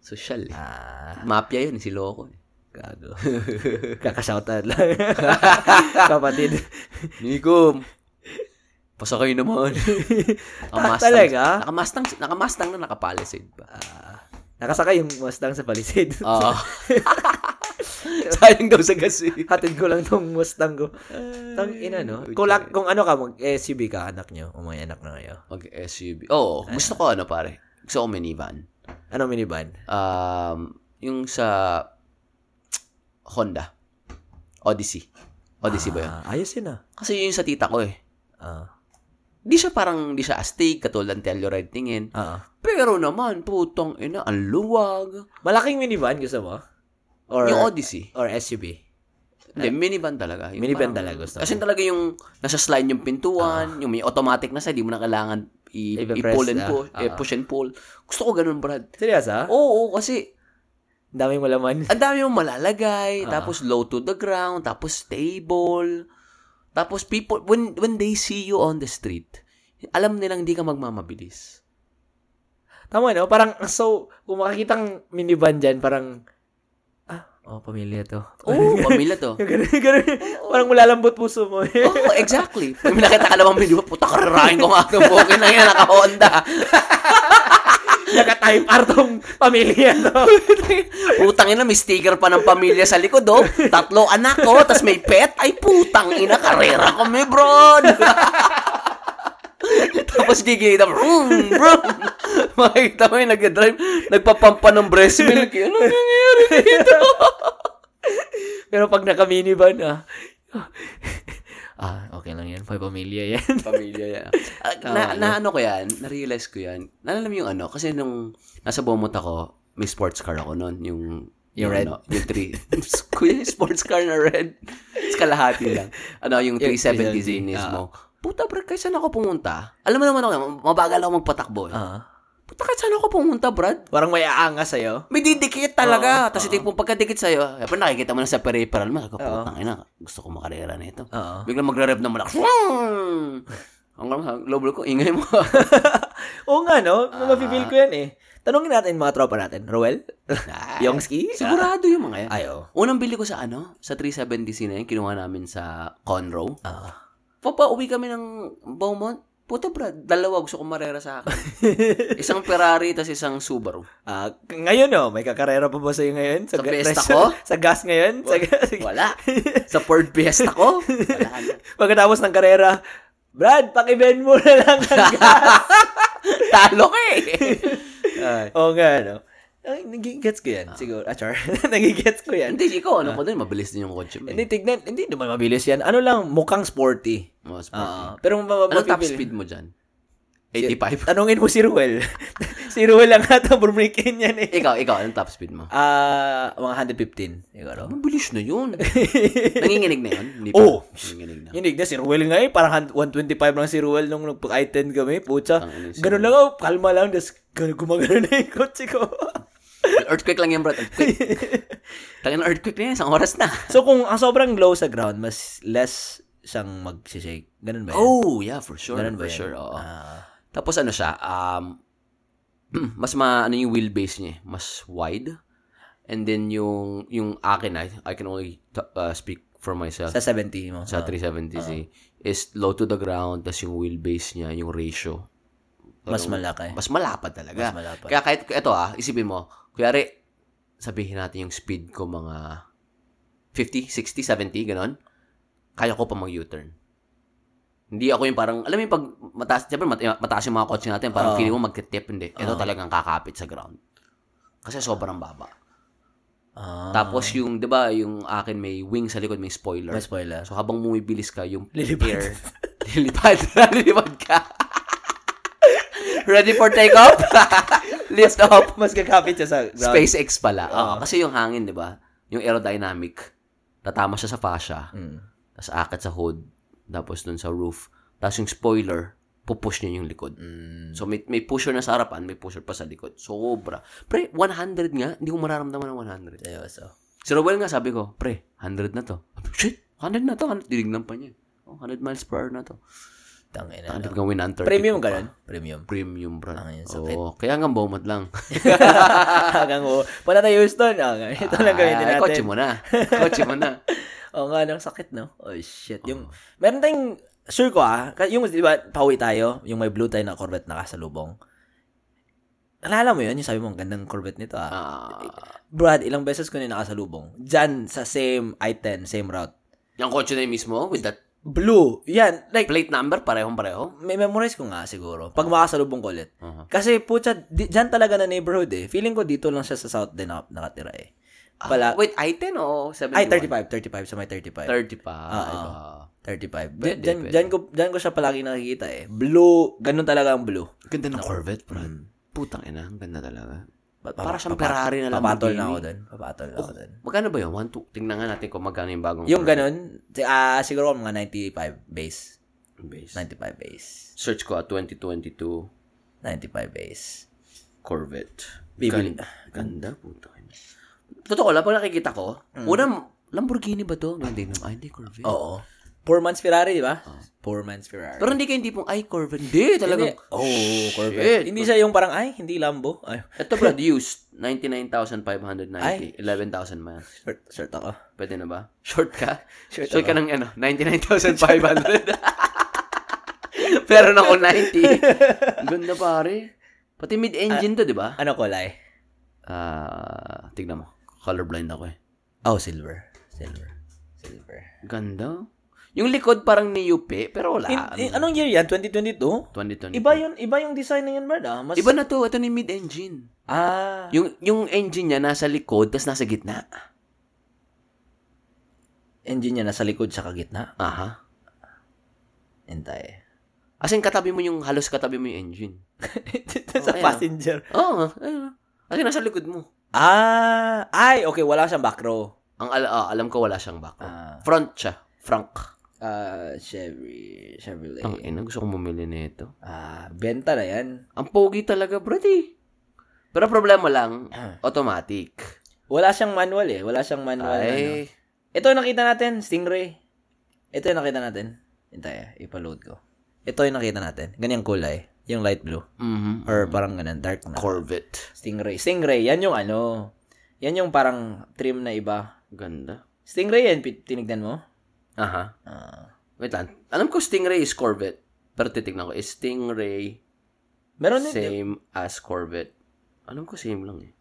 Speaker 1: Social eh.
Speaker 2: ah.
Speaker 1: Mafia yun, si Loco. Eh.
Speaker 2: Gago. Kakashoutout lang. Kapatid.
Speaker 1: Nico, pasa kayo naman.
Speaker 2: Ah, talaga?
Speaker 1: Nakamastang, nakamastang na nakapalisade pa.
Speaker 2: Ah. Nakasakay yung Mustang sa palisade.
Speaker 1: Oo. Sayang daw sa gas eh.
Speaker 2: Hatid ko lang tong Mustang ko. Tang ina, no?
Speaker 1: Pucha.
Speaker 2: Kung, lang- kung ano ka, mag-SUV ka, anak nyo, o may anak na kayo.
Speaker 1: Mag-SUV. Oo, gusto ko ano pare. Gusto ko minivan.
Speaker 2: Ano minivan?
Speaker 1: Um, yung sa Honda. Odyssey. Odyssey ba yun?
Speaker 2: Ah, ayos yun ah.
Speaker 1: Kasi yun yung sa tita ko eh.
Speaker 2: Ah,
Speaker 1: Di siya parang, di siya astig, katulad ng Telluride tingin.
Speaker 2: ah. ah.
Speaker 1: Pero naman, putong ina, ang luwag.
Speaker 2: Malaking minivan gusto mo? Or,
Speaker 1: yung Odyssey.
Speaker 2: or SUV?
Speaker 1: Hindi, minivan talaga. Yung
Speaker 2: Minivan talaga gusto Ah.
Speaker 1: Kasi talaga yung nasa slide yung pintuan, yung may automatic na sa, di mo na kailangan i-
Speaker 2: I-press,
Speaker 1: i-pull and
Speaker 2: ah.
Speaker 1: pull, eh,
Speaker 2: Ah.
Speaker 1: push and pull. Gusto ko ganun, Brad.
Speaker 2: Seryoso ah?
Speaker 1: Oo, oo, kasi
Speaker 2: Ang daming mo laman.
Speaker 1: ang dami mong malalagay,
Speaker 2: Ah.
Speaker 1: tapos low to the ground, tapos stable, tapos people, when, when they see you on the street, alam nilang hindi ka magmamabilis.
Speaker 2: Tama no? Parang, so, kung makakita kang minivan dyan, parang, ah, oh, pamilya to. Oh!
Speaker 1: Oo, pamilya to.
Speaker 2: Ganun, ganun. Parang malalambot puso mo. eh.
Speaker 1: Oo, exactly. Pag may nakita ka naman, di ba, puta kararahin ko nga ito, bukin na yan, naka-Honda.
Speaker 2: Naka-type R tong pamilya to.
Speaker 1: Putang ina, may sticker pa ng pamilya sa likod, oh. Tatlo anak ko, tas may pet. Ay, putang ina, karera ko, may bro. Tapos gigilid ako, vroom, vroom. Makikita mo yung nag-drive, nagpapampa ng breast milk. Ano nangyayari dito?
Speaker 2: Pero pag naka-minivan, ah, ah, okay lang yan. May pamilya yan.
Speaker 1: Pamilya yan. na, na ano ko yan, na-realize ko yan. Nalalam yung ano, kasi nung nasa Beaumont ako, may sports car ako noon, yung
Speaker 2: Yung red?
Speaker 1: ano, yung three. Kuya, yung sports car na red. It's kalahati lang. Ano, yung
Speaker 2: Yung
Speaker 1: 370
Speaker 2: 370,
Speaker 1: Zenith mo. Puta, bro, kahit saan ako pumunta? Alam mo naman ako, mabagal ako magpatakbo. Eh.
Speaker 2: ah.
Speaker 1: Puta, kahit saan ako pumunta, Brad?
Speaker 2: Parang may aangas sa'yo.
Speaker 1: May didikit talaga. Tapos hindi pong pagkadikit sa'yo, eh, pa nakikita mo na sa peripheral mo, ako, putang ina, gusto ko makarera na ito.
Speaker 2: Oo.
Speaker 1: Biglang magre-rev na malakas. Ang ang lobol ko, ingay mo.
Speaker 2: Oo nga, no? Mapipil ko yan eh. Tanungin natin mga tropa natin. Roel? Yongski?
Speaker 1: Sigurado yung mga yan.
Speaker 2: Ayo.
Speaker 1: Unang bili ko sa ano, sa 370C na yun, kinuha namin sa Conroe.
Speaker 2: Ah.
Speaker 1: Papa, uwi kami ng Beaumont. Puta brad, dalawa gusto kong marera sa akin. isang Ferrari, tas isang Subaru.
Speaker 2: Ah, ngayon, no? May kakarera pa ba sa'yo ngayon?
Speaker 1: Sa
Speaker 2: ga-
Speaker 1: fiesta ko?
Speaker 2: presyo- Sa gas ngayon? Sa gas?
Speaker 1: Wala. Sa Ford Fiesta ko, wala na.
Speaker 2: Pagkatapos ng karera, Brad, paki-bend mo na lang ang gas.
Speaker 1: Talo ka eh. Ay.
Speaker 2: Oo nga, no? Ay, nagigets ko yan, siguro. Achar, nagigets ko yan.
Speaker 1: Hindi, ikaw, ano ko din, mabilis din yung kotse mo.
Speaker 2: Hindi,
Speaker 1: eh.
Speaker 2: tignan, hindi naman mabilis yan. Ano lang, mukhang sporty.
Speaker 1: Mga sporty.
Speaker 2: Ah, pero
Speaker 1: Anong top
Speaker 2: mapapipil.
Speaker 1: speed mo dyan? 85?
Speaker 2: Tanungin mo si Ruel. si Ruel lang ata bumreakin yan eh.
Speaker 1: ikaw, ikaw, anong top speed mo?
Speaker 2: Ah, mga 115 siguro.
Speaker 1: Mabilis na yun. Nanginginig na yun? Hindi pa.
Speaker 2: Oo.
Speaker 1: Nanginginig na.
Speaker 2: Hindi, na si Ruel nga eh. Parang 125 lang si Ruel nung nagpag-i-10 kami. Pucha.
Speaker 1: Ang inis.
Speaker 2: Ganun lang oh. Kalma lang. Tapos gumagano na yung kotse ko.
Speaker 1: Earthquake lang yan, bro. Earthquake. Tangin na earthquake na yan. Isang oras na.
Speaker 2: so kung ang sobrang low sa ground, mas less siyang mag-shake. Ganun ba yan?
Speaker 1: Oh, yeah, for sure.
Speaker 2: Ganun
Speaker 1: for
Speaker 2: ba yan?
Speaker 1: sure, oo.
Speaker 2: Ah.
Speaker 1: Tapos ano siya, um, mas ma, ano yung wheelbase niya, eh, mas wide. And then yung, yung akin, I, I can only t- uh, speak for myself.
Speaker 2: sa 70 mo. Ah,
Speaker 1: Sa uh-huh. 370Z, is low to the ground, tas yung wheelbase niya, yung ratio,
Speaker 2: mas
Speaker 1: Parang-
Speaker 2: malaki.
Speaker 1: Mas malapad talaga.
Speaker 2: Mas malapad.
Speaker 1: Kaya kahit, ito ah, isipin mo, kuyari, sabihin natin yung speed ko mga 50, 60, 70, ganon, kaya ko pa mag-U-turn. Hindi ako yung parang, alam mo yung pag mataas, siyempre mat- mataas yung mga kotse natin, parang
Speaker 2: Oo.
Speaker 1: feeling mo magte-tip, hindi. Ito
Speaker 2: Oo.
Speaker 1: talagang kakapit sa ground. Kasi sobrang baba.
Speaker 2: Ah.
Speaker 1: Tapos yung, di ba, yung akin may wing sa likod, may spoiler.
Speaker 2: May spoiler.
Speaker 1: So habang bumibilis ka, yung
Speaker 2: Lilipad.
Speaker 1: air, lilipad, lilipad ka. Ready for takeoff? Lift off.
Speaker 2: mas gagapit siya sa ground.
Speaker 1: SpaceX pala.
Speaker 2: Ah.
Speaker 1: Oo, kasi yung hangin, di ba? Yung aerodynamic, tatama siya sa fascia,
Speaker 2: Mm.
Speaker 1: tapos akit sa hood, tapos dun sa roof. Tapos yung spoiler, pupush niya yung likod.
Speaker 2: Mm.
Speaker 1: So may, may pusher na sa harapan, may pusher pa sa likod. Sobra. Pre, 100 nga, hindi ko mararamdaman ng 100.
Speaker 2: Seryoso.
Speaker 1: Si Rowell nga sabi ko, pre, 100 na to. Sabi ko, Shit, 100 na to. 100. Tinignan pa niya. Oh, 100 miles per hour na to.
Speaker 2: Tangina.
Speaker 1: Ang
Speaker 2: no?
Speaker 1: gawin ng 30.
Speaker 2: Premium
Speaker 1: ko
Speaker 2: ganun?
Speaker 1: pa.
Speaker 2: Premium.
Speaker 1: Premium, bro.
Speaker 2: Ah, yun, sakit.
Speaker 1: Oo, kaya nga bawmat lang.
Speaker 2: Hanggang o. Punta tayo Houston. Ah, ito lang gamitin
Speaker 1: Ah,
Speaker 2: natin.
Speaker 1: Kotse mo na. Kotse mo na.
Speaker 2: Oo nga, nang sakit, no? Oh, shit. Yung, meron tayong, sure ko ah, ka- yung, di ba, pauwi tayo, yung may blue tie na Corvette na kasalubong. Alala mo yun, yung sabi mo, ang gandang Corvette nito ah.
Speaker 1: Ah,
Speaker 2: Brad, ilang beses ko na yung nakasalubong. Diyan, sa same I-10, same route.
Speaker 1: yung kotse na yun mismo with that
Speaker 2: Blue. Yan. Like,
Speaker 1: plate number, parehong-pareho.
Speaker 2: may memorize ko nga siguro. Pag makasalubong ko ulit.
Speaker 1: Aha.
Speaker 2: Kasi putya, di, dyan talaga na neighborhood eh. Feeling ko dito lang siya sa South din ako nakatira eh. Pala,
Speaker 1: Wait, I-10 o 71?
Speaker 2: ay, 35, 35, sa may 35.
Speaker 1: 30 pa.
Speaker 2: Ah,
Speaker 1: iba.
Speaker 2: 35.
Speaker 1: Pwede,
Speaker 2: dyan,
Speaker 1: pwede.
Speaker 2: dyan, ko, dyan ko siya palagi nakikita eh. Blue, ganun talaga ang blue. Hmm.
Speaker 1: Ganda ng Corvette, Brad. Putang ina, ang ganda talaga.
Speaker 2: Pa- pa-
Speaker 1: Para siyang
Speaker 2: papat-
Speaker 1: Ferrari na Lamborghini.
Speaker 2: Papatol na ako dun.
Speaker 1: Oh.
Speaker 2: Papatol na ako dun.
Speaker 1: Magkano ba yun? One, two, tingnan nga natin kung magkano yung bagong
Speaker 2: Yung
Speaker 1: Corvette.
Speaker 2: ganun, si- ah siguro mga 95 base.
Speaker 1: Base.
Speaker 2: 95 base.
Speaker 1: Search ko ah, at 2022
Speaker 2: 95 base.
Speaker 1: Corvette.
Speaker 2: Bibili.
Speaker 1: Gan- Ganda, puta. Totoo lang, pag nakikita ko, unang Lamborghini ba to? Hindi naman. Ay, hindi, Corvette.
Speaker 2: Oo. Poor man's Ferrari, di ba?
Speaker 1: Oh.
Speaker 2: Poor man's Ferrari.
Speaker 1: Pero hindi kayo hindi pong, ay, Corvette. Hindi, talagang,
Speaker 2: Hindi. Oh, Corvette. Hindi siya yung parang, ay, hindi Lambo. Ay,
Speaker 1: Ito, Brad, used. 99,590.
Speaker 2: Ay.
Speaker 1: 11,000 miles.
Speaker 2: shirt, shirt ako.
Speaker 1: Pwede na ba? Short ka? Short,
Speaker 2: Short
Speaker 1: ka ng ano, 99,500. Pero na ako 90. Ganda pare. Pati mid-engine to, di ba?
Speaker 2: Ano kulay?
Speaker 1: Ah, tignan mo. Colorblind ako eh.
Speaker 2: Oh, silver. Silver. Silver.
Speaker 1: Ganda. Yung likod parang ni Yupi, pero wala.
Speaker 2: In, in- anong year yan? 2022?
Speaker 1: 2020.
Speaker 2: ano- Iba yun, iba yung design na yun, Brad. Ah. Mas,
Speaker 1: Iba na to. Ito ni mid-engine.
Speaker 2: Ah.
Speaker 1: Yung, yung engine niya nasa likod, tas nasa gitna.
Speaker 2: engine niya nasa likod sa kagitna.
Speaker 1: Aha.
Speaker 2: Hintay.
Speaker 1: As in, katabi mo yung, halos katabi mo yung engine.
Speaker 2: sa
Speaker 1: Okay, no?
Speaker 2: passenger.
Speaker 1: Oo. Oh, As in, nasa likod mo.
Speaker 2: Ah. Ay, okay. Wala siyang back row.
Speaker 1: Ang al- ah, alam ko wala siyang back.
Speaker 2: Ah.
Speaker 1: Front siya. Frank.
Speaker 2: Ah, Chevy. Chevrolet.
Speaker 1: Ang ina, gusto kong bumili nito.
Speaker 2: Ah, benta na yan.
Speaker 1: Ang pogi talaga, bro, eh. Pero problema lang, automatic.
Speaker 2: Wala siyang manual eh. Ah. Wala siyang manual. Ano.
Speaker 1: Ay,
Speaker 2: Ito yung nakita natin, Stingray. Ito yung nakita natin. Hintay, ah, ipaload ko. Ito yung nakita natin. Ganyang kulay. Yung light blue.
Speaker 1: mhm.
Speaker 2: Or parang ganun, dark na.
Speaker 1: Corvette.
Speaker 2: Stingray. Stingray, yan yung ano. Yan yung parang trim na iba.
Speaker 1: Ganda.
Speaker 2: Stingray yan, pi- tinignan mo?
Speaker 1: Aha.
Speaker 2: Ah.
Speaker 1: Wait lang. Alam ko Stingray is Corvette. Pero titignan ko, is Stingray
Speaker 2: meron din.
Speaker 1: same as Corvette? Alam ko same lang eh.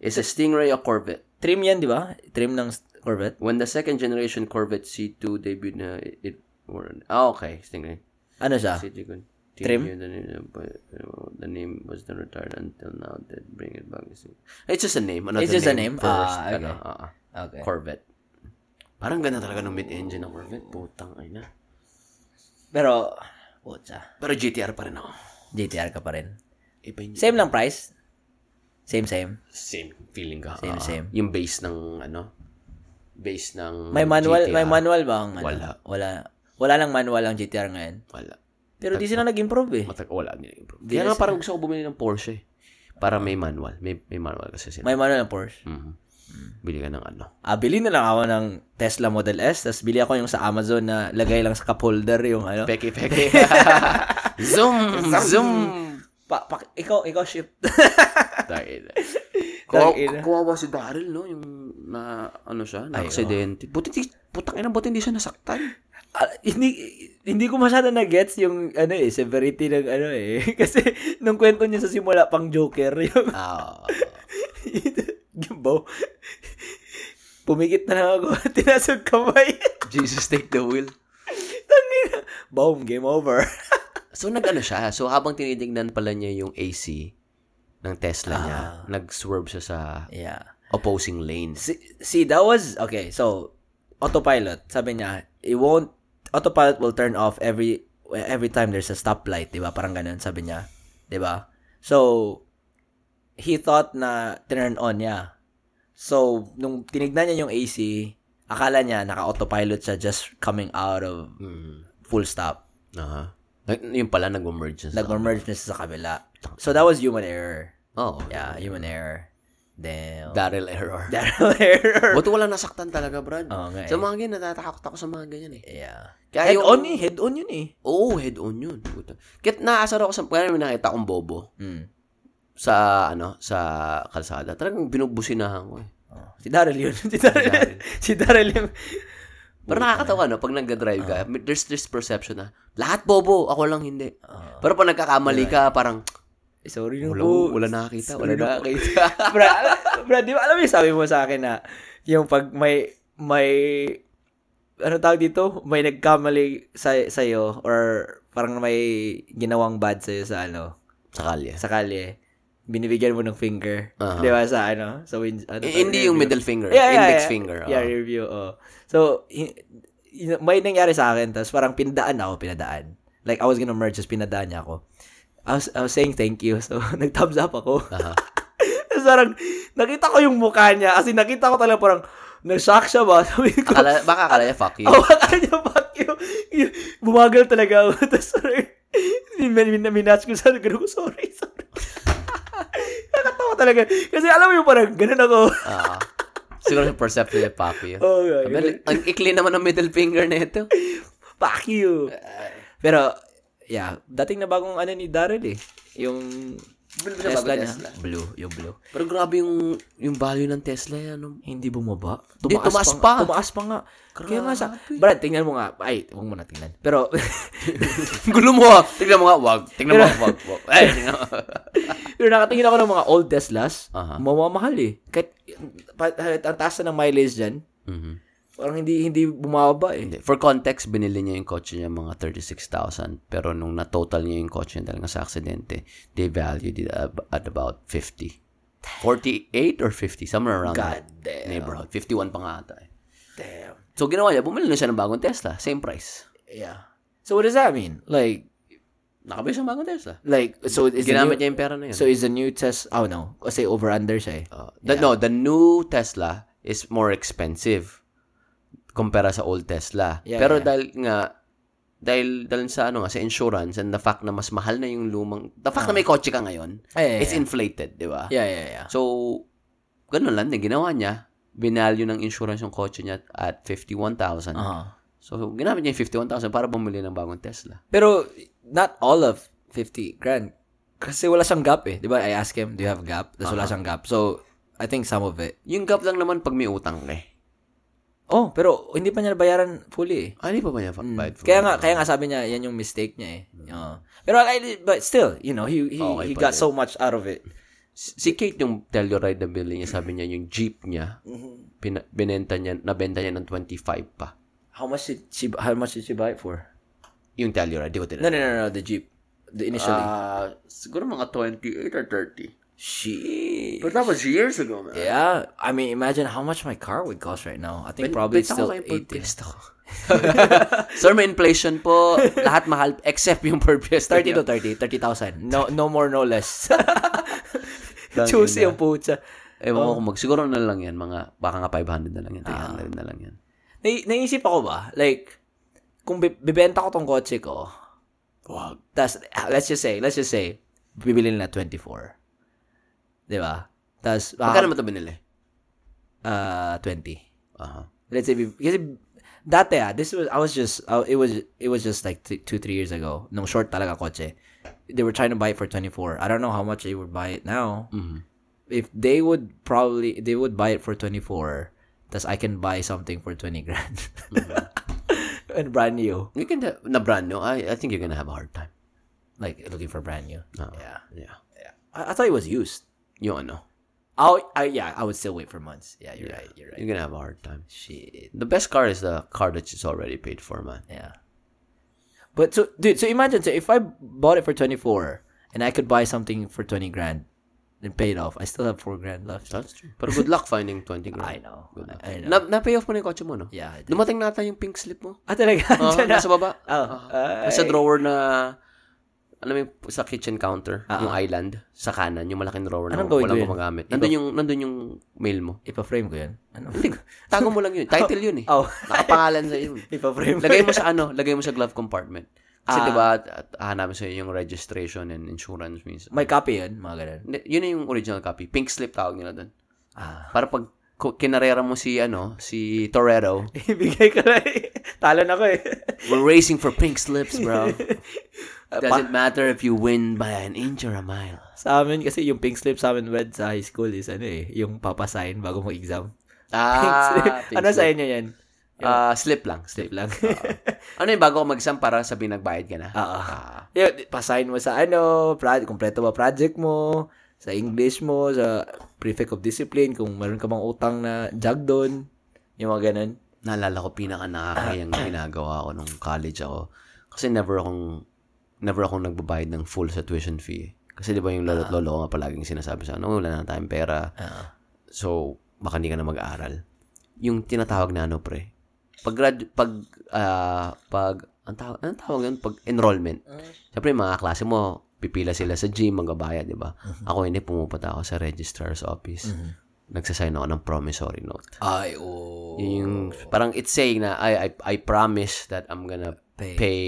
Speaker 1: Is a Stingray a Corvette?
Speaker 2: Trim yan, di ba? Trim ng s- Corvette.
Speaker 1: When the second generation Corvette C2 debuted na it, it were- ah, okay, Stingray.
Speaker 2: Ano siya?
Speaker 1: City continued
Speaker 2: Trim?
Speaker 1: The name, but, uh, the name was then retired until now. That bring it back. It's just a name. Another
Speaker 2: It's just a name?
Speaker 1: First,
Speaker 2: Ah, okay.
Speaker 1: ano, ah, ah.
Speaker 2: Okay.
Speaker 1: Corvette. Parang ganda talaga ng mid-engine ng Corvette. Putang ay na.
Speaker 2: Pero, putya.
Speaker 1: Pero GTR pa rin ako.
Speaker 2: GTR ka pa rin.
Speaker 1: Iba yung
Speaker 2: Same lang price. Same, same.
Speaker 1: same feeling ka.
Speaker 2: Same,
Speaker 1: Ah,
Speaker 2: same.
Speaker 1: Yung base ng ano? Base ng
Speaker 2: May manual,
Speaker 1: GTR.
Speaker 2: may manual ba ang ano?
Speaker 1: Wala.
Speaker 2: Wala. Wala lang manual ang GTR ngayon.
Speaker 1: Wala.
Speaker 2: Pero di sila nag-improve eh.
Speaker 1: Matag wala nila. Kaya nga parang gusto ko bumili ng Porsche. eh. Para may manual. May, may manual kasi sila.
Speaker 2: May manual ang Porsche.
Speaker 1: Mhm. Bili ka ng ano.
Speaker 2: Ah, bili na lang ako ng Tesla Model S, tapos bili ako yung sa Amazon na lagay lang sa cup holder yung ano.
Speaker 1: Peke, peke. zoom, zoom.
Speaker 2: Pa, pa, ikaw, ikaw ship.
Speaker 1: Tangina. Kuha-
Speaker 2: Tangina.
Speaker 1: Kuwawa si Daryl, no? Yung na, ano siya, na
Speaker 2: Ay,
Speaker 1: aksidente. Buti, di- putang ina, buti hindi siya nasaktan.
Speaker 2: Ah, hindi, hindi ko masyado na-gets yung ano eh, severity ng ano eh. Kasi nung kwento niya sa simula pang Joker yung
Speaker 1: Ah.
Speaker 2: Gimbo. Pumikit na lang ako. Tinasag kamay.
Speaker 1: Jesus, take the wheel.
Speaker 2: Tangina. Boom, game over.
Speaker 1: So, nag-ano siya. So, habang tinitignan pala niya yung AC ng Tesla niya, nag-swerve siya sa
Speaker 2: yeah.
Speaker 1: opposing lanes.
Speaker 2: See, see, that was, okay, so, autopilot, sabi niya, it won't, autopilot will turn off every, every time there's a stoplight, di ba? Parang ganun, sabi niya. Di ba? So, he thought na turn on niya. So, nung tinignan niya yung AC, akala niya naka-autopilot siya just coming out of
Speaker 1: Mm.
Speaker 2: full stop.
Speaker 1: Aha. Uh-huh. Nag- Yung pala, nag-merge siya. sa-
Speaker 2: Nag-merge na siya sa kabila. So, that was human error.
Speaker 1: Oo.
Speaker 2: Yeah, human error. Damn.
Speaker 1: Daryl error.
Speaker 2: Daryl error.
Speaker 1: Buti wala nasaktan talaga, Brad.
Speaker 2: Oo nga eh.
Speaker 1: Sa mga ganyan, natatakot ako sa mga ganyan eh.
Speaker 2: Yeah.
Speaker 1: Kaya yung- ano,
Speaker 2: head-on eh. Head-on yun eh.
Speaker 1: Oo, head on yun. Puta. Kit naasar ako sa kaya may nakita akong bobo
Speaker 2: Mm.
Speaker 1: sa ano, sa kalsada. Talagang binubusinahan ko eh.
Speaker 2: Oh. Si Daryl yun. si Daryl yun. si Daryl yung...
Speaker 1: Pero nakakatawa no pag nagda-drive
Speaker 2: Ah.
Speaker 1: ka, may- ah. there's this perception na lahat bobo, ako lang hindi. Pero pag nagkakamali ka, parang
Speaker 2: Eh, sorry na
Speaker 1: Oh. Wala,
Speaker 2: Ah.
Speaker 1: wala nakakita.
Speaker 2: po.
Speaker 1: Wala
Speaker 2: Sorry na po.
Speaker 1: nakakita.
Speaker 2: bra, ala- bra, di ba alam mo yung sabi mo sa akin na yung pag may, may, ano tawag dito? May nagkamali sa, sa'yo or parang may ginawang bad sa'yo sa ano,
Speaker 1: Sa kalye.
Speaker 2: sa kalye. Binibigyan mo ng finger.
Speaker 1: Aha.
Speaker 2: Di ba sa ano? Sa win, ano
Speaker 1: Eh,
Speaker 2: ba,
Speaker 1: hindi yung
Speaker 2: review.
Speaker 1: middle finger.
Speaker 2: Yeah, yeah,
Speaker 1: index
Speaker 2: yeah.
Speaker 1: finger.
Speaker 2: Yeah,
Speaker 1: oh.
Speaker 2: review. Oh. So, y- y- may nangyari sa akin, tapos parang pinadaan ako, pinadaan. Like, I was gonna merge, tapos pinadaan niya ako. I was, I was saying thank you, so nag-thumbs up ako.
Speaker 1: Aha.
Speaker 2: tapos parang, nakita ko yung mukha niya, kasi nakita ko talaga parang, nag-shock siya ba? Sabi ko,
Speaker 1: Akala, baka akala niya, fuck you.
Speaker 2: oh, akala niya, fuck you. Y- Bumagal talaga ako. Tapos, sorry. Min- min- min- Minatch ko sa ganun ko, sorry, sorry. Nakatawa talaga. Kasi alam mo yung parang, ganun ako.
Speaker 1: Ah. siguro perceptive niya, fuck you.
Speaker 2: Oh, yeah.
Speaker 1: Sabi, ang ikli naman ng middle finger na ito.
Speaker 2: Fuck you.
Speaker 1: Eh.
Speaker 2: Pero, yeah, dating na bagong ano ni Daryl eh. Yung
Speaker 1: Blue na bago
Speaker 2: Tesla niya.
Speaker 1: Tesla.
Speaker 2: Blue, yung blue.
Speaker 1: Pero grabe yung yung value ng Tesla yan. Ano?
Speaker 2: Hindi bumaba.
Speaker 1: Hindi, tumaas pa.
Speaker 2: nga- Tumaas pa nga. Kaya nga sa...
Speaker 1: Grabe.
Speaker 2: Brad, tingnan mo nga. Ay, huwag mo na tingnan. Pero,
Speaker 1: Gulo mo ah. Tignan mo nga, wag. Tignan mo nga, wag. wag. Ay, tignan mo.
Speaker 2: pero nakatingin ako ng mga old Teslas.
Speaker 1: Aha.
Speaker 2: Mamamahal eh. Kahit, pa- kahit ang taas na ng mileage dyan,
Speaker 1: Mhm.
Speaker 2: parang hindi hindi bumaba eh.
Speaker 1: Hindi. For context, binili niya yung kotse niya mga 36,000. Pero nung na-total niya yung kotse niya dahil nga sa aksidente, they valued it ab- at about 50. 48 or 50, somewhere around
Speaker 2: God
Speaker 1: that
Speaker 2: damn.
Speaker 1: neighborhood. 51 pa nga ata eh.
Speaker 2: Damn.
Speaker 1: So, ginawa niya, bumili na siya ng bagong Tesla. Same price.
Speaker 2: Yeah. So what does that mean? Like,
Speaker 1: Nakabili siya ng bagong Tesla.
Speaker 2: like, so is the
Speaker 1: Ginamit niya
Speaker 2: new-
Speaker 1: yung pera na yun.
Speaker 2: So is the new test, oh no, kasi over-under siya eh.
Speaker 1: Uh, the, No, the new Tesla is more expensive kumpara sa old Tesla.
Speaker 2: Yeah,
Speaker 1: Pero
Speaker 2: yeah.
Speaker 1: dahil nga, dahil, dahil sa ano nga, sa insurance and the fact na mas mahal na yung lumang, the fact na may kotse ka ngayon,
Speaker 2: Ay,
Speaker 1: it's inflated, di ba?
Speaker 2: Yeah, yeah, yeah.
Speaker 1: So, ganun lang din ginawa niya. Binalyo ng insurance yung kotse niya at 51,000.
Speaker 2: Uh-huh.
Speaker 1: So, ginamit niya yung 51,000 para bumili ng bagong Tesla.
Speaker 2: Pero not all of 50 grand. Kasi wala siyang gap eh. Di ba? I asked him, do you have gap? Tapos wala siyang gap. So, I think some of it.
Speaker 1: Yung gap lang naman pag may utang ka eh.
Speaker 2: Oh, pero hindi pa niya nabayaran fully eh.
Speaker 1: Ah, di pa ba niya fa- bayad for
Speaker 2: Kaya
Speaker 1: it?
Speaker 2: nga, kaya nga sabi niya, yan yung mistake niya eh. Oo. Pero I, but still, you know, he he,
Speaker 1: Okay
Speaker 2: he
Speaker 1: pa
Speaker 2: got so much out of it.
Speaker 1: Si Kate yung Telluride na bilhin niya, sabi niya yung jeep niya,
Speaker 2: Mm-hmm.
Speaker 1: pina- binenta niya, nabenta niya ng 25 pa.
Speaker 2: How much did she how much did she buy it for?
Speaker 1: Yung Telluride, di ko tinanong.
Speaker 2: No, no, no, no, the Jeep. The initially.
Speaker 1: Ah, siguro mga 28 or 30.
Speaker 2: she
Speaker 1: But that was years ago, man.
Speaker 2: Yeah, I mean, imagine how much my car would cost right now. I think probably
Speaker 1: Benta ko
Speaker 2: still
Speaker 1: kayo per
Speaker 2: 80.
Speaker 1: piyesta ko. Sir, may inflation po. Lahat mahal except yung per piyesta
Speaker 2: 30 to
Speaker 1: niyo.
Speaker 2: 30, 30,000. No no more no less.
Speaker 1: Tangina.
Speaker 2: Choose yung pucha.
Speaker 1: Ewan ko kung mag... Siguro na lang yan. Mga, baka nga 500 na lang yan. 300 na lang yan.
Speaker 2: Nai- naisip ako ba, like kung bi- bibenta ko tong kotse ko,
Speaker 1: Wag.
Speaker 2: tas let's just say, let's just say bibili na 24. 'Di ba? Tas ah,
Speaker 1: Magkano
Speaker 2: baka
Speaker 1: mo ito binili?
Speaker 2: uh, 20.
Speaker 1: Aha.
Speaker 2: let's say bef- kasi dati ah this was I was just uh, it was it was just like th- two three years ago nung short talaga kotse they were trying to buy it for 24 I don't know how much they would buy it now
Speaker 1: Mhm.
Speaker 2: if they would probably they would buy it for 24 tas I can buy something for 20 grand and brand new
Speaker 1: You can... na brand new. I, I think you're gonna have a hard time.
Speaker 2: like looking for brand new
Speaker 1: Ah.
Speaker 2: yeah
Speaker 1: Yeah.
Speaker 2: I-, I thought it was used
Speaker 1: Yung ano.
Speaker 2: I'll, I yeah I would still wait for months yeah you're right you're right
Speaker 1: You're gonna have a hard time.
Speaker 2: shit
Speaker 1: The best car is the car that is already paid for, man.
Speaker 2: Yeah. But so dude, so imagine so if I bought it for 24 and I could buy something for 20 grand and pay it off, I still have 4 grand left.
Speaker 1: That's true. Pero good luck finding 20 grand.
Speaker 2: I know.
Speaker 1: Good luck.
Speaker 2: I know.
Speaker 1: Na, na-pay off mo na yung kotse mo, no?
Speaker 2: Yeah. I did.
Speaker 1: Dumating nata yung pink slip mo.
Speaker 2: Ah, talaga?
Speaker 1: Oo,
Speaker 2: Diyan na.
Speaker 1: nasa baba.
Speaker 2: Oh,
Speaker 1: Ah, nasa drawer na, alam mo yung sa kitchen counter, yung island, sa kanan, yung malaking drawer na
Speaker 2: Ah. Anong gawin ko
Speaker 1: walang
Speaker 2: yun?
Speaker 1: gumagamit. Nandun yung, nandun yung mail mo.
Speaker 2: Ipa-frame ko yun. Ano?
Speaker 1: Tago mo lang yun. Title yun eh.
Speaker 2: Oh.
Speaker 1: Nakapangalan sa yun.
Speaker 2: Ipa-frame ko
Speaker 1: Lagay
Speaker 2: yun.
Speaker 1: mo sa ano, lagay mo sa glove compartment. Kasi
Speaker 2: Ah.
Speaker 1: diba, at- at hahanapin sa'yo yung registration and insurance means.
Speaker 2: May copy yun, mga ganun.
Speaker 1: Hindi, Yun na yung original copy. Pink slip tawag nila doon.
Speaker 2: Ah.
Speaker 1: Para pag ku- kinarera mo si ano, si Torero,
Speaker 2: Ibigay ko na eh. Talon ako eh.
Speaker 1: we're racing for pink slips, bro.
Speaker 2: Pa-
Speaker 1: Doesn't matter if you win by an inch or a mile.
Speaker 2: sa amin kasi yung pink slip sa amin red sa high school is ano eh, yung papasign bago mo exam. Pink slip.
Speaker 1: Ah,
Speaker 2: ano sa inyo yan?
Speaker 1: Ah, slip lang.
Speaker 2: Slip
Speaker 1: Slip lang. Ah.
Speaker 2: lang.
Speaker 1: ano yung bago ko mag-exam para sabihin nagbayad ka na?
Speaker 2: Oo.
Speaker 1: Ah,
Speaker 2: yun, pasign mo sa ano, project, kompleto ba project mo, sa English mo, sa prefect of discipline, kung meron ka bang utang na jug doon, yung mga ganun.
Speaker 1: Naalala ko pinaka nakakayang ginagawa ko nung college ako. Kasi never akong never akong nagbabayad ng full sa tuition fee. Kasi di ba yung lolo't lolo ko nga palaging sinasabi sa ano, wala na tayong pera.
Speaker 2: Ah.
Speaker 1: So, baka hindi ka na mag-aaral. Yung tinatawag na ano, pre. Pag, grad- pag, ah, pag, ang tawag, anong tawag yun? Pag enrollment. Siyempre, yung mga klase mo, pipila sila sa gym, magbabayad, di ba? Ako hindi, pumupunta ako sa registrar's office.
Speaker 2: Mhm.
Speaker 1: Nagsasign ako ng promissory note.
Speaker 2: Ay, oo.
Speaker 1: Yun Yung, parang it's saying na, I, I, I promise that I'm gonna
Speaker 2: Pay.
Speaker 1: pay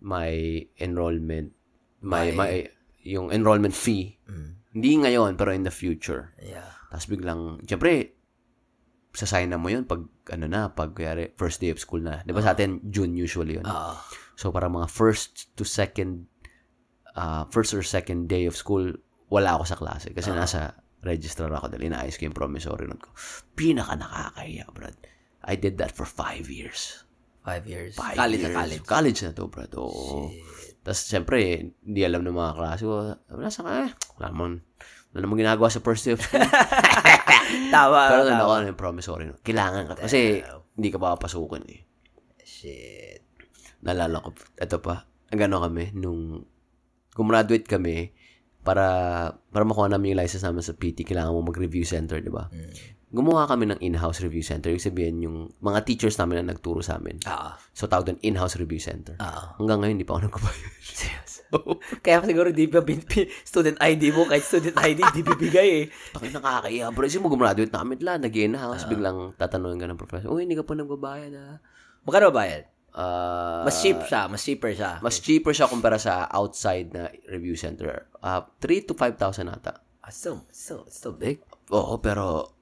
Speaker 1: my enrollment, my, my, yung enrollment fee.
Speaker 2: Mm.
Speaker 1: Hindi ngayon, pero in the future.
Speaker 2: Yeah.
Speaker 1: Tapos biglang, syempre, sasign na mo yun pag, ano na, pag, kuyari, first day of school na. Di ba sa atin, June usually yun.
Speaker 2: Oo.
Speaker 1: So, parang mga first to second, uh, first or second day of school, wala ako sa klase.
Speaker 2: Ah.
Speaker 1: Kasi nasa registrar ako dahil inaayos ko yung promissory note ko. Pinaka nakakahiya, brad. I did that for five years.
Speaker 2: Five years.
Speaker 1: Five
Speaker 2: college
Speaker 1: years.
Speaker 2: na college.
Speaker 1: College na to, brad. Oo. Tapos, syempre, hindi alam ng mga klase ko. Nasa ka, eh, wala naman. Wala namang ginagawa sa first day of school.
Speaker 2: Tama.
Speaker 1: Pero
Speaker 2: tama.
Speaker 1: ano ako, ano yung promissory note. Kailangan ka. Kasi, hindi ka papapasukin eh.
Speaker 2: Shit.
Speaker 1: Nalala ko, ito pa, gano kami, nung gumraduate kami, para para makuha namin yung license namin sa PT, kailangan mo mag-review center, di ba? Gumawa kami ng in-house review center. Ibig sabihin, yung mga teachers namin na nagturo sa amin.
Speaker 2: Oo.
Speaker 1: So, tawag doon, in-house review center.
Speaker 2: Oo.
Speaker 1: Hanggang ngayon, hindi pa ako nagkabayad.
Speaker 2: ah. Seryoso. Kaya siguro di ba bin- pin- student ID mo, kahit student ID, di bibigay eh.
Speaker 1: Takay nakakaiya. Pero kasi mo gumraduate na kami, la, nag-in-house,
Speaker 2: Ah.
Speaker 1: biglang tatanungin ka ng professor, uy, hindi ka pa nagbabayad ah.
Speaker 2: Magkano ba bayad?
Speaker 1: Ah,
Speaker 2: Mas cheap siya, mas cheaper siya.
Speaker 1: Mas cheaper siya kumpara sa outside na review center. Uh, 3 to 5,000 ata.
Speaker 2: Ah, still, still, still
Speaker 1: Eh,
Speaker 2: big.
Speaker 1: oo, pero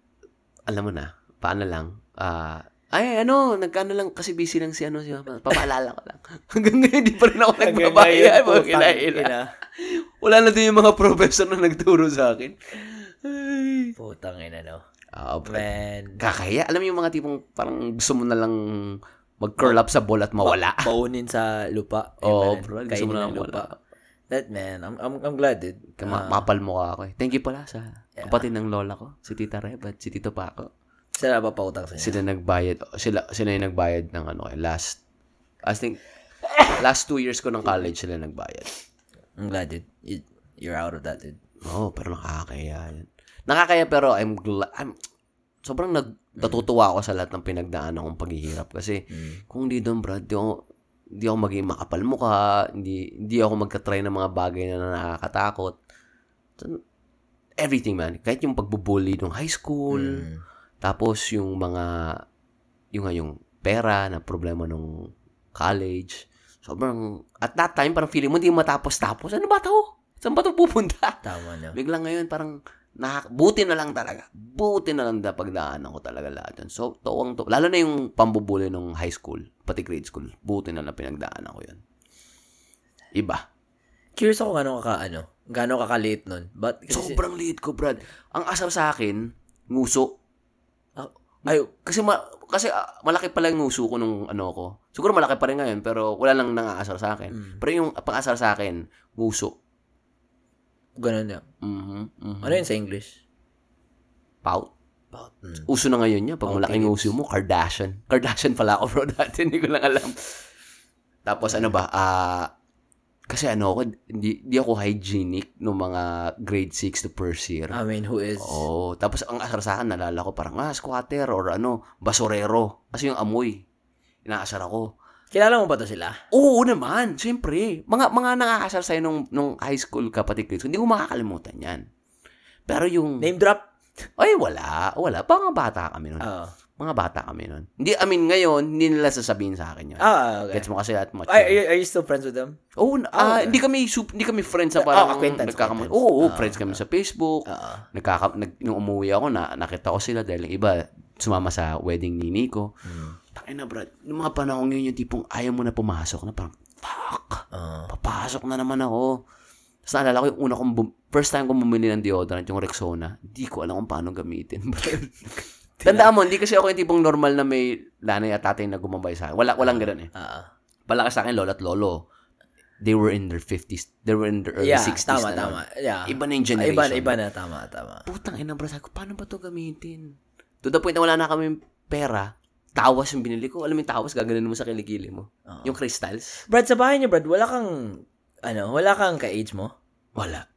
Speaker 1: alam mo na, paano lang. ah, ay, ano, nagkano lang kasi busy lang si ano si Mama. Papaalala ko lang. Hanggang ngayon, di pa rin ako nagbabayad. Mga kinaila. Wala na din yung mga professor na nagturo sa akin. Ay.
Speaker 2: Putang ina, no?
Speaker 1: Oo, pre.
Speaker 2: Man.
Speaker 1: Kakaya. Alam mo yung mga tipong parang gusto mo na lang mag-curl up sa ball at mawala.
Speaker 2: Baunin sa lupa.
Speaker 1: Oo,
Speaker 2: Oh, man.
Speaker 1: bro. Gusto
Speaker 2: Kainin
Speaker 1: mo na
Speaker 2: ng
Speaker 1: wala.
Speaker 2: That man, I'm, I'm, I'm glad, dude.
Speaker 1: Kama- mapal mukha ako eh. Thank you pala sa kapatid ng lola ko, si Tita Reb at si Tito Paco.
Speaker 2: Sila pa pautang sa inyo.
Speaker 1: Sila nagbayad, sila, sila yung nagbayad ng ano eh, last, I think, last two years ko ng college sila nagbayad.
Speaker 2: I'm glad, dude. You, you're out of that, dude.
Speaker 1: Oo, oh, pero nakakaya yun. Nakakaya pero I'm glad, I'm, sobrang nag, natutuwa ako sa lahat ng pinagdaanan kong paghihirap kasi
Speaker 2: Mm.
Speaker 1: kung di doon brad, di ako, di ako maging makapal mukha, hindi, hindi ako magka-try ng mga bagay na nakakatakot. So, everything man, kahit yung pagbubully nung high school,
Speaker 2: Mm.
Speaker 1: tapos yung mga yung nga yung pera na problema nung college. Sobrang at that time parang feeling mo hindi matapos-tapos. Ano ba 'to? Saan ba 'to pupunta?
Speaker 2: Tama, no?
Speaker 1: Biglang ngayon parang nakak- buti na lang talaga. Buti na lang napagdaanan ko talaga lahat yun. So, tuwang to. Lalo na yung pambubuli nung high school, pati grade school. Buti na lang pinagdaanan ko yun. Iba.
Speaker 2: Curious ako gano'ng kaka, ano, gano'ng kakalit nun. But, kasi,
Speaker 1: Sobrang liit ko, Brad. Ang asar sa akin, nguso.
Speaker 2: Ah,
Speaker 1: Ay, kasi ma- kasi ah, malaki pala yung nguso ko nung ano ko. Siguro malaki pa rin ngayon pero wala lang nangaasar sa akin.
Speaker 2: Mm.
Speaker 1: Pero yung pang-asar sa akin, nguso.
Speaker 2: gano'n na.
Speaker 1: Mhm. mhm.
Speaker 2: Ano yun sa English?
Speaker 1: Pout.
Speaker 2: About, mm.
Speaker 1: Uso na ngayon niya. Pag
Speaker 2: Pouty
Speaker 1: malaking
Speaker 2: lips.
Speaker 1: nguso mo, Kardashian. Kardashian pala ako bro dati. Hindi ko lang alam. Tapos ano ba? Ah, kasi ano ako, di, di ako hygienic nung mga grade 6 to first year.
Speaker 2: I mean, who is?
Speaker 1: Oo. tapos ang asar sa akin, nalala ko parang, ah, squatter or ano, basurero. Kasi yung amoy, inaasar ako.
Speaker 2: Kilala mo ba to sila?
Speaker 1: Oo naman, siyempre. Mga, mga nakakasar sa'yo nung, nung high school kapatid ko, hindi ko makakalimutan yan. Pero yung,
Speaker 2: Name drop? Oh.
Speaker 1: ay, wala, wala. Mga bata kami nun.
Speaker 2: Oo.
Speaker 1: Mga bata kami nun. Hindi, I mean, ngayon, hindi nila sasabihin sa akin yun.
Speaker 2: Ah, okay.
Speaker 1: Gets mo kasi at much.
Speaker 2: Are, are, you- are you still friends with them?
Speaker 1: Oo, na- ah,
Speaker 2: okay.
Speaker 1: hindi kami sup- hindi kami friends sa parang
Speaker 2: Oh, acquaintance,
Speaker 1: nagkakamo-
Speaker 2: acquaintance.
Speaker 1: Oo, oo,
Speaker 2: Ah,
Speaker 1: friends kami sa Facebook.
Speaker 2: Oo.
Speaker 1: Nagkaka nag, nung umuwi ako na nakita ko sila dahil yung iba sumama sa wedding ni Nico.
Speaker 2: Mm.
Speaker 1: Tangina na brad, yung mga panahon yun yung tipong ayaw mo na pumasok na parang fuck,
Speaker 2: Oo.
Speaker 1: papasok na naman ako. Tapos naalala ko yung una kong, bum- first time kong bumili ng deodorant, yung Rexona, di ko alam kung paano gamitin. brad. Tandaan mo, hindi kasi ako yung tipong normal na may lanay at tatay na gumabay sa akin. Wala, walang ganun eh.
Speaker 2: Oo.
Speaker 1: Palaki sa akin, lolo at lolo. they were in their 50s. They were in their early
Speaker 2: Yeah,
Speaker 1: 60s
Speaker 2: tama,
Speaker 1: na
Speaker 2: tama.
Speaker 1: nun.
Speaker 2: Yeah.
Speaker 1: Iba na yung
Speaker 2: Ah,
Speaker 1: generation.
Speaker 2: Iba, iba na, tama, tama.
Speaker 1: Putang ina, bro. Sabi ko, paano ba to gamitin? To the point na wala na kami pera. Tawas yung binili ko. Alam mo yung tawas, gaganan mo sa kilikili mo.
Speaker 2: Oo.
Speaker 1: Yung crystals.
Speaker 2: Brad, sa bahay niyo, Brad, wala kang, ano, wala kang ka-age mo?
Speaker 1: Wala.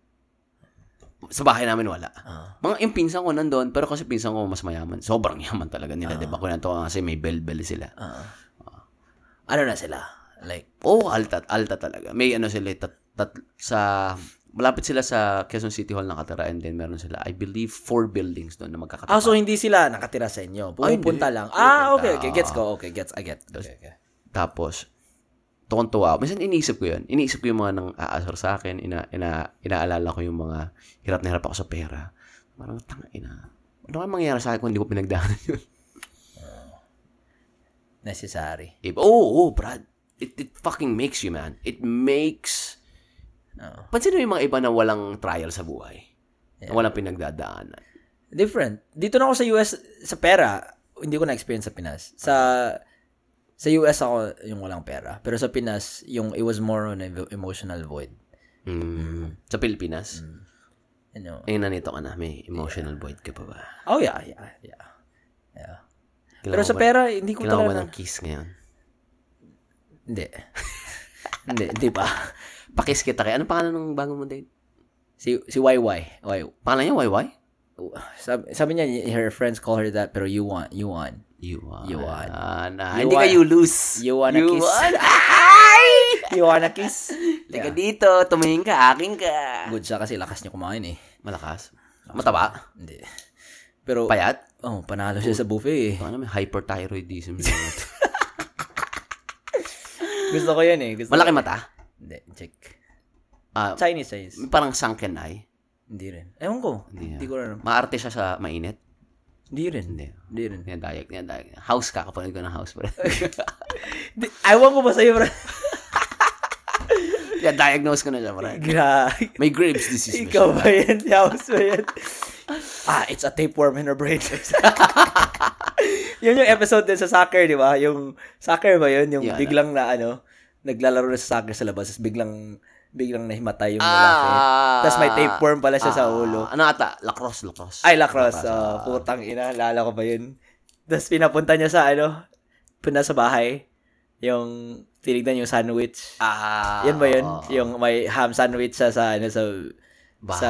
Speaker 1: Sa bahay namin, wala.
Speaker 2: Ah.
Speaker 1: Mga yung pinsan ko nandun, pero kasi pinsan ko mas mayaman. Sobrang yaman talaga nila, diba? di ba? Kunento ka kasi may bell-bell sila.
Speaker 2: ah. ano na sila? Like,
Speaker 1: Oo, alta, alta talaga. May ano sila, tat, tat, sa, malapit sila sa Quezon City Hall nakatira and then meron sila, I believe, four buildings doon na magkakatapat.
Speaker 2: ah, so hindi sila nakatira sa inyo.
Speaker 1: Ah, hindi.
Speaker 2: Pumupunta lang. Ah, okay, okay.
Speaker 1: Pumupunta,
Speaker 2: Gets ko. Okay, gets. I get. Okay, okay.
Speaker 1: Tapos, tuwang-tuwa ako. Minsan iniisip ko yun. Iniisip ko yung mga nang aasar sa akin. Ina, ina, inaalala ko yung mga hirap na hirap ako sa pera. Parang, tanga ina. Ano kaya mangyayari sa akin kung hindi ko pinagdaanan yun?
Speaker 2: Necessary.
Speaker 1: Iba, oh, oh, Brad. It, it fucking makes you, man. It makes...
Speaker 2: Oo.
Speaker 1: Pansin mo yung mga iba na walang trial sa buhay. Na
Speaker 2: Yeah.
Speaker 1: walang pinagdadaanan.
Speaker 2: Different. Dito na ako sa US, sa pera, hindi ko na-experience sa Pinas. Sa sa US ako yung walang pera. Pero sa Pinas, yung it was more on an emotional void.
Speaker 1: Mm. Sa Pilipinas,
Speaker 2: You know?
Speaker 1: eh, nanito ka na, may emotional void ka pa ba?
Speaker 2: Oh, yeah, yeah, yeah. yeah.
Speaker 1: Kailangan
Speaker 2: Pero sa
Speaker 1: ba-
Speaker 2: pera, hindi ko
Speaker 1: kailangan mo ba
Speaker 2: talaga...
Speaker 1: ng kiss ngayon?
Speaker 2: Hindi. hindi, di ba?
Speaker 1: Pakiss kita kaya. Anong pangalan ng bago mong date?
Speaker 2: Si, si YY. Y,
Speaker 1: Pangalan niya, YY?
Speaker 2: sabi, sabi niya, y- her friends call her that, pero you want, you want.
Speaker 1: You want.
Speaker 2: You want.
Speaker 1: na-
Speaker 2: You
Speaker 1: hindi
Speaker 2: want.
Speaker 1: ka you lose.
Speaker 2: You wanna kiss.
Speaker 1: want. Ay!
Speaker 2: You wanna kiss?
Speaker 1: Teka
Speaker 2: Yeah.
Speaker 1: dito, tumingin ka, akin ka.
Speaker 2: Good siya kasi lakas niya kumain eh.
Speaker 1: Malakas. Mataba.
Speaker 2: Hindi. Pero,
Speaker 1: Payat.
Speaker 2: oh, panalo siya sa buffet eh.
Speaker 1: Ano may hyperthyroidism.
Speaker 2: Gusto ko yun eh. Gusto
Speaker 1: Malaki mata.
Speaker 2: Hindi, check.
Speaker 1: Ah,
Speaker 2: Chinese size.
Speaker 1: parang sunken eye.
Speaker 2: Hindi rin. Ewan ko.
Speaker 1: Hindi,
Speaker 2: Hindi ko rin. alam.
Speaker 1: Maarte siya sa mainit.
Speaker 2: Hindi rin.
Speaker 1: Hindi.
Speaker 2: Hindi rin.
Speaker 1: Nandayag, nandayag. House ka, kapanood ko ng house.
Speaker 2: Di, ewan ko ba sa'yo, bro?
Speaker 1: Nandayag-diagnose ko na siya, parang.
Speaker 2: Grabe.
Speaker 1: May Graves disease. ba
Speaker 2: Ikaw ba yan? Yawas ba yan? ah, it's a tapeworm in her brain. yun yung episode din sa soccer, di ba? Yung soccer ba yun? Yung
Speaker 1: Yeah,
Speaker 2: biglang na ano, naglalaro na sa soccer sa labas, tapos biglang biglang nahimatay yung
Speaker 1: siya?
Speaker 2: lalaki.
Speaker 1: Ah,
Speaker 2: Tapos may tapeworm pala siya
Speaker 1: ah,
Speaker 2: sa ulo.
Speaker 1: Ano ata? Lacrosse, lacrosse.
Speaker 2: Ay, lacrosse.
Speaker 1: ah.
Speaker 2: Oh, putang ina. Lala ko ba yun? Tapos pinapunta niya sa ano, punta sa bahay. Yung, tinignan yung sandwich.
Speaker 1: Ah,
Speaker 2: yan ba yun?
Speaker 1: oo.
Speaker 2: Yung may ham sandwich sa, sa ano, sa,
Speaker 1: Bahay.
Speaker 2: sa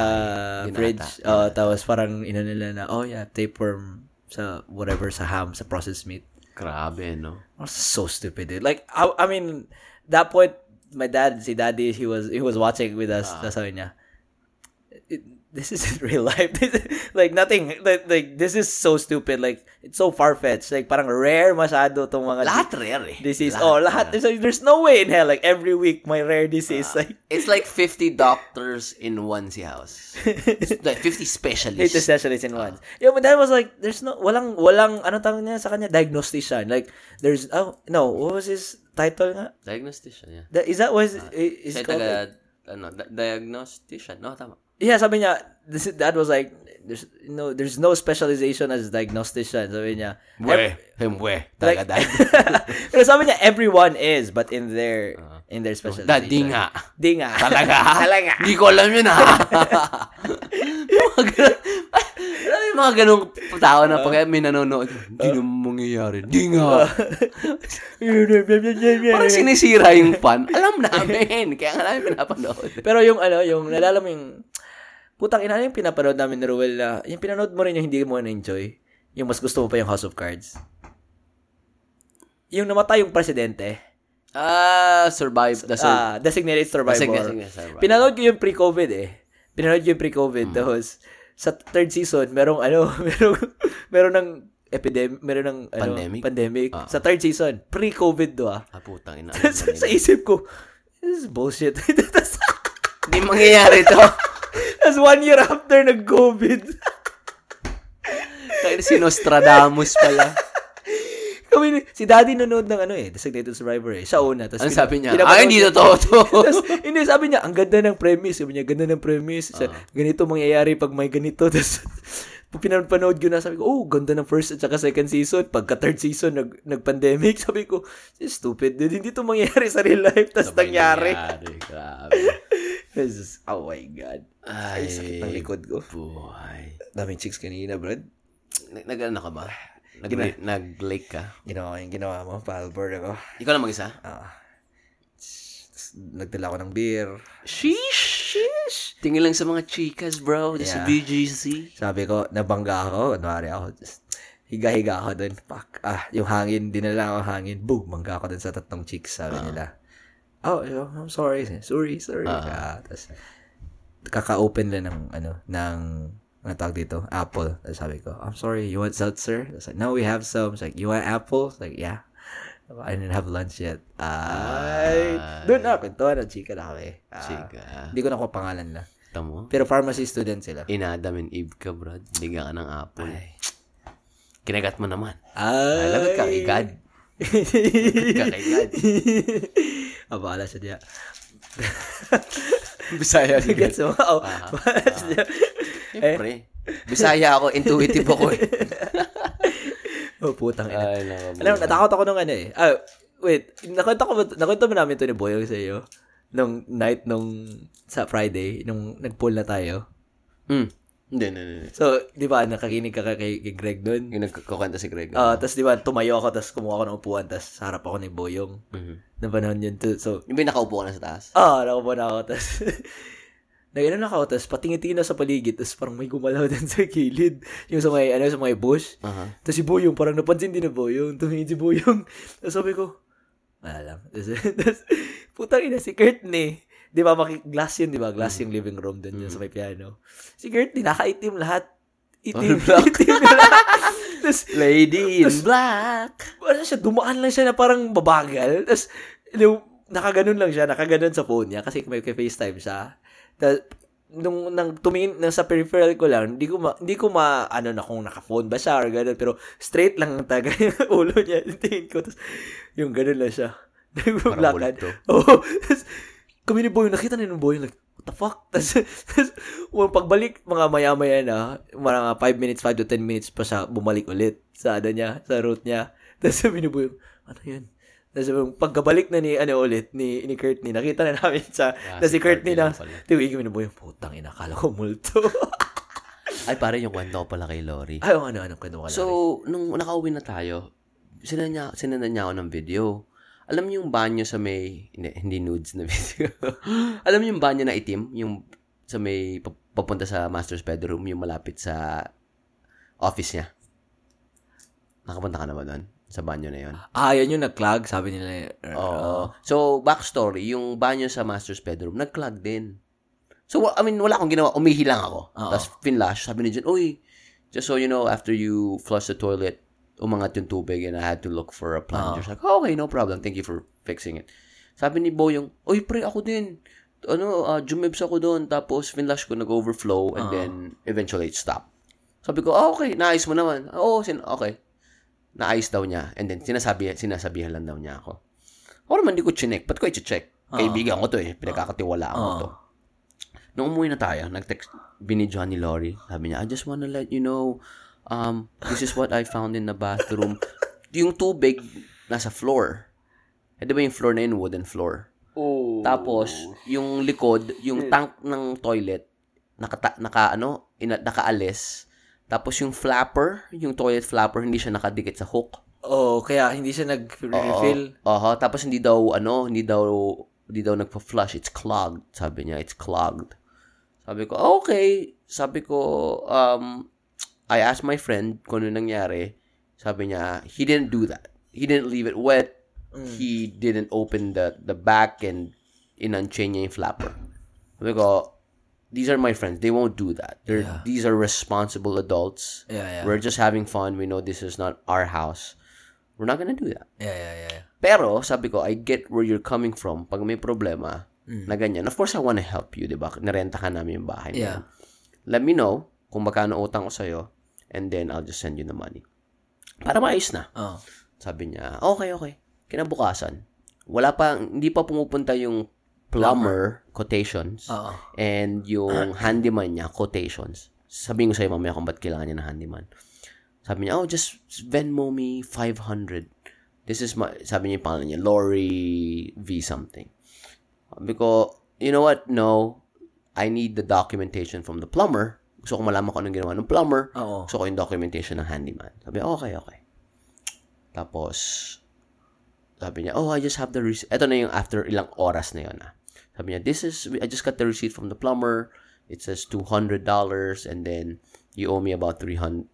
Speaker 1: Yun
Speaker 2: fridge.
Speaker 1: ata.
Speaker 2: Oh, tapos parang ina nila na, oh yeah, tapeworm sa whatever, sa ham, sa processed meat.
Speaker 1: Grabe, no?
Speaker 2: I was so stupid, dude. Like, I, I mean, that point, my dad, si daddy, he was he was watching with us.
Speaker 1: Ah.
Speaker 2: That's how niya. It, this isn't real life. This is- like nothing. Like, like this is so stupid. Like it's so far fetched. Like parang rare masyado tong mga
Speaker 1: Lahat rare eh.
Speaker 2: disease. oh, lahat. There's, there's no way in hell. Like every week, my rare disease. like
Speaker 1: It's like 50 doctors in one si house. It's like 50
Speaker 2: eight
Speaker 1: specialists.
Speaker 2: specialists in one. Yeah, but that was like there's no walang walang ano tawag niya sa kanya diagnostician. Like there's oh no what was his title nga?
Speaker 1: Diagnostician, yeah.
Speaker 2: That, is that was is
Speaker 1: Ah, Siya
Speaker 2: it called?
Speaker 1: taga, ano, di- diagnostician. No, tama.
Speaker 2: Yeah, sabi niya, this, that was like, there's no, there's no specialization as diagnostician. Sabi niya,
Speaker 1: Bwe. Himwe.
Speaker 2: Like-
Speaker 1: Taga diag-
Speaker 2: pero sabi niya, everyone is, but in their, in their specialization.
Speaker 1: Daddy Ah. nga.
Speaker 2: Dinga.
Speaker 1: Talaga?
Speaker 2: Talaga.
Speaker 1: Hindi ko alam yun, ha? mga ganun, alam mo yung mga ganung tao na pag may nanonood, hindi naman mangyayari. Hindi nga. Parang sinisira yung fan. Alam namin. Kaya nga namin pinapanood.
Speaker 2: pero yung ano, yung, nalala mo yung, putang ina, yung pinapanood namin ni Ruel na, yung pinanood mo rin yung hindi mo na-enjoy, yung mas gusto mo pa yung House of Cards. Yung namatay yung presidente,
Speaker 1: Ah, survive. The sur-
Speaker 2: ah, designated survivor.
Speaker 1: Kasi nga, sige, survive.
Speaker 2: Pinanood ko yung pre-COVID eh. Pinanood ko yung pre-COVID.
Speaker 1: Mm.
Speaker 2: Tapos, sa third season, merong ano, merong, merong ng epidemic, meron ng ano,
Speaker 1: Pandemic? Ah.
Speaker 2: Sa third season, pre-COVID do ah.
Speaker 1: ah, putang ina.
Speaker 2: Tapos, sa isip ko, this is bullshit. Tapos,
Speaker 1: Hindi mangyayari to.
Speaker 2: tapos one year after nag-COVID,
Speaker 1: Tayo si Nostradamus pala.
Speaker 2: kami, ni- si daddy nanood ng ano eh, Designated Survivor eh, siya una. Tapos
Speaker 1: Ano
Speaker 2: pina-
Speaker 1: sabi niya?
Speaker 2: pinapanood
Speaker 1: Ay, hindi
Speaker 2: niya.
Speaker 1: totoo to.
Speaker 2: Tapos, hindi, sabi
Speaker 1: Ah.
Speaker 2: niya, ang ganda ng premise. Sabi niya, ganda ng premise. Sa- ganito mangyayari pag may ganito. Tapos, Pag pinapanood ko na, sabi ko, oh, ganda ng first at saka second season. Pagka third season, nag, nag-pandemic, sabi ko, stupid dude, hindi to mangyayari sa real life, tas
Speaker 1: Sabay
Speaker 2: nangyari.
Speaker 1: nangyari. Grabe.
Speaker 2: Jesus, oh my God. Ay, sakit ng likod ko.
Speaker 1: Buhay.
Speaker 2: Daming chicks kanina, brad.
Speaker 1: Nag- Nag-ano ka ba? Nag-
Speaker 2: Gina-
Speaker 1: Nag-lake ka?
Speaker 2: Ginawa ko yung ginawa mo, palboard ako.
Speaker 1: Ikaw lang mag-isa?
Speaker 2: Ah. Tss, Nagdala ko ng beer.
Speaker 1: Sheesh! Tingin lang sa mga chicas, bro. This is
Speaker 2: Yeah.
Speaker 1: BGC.
Speaker 2: Sabi ko, nabangga ako. Kunwari ako, just, higa-higa ako dun. Pak, ah, yung hangin, dinala ako ng hangin. Boom, mangga ako dun sa tatlong chicks, sabi nila. Oh, you know, I'm sorry. Sorry, sorry. Ah, tas, kaka-open lang ng, ano, ng, ano tawag dito? Apple. Tapos sabi ko, I'm sorry, you want seltzer? Tapos like, no, we have some. It's like, you want apple? It's like, yeah. I didn't have lunch yet. Ay, doon na, kwentuhan ng chika na kami. Ah,
Speaker 1: Chika.
Speaker 2: Hindi ko na ako pangalan na.
Speaker 1: Tamo.
Speaker 2: Pero pharmacy student sila.
Speaker 1: Inadam and Eve ka, bro. Bigyan ka ng apple. Kinagat mo naman.
Speaker 2: Ay!
Speaker 1: Lagot ka
Speaker 2: eh,
Speaker 1: kay God. Lagot ka kay God.
Speaker 2: Abala Ah, siya diya.
Speaker 1: Bisaya.
Speaker 2: Gets mo? Oo.
Speaker 1: Siyempre. Bisaya ako. Intuitive ako eh.
Speaker 2: Oh, putang ina.
Speaker 1: Ay, naka.
Speaker 2: Alam, mo, natakot ako nung ano eh. Ah, wait. Nakwento ko ba, nakwento ba namin to ni Boyong sa iyo? Nung night nung sa Friday, nung nag-pool na tayo.
Speaker 1: Hmm. Hindi, hindi, hindi.
Speaker 2: So, di ba, nakakinig ka kay, kay Greg doon?
Speaker 1: Yung nagkakukanta si Greg.
Speaker 2: Ah, tas di ba, tumayo ako, tas kumuha ako ng upuan, tas harap ako ni Boyong.
Speaker 1: Mhm.
Speaker 2: Nung panahon yun to. So,
Speaker 1: Yung pinakaupo ka na sa taas.
Speaker 2: Ah, nakaupo na ako. Tapos, nag-ano na ako. Tapos, patingin-tingin na sa paligid. Tapos, parang may gumalaw din sa kilid. Yung sa may, ano, sa may bush.
Speaker 1: Aha.
Speaker 2: Tapos, si Boyong, parang napansin din na Boyong. Tumingin si Boyong. Tapos, sabi ko, wala lang. Tapos, tapos, putang ina, si Kurtney. Di ba, maki- glass yun, di ba? Glass yung living room dun, yun sa may piano. Si Kurtney, nakaitim lahat. Itim, itim na lahat. Tapos,
Speaker 1: Lady in black.
Speaker 2: ano siya, dumaan lang siya na parang babagal. Tapos, yung, nakaganon lang siya, nakaganon sa phone niya kasi may FaceTime siya. Tapos, nung nang tumingin nang sa peripheral ko lang, hindi ko ma, hindi ko ma ano na kung naka-phone ba siya or ganun, pero straight lang ang taga yung ulo niya, yung tingin ko. Tapos, yung ganun lang siya. Nagbablakad.
Speaker 1: multo.
Speaker 2: Oo. Tapos, kami ni Boy, nakita na ng Boy, like, what the fuck? Tapos, tapos, well, pagbalik, mga maya-maya na, mga 5 minutes, 5 to 10 minutes pa siya bumalik ulit sa ano niya, sa route niya. Tapos sabi ni Boy, ano yun? Tapos sabi, ko, pagkabalik na ni, ano ulit, ni, ni Kurtney, nakita na namin siya. Tapos
Speaker 1: Ah, si
Speaker 2: si
Speaker 1: Kurtney
Speaker 2: Kurtney na,
Speaker 1: lang pala.
Speaker 2: tiwi kami ni Boy, putang ina, kala ko multo.
Speaker 1: Ay, pare yung kwento ko pala kay Lori.
Speaker 2: Ay, oh, ano, ano, kwento ka so,
Speaker 1: So, nung nakauwi na tayo, sinandan niya, sinandan niya ako ng video. Alam niyo yung banyo sa may, hindi, hindi nudes na video. Alam niyo yung banyo na itim, yung sa may pa- papunta sa master's bedroom, yung malapit sa office niya. Nakapunta ka na ba doon? Sa banyo na yon
Speaker 2: Ah, yun yung nag-clog, sabi nila. eh, er,
Speaker 1: Oo. So, backstory, yung banyo sa master's bedroom, nag-clog din. So, wa- I mean, wala akong ginawa. Umihi lang ako.
Speaker 2: Oo.
Speaker 1: Tapos, finlash. Sabi ni Jen, Uy, just so you know, after you flush the toilet, umangat yung tubig and I had to look for a plunger. She's like, "Oh, okay, no problem. Thank you for fixing it. Sabi ni Bo yung, Uy, pre, ako din. Ano, uh, jumibs ako doon. Tapos, finlash ko, nag-overflow. And then, eventually, it stopped. Sabi ko, oh, okay, naayos mo naman. Oo, sin okay. Naayos daw niya. And then, sinasabi, sinasabihan lang daw niya ako. Ako naman, hindi ko chinek. Ba't ko i-check? Kaibigan ko to eh. Pinagkakatiwalaan ko to. Nung umuwi na tayo, nag-text, binidyohan ni Lori. Sabi niya, I just wanna let you know, um, this is what I found in the bathroom. yung tubig, nasa floor. Eh, di ba yung floor na yun, wooden floor?
Speaker 2: Oh.
Speaker 1: Tapos, yung likod, yung tank ng toilet, naka, naka ano, ina, nakaalis. Tapos yung flapper, yung toilet flapper, hindi siya nakadikit sa hook.
Speaker 2: Oh, kaya hindi siya nag-refill.
Speaker 1: Oo. Aha, tapos hindi daw, ano, hindi daw, hindi daw nagpa-flush. It's clogged, sabi niya. It's clogged. Sabi ko, "Ah, okay. Sabi ko, um, I asked my friend kung ano nangyari. Sabi niya, he didn't do that. He didn't leave it wet. He didn't open the the back and inunchain niya yung flapper. Sabi ko, these are my friends. They won't do that. They're, These are responsible adults.
Speaker 2: Yeah, yeah.
Speaker 1: We're just having fun. We know this is not our house. We're not gonna do that.
Speaker 2: Yeah, yeah, yeah. yeah.
Speaker 1: Pero, sabi ko, I get where you're coming from pag may problema na ganyan. Of course, I wanna help you, di ba? Narenta ka namin yung bahay. mo.
Speaker 2: Yeah.
Speaker 1: Let me know kung magkano utang ko sa'yo and then I'll just send you the money. Para maayos na.
Speaker 2: Oh.
Speaker 1: Sabi niya, okay, okay. Kinabukasan, wala pa, hindi pa pumupunta yung plumber quotations
Speaker 2: Oo.
Speaker 1: and yung handyman niya quotations. Sabihin ko sa'yo mamaya kung ba't kailangan niya ng handyman. Sabi niya, oh, just Venmo me 500. This is my, sabi niya yung pangalan niya, Lori V something. Sabi ko, you know what? No, I need the documentation from the plumber. Gusto ko malaman kung anong ginawa ng plumber.
Speaker 2: Oo.
Speaker 1: Gusto ko yung documentation ng handyman. Sabi niya, okay, okay. Tapos, sabi niya, oh, I just have the receipt. Ito na yung after ilang oras na yun. Ah. Sabi niya, this is, I just got the receipt from the plumber. It says $200 and then you owe me about $300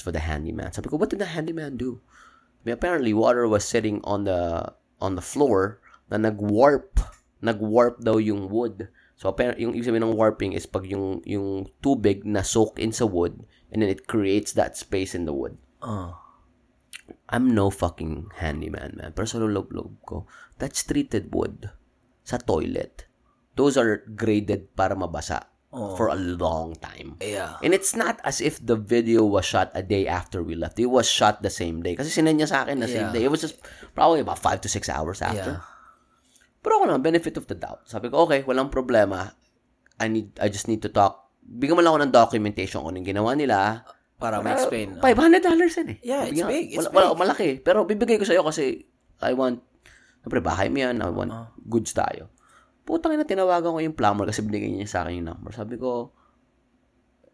Speaker 1: for the handyman. Sabi ko, what did the handyman do? Sabi, niya, apparently, water was sitting on the on the floor na nag-warp. Nag-warp daw yung wood. So, apparently, yung ibig sabihin ng warping is pag yung, yung tubig na soak in sa wood and then it creates that space in the wood.
Speaker 2: Oo.
Speaker 1: I'm no fucking handyman, man. Pero sa loob-loob ko, that's treated wood sa toilet. Those are graded para mabasa
Speaker 2: Oo.
Speaker 1: for a long time.
Speaker 2: Yeah.
Speaker 1: And it's not as if the video was shot a day after we left. It was shot the same day. Kasi sinend niya sa akin the same
Speaker 2: Yeah.
Speaker 1: day. It was just probably about five to six hours after.
Speaker 2: Yeah.
Speaker 1: Pero ako na, benefit of the doubt. Sabi ko, okay, walang problema. I need, I just need to talk. Bigyan mo lang ako ng documentation kung anong ginawa nila.
Speaker 2: Para ma-explain.
Speaker 1: Uh, $500 yan eh.
Speaker 2: Yeah, it's
Speaker 1: Bigyan-
Speaker 2: big, it's
Speaker 1: wala, wala- malaki. Pero bibigay ko sa'yo kasi I want, siyempre bahay mo yan, I want
Speaker 2: Oo.
Speaker 1: goods tayo. Putang ina, tinawagan ko yung plumber kasi binigay niya sa akin yung number. Sabi ko,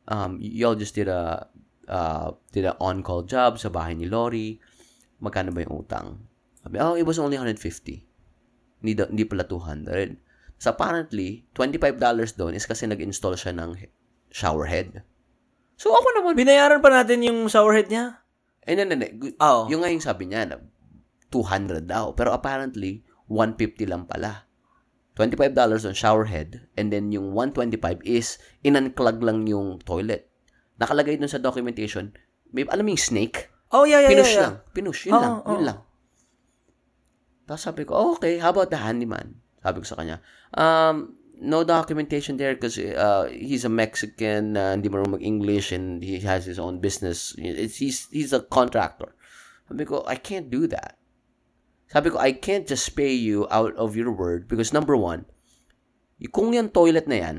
Speaker 1: um, y- y'all just did a, uh, did a on-call job sa bahay ni Lori. Magkano ba yung utang? Sabi, oh, it was only 150 hindi, da- hindi pala 200. So, apparently, $25 doon is kasi nag-install siya ng he- shower head. So, ako naman,
Speaker 2: Binayaran pa natin yung showerhead niya?
Speaker 1: eh, hindi, hindi, hindi. Gu-
Speaker 2: Oo.
Speaker 1: Yung nga yung sabi niya, na 200 daw. Pero apparently, 150 lang pala. $25 on shower head, and then yung 125 is, inanclog lang yung toilet. Nakalagay dun sa documentation, may, alam mo yung snake?
Speaker 2: Oh, yeah, yeah,
Speaker 1: Pinush
Speaker 2: yeah, yeah.
Speaker 1: lang. Pinush. Yun
Speaker 2: Oo,
Speaker 1: lang. Yun
Speaker 2: oo.
Speaker 1: lang. Tapos sabi ko, "Oh, okay, how about the handyman? Sabi ko sa kanya, um, no documentation there because uh, he's a Mexican, uh, hindi marunong mag-English and he has his own business. It's, he's, he's a contractor. Sabi ko, I can't do that. Sabi ko, I can't just pay you out of your word because number one, y- kung yung toilet na yan,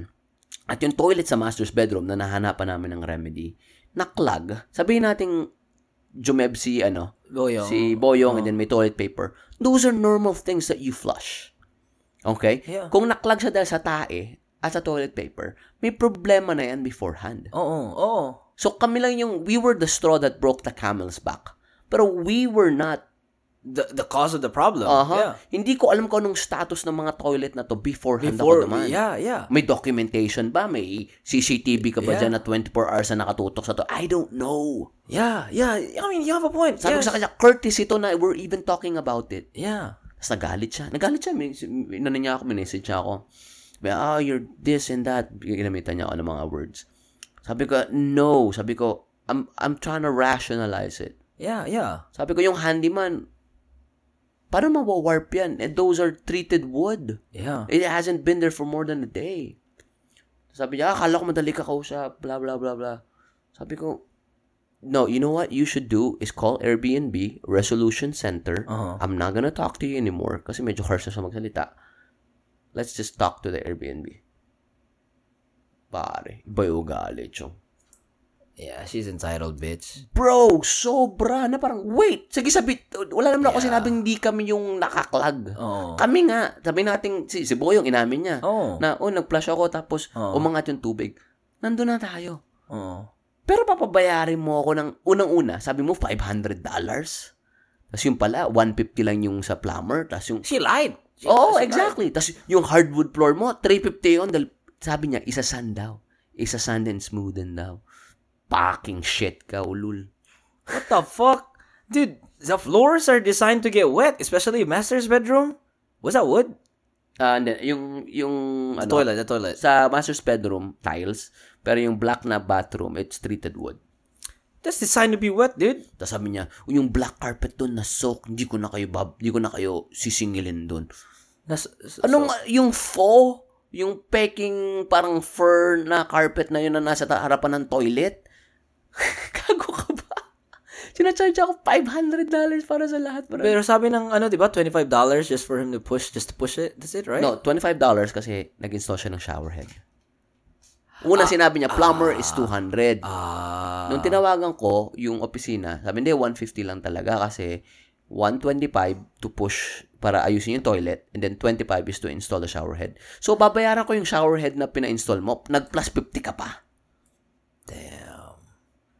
Speaker 1: at yung toilet sa master's bedroom na nahanapan namin ng remedy, naklag, sabihin nating Jumeb si, ano,
Speaker 2: Boyong.
Speaker 1: si Boyong and then may toilet paper. Those are normal things that you flush. Okay?
Speaker 2: Yeah.
Speaker 1: Kung naklag siya dahil sa tae at sa toilet paper, may problema na yan beforehand.
Speaker 2: Oo, oo.
Speaker 1: So kami lang yung, we were the straw that broke the camel's back. Pero we were not
Speaker 2: The, the cause of the problem.
Speaker 1: Aha.
Speaker 2: Oh, Yeah.
Speaker 1: Hindi ko alam kung anong status ng mga toilet na to beforehand
Speaker 2: Before,
Speaker 1: ako naman.
Speaker 2: yeah, yeah.
Speaker 1: May documentation ba? May CCTV ka ba
Speaker 2: Yeah.
Speaker 1: dyan na 24 hours na nakatutok sa to? I don't know.
Speaker 2: Yeah, yeah. I mean, you have a point.
Speaker 1: Sabi
Speaker 2: yes.
Speaker 1: ko sa kanya, courtesy to na we're even talking about it.
Speaker 2: Yeah.
Speaker 1: Tapos nagalit siya. Nagalit siya. May, may- ano niya ako, minessage niya ako. Sabi, ah, you're this and that. Ginamitan niya ako ng mga words. Sabi ko, no. Sabi ko, I'm, I'm trying to rationalize it.
Speaker 2: Yeah, yeah.
Speaker 1: Sabi ko, yung handyman, paano mawawarp yan? And those are treated wood.
Speaker 2: Yeah.
Speaker 1: It hasn't been there for more than a day. Sabi niya, akala ko madali ka kausap, blah, blah, blah, blah. Sabi ko, no, you know what you should do is call Airbnb Resolution Center.
Speaker 2: Uh-huh.
Speaker 1: I'm not gonna talk to you anymore kasi medyo harsh na siya magsalita. Let's just talk to the Airbnb. Pare, iba yung ugali, chong.
Speaker 2: Yeah, she's entitled, bitch.
Speaker 1: Bro, sobra na parang, wait, sige sabi, wala naman ako
Speaker 2: Yeah. Oh.
Speaker 1: sinabing hindi kami yung nakaklag.
Speaker 2: Oo.
Speaker 1: Kami nga, sabi natin, si, si Boyong inamin niya.
Speaker 2: Oo.
Speaker 1: Na, oh, nag-flush ako tapos
Speaker 2: Oo.
Speaker 1: umangat yung tubig. Nandun na tayo.
Speaker 2: Oo.
Speaker 1: Pero papabayarin mo ako ng unang-una, sabi mo $500. Tapos yung pala, 150 lang yung sa plumber. Tapos yung,
Speaker 2: She lied. She-
Speaker 1: oh,
Speaker 2: she
Speaker 1: exactly. Tapos yung hardwood floor mo, 350 yun. Dahil sabi niya, isa sand daw. Isa sand and smoothen daw. Fucking shit ka, ulul.
Speaker 2: lied. What the fuck? Dude, the floors are designed to get wet, especially master's bedroom. Was that wood?
Speaker 1: Ah, hindi. yung, yung,
Speaker 2: The
Speaker 1: ano,
Speaker 2: toilet, the toilet.
Speaker 1: sa master's bedroom, tiles. Pero yung black na bathroom, it's treated wood.
Speaker 2: That's designed to be wet, dude.
Speaker 1: Tapos sabi niya, "Uy, yung black carpet doon na soak, hindi ko na kayo bab, hindi ko na kayo sisingilin doon.
Speaker 2: Nas-
Speaker 1: Anong uh, yung faux, yung peking parang fur na carpet na yun na nasa ta- harapan ng toilet? Gago ka ba? Sinacharge ako $500 para sa lahat. Para.
Speaker 2: Pero sabi ng ano, 'di ba, $25 just for him to push, just to push it. That's it, right?
Speaker 1: No, $25 kasi nag-install siya ng shower head. Una sinabi niya, plumber is 200.
Speaker 2: Ah.
Speaker 1: Nung tinawagan ko yung opisina, sabi hindi, 150 lang talaga kasi 125 to push para ayusin yung toilet and then 25 is to install the shower head. So, babayaran ko yung shower head na pina-install mo. Nag-plus 50 ka pa.
Speaker 2: Damn.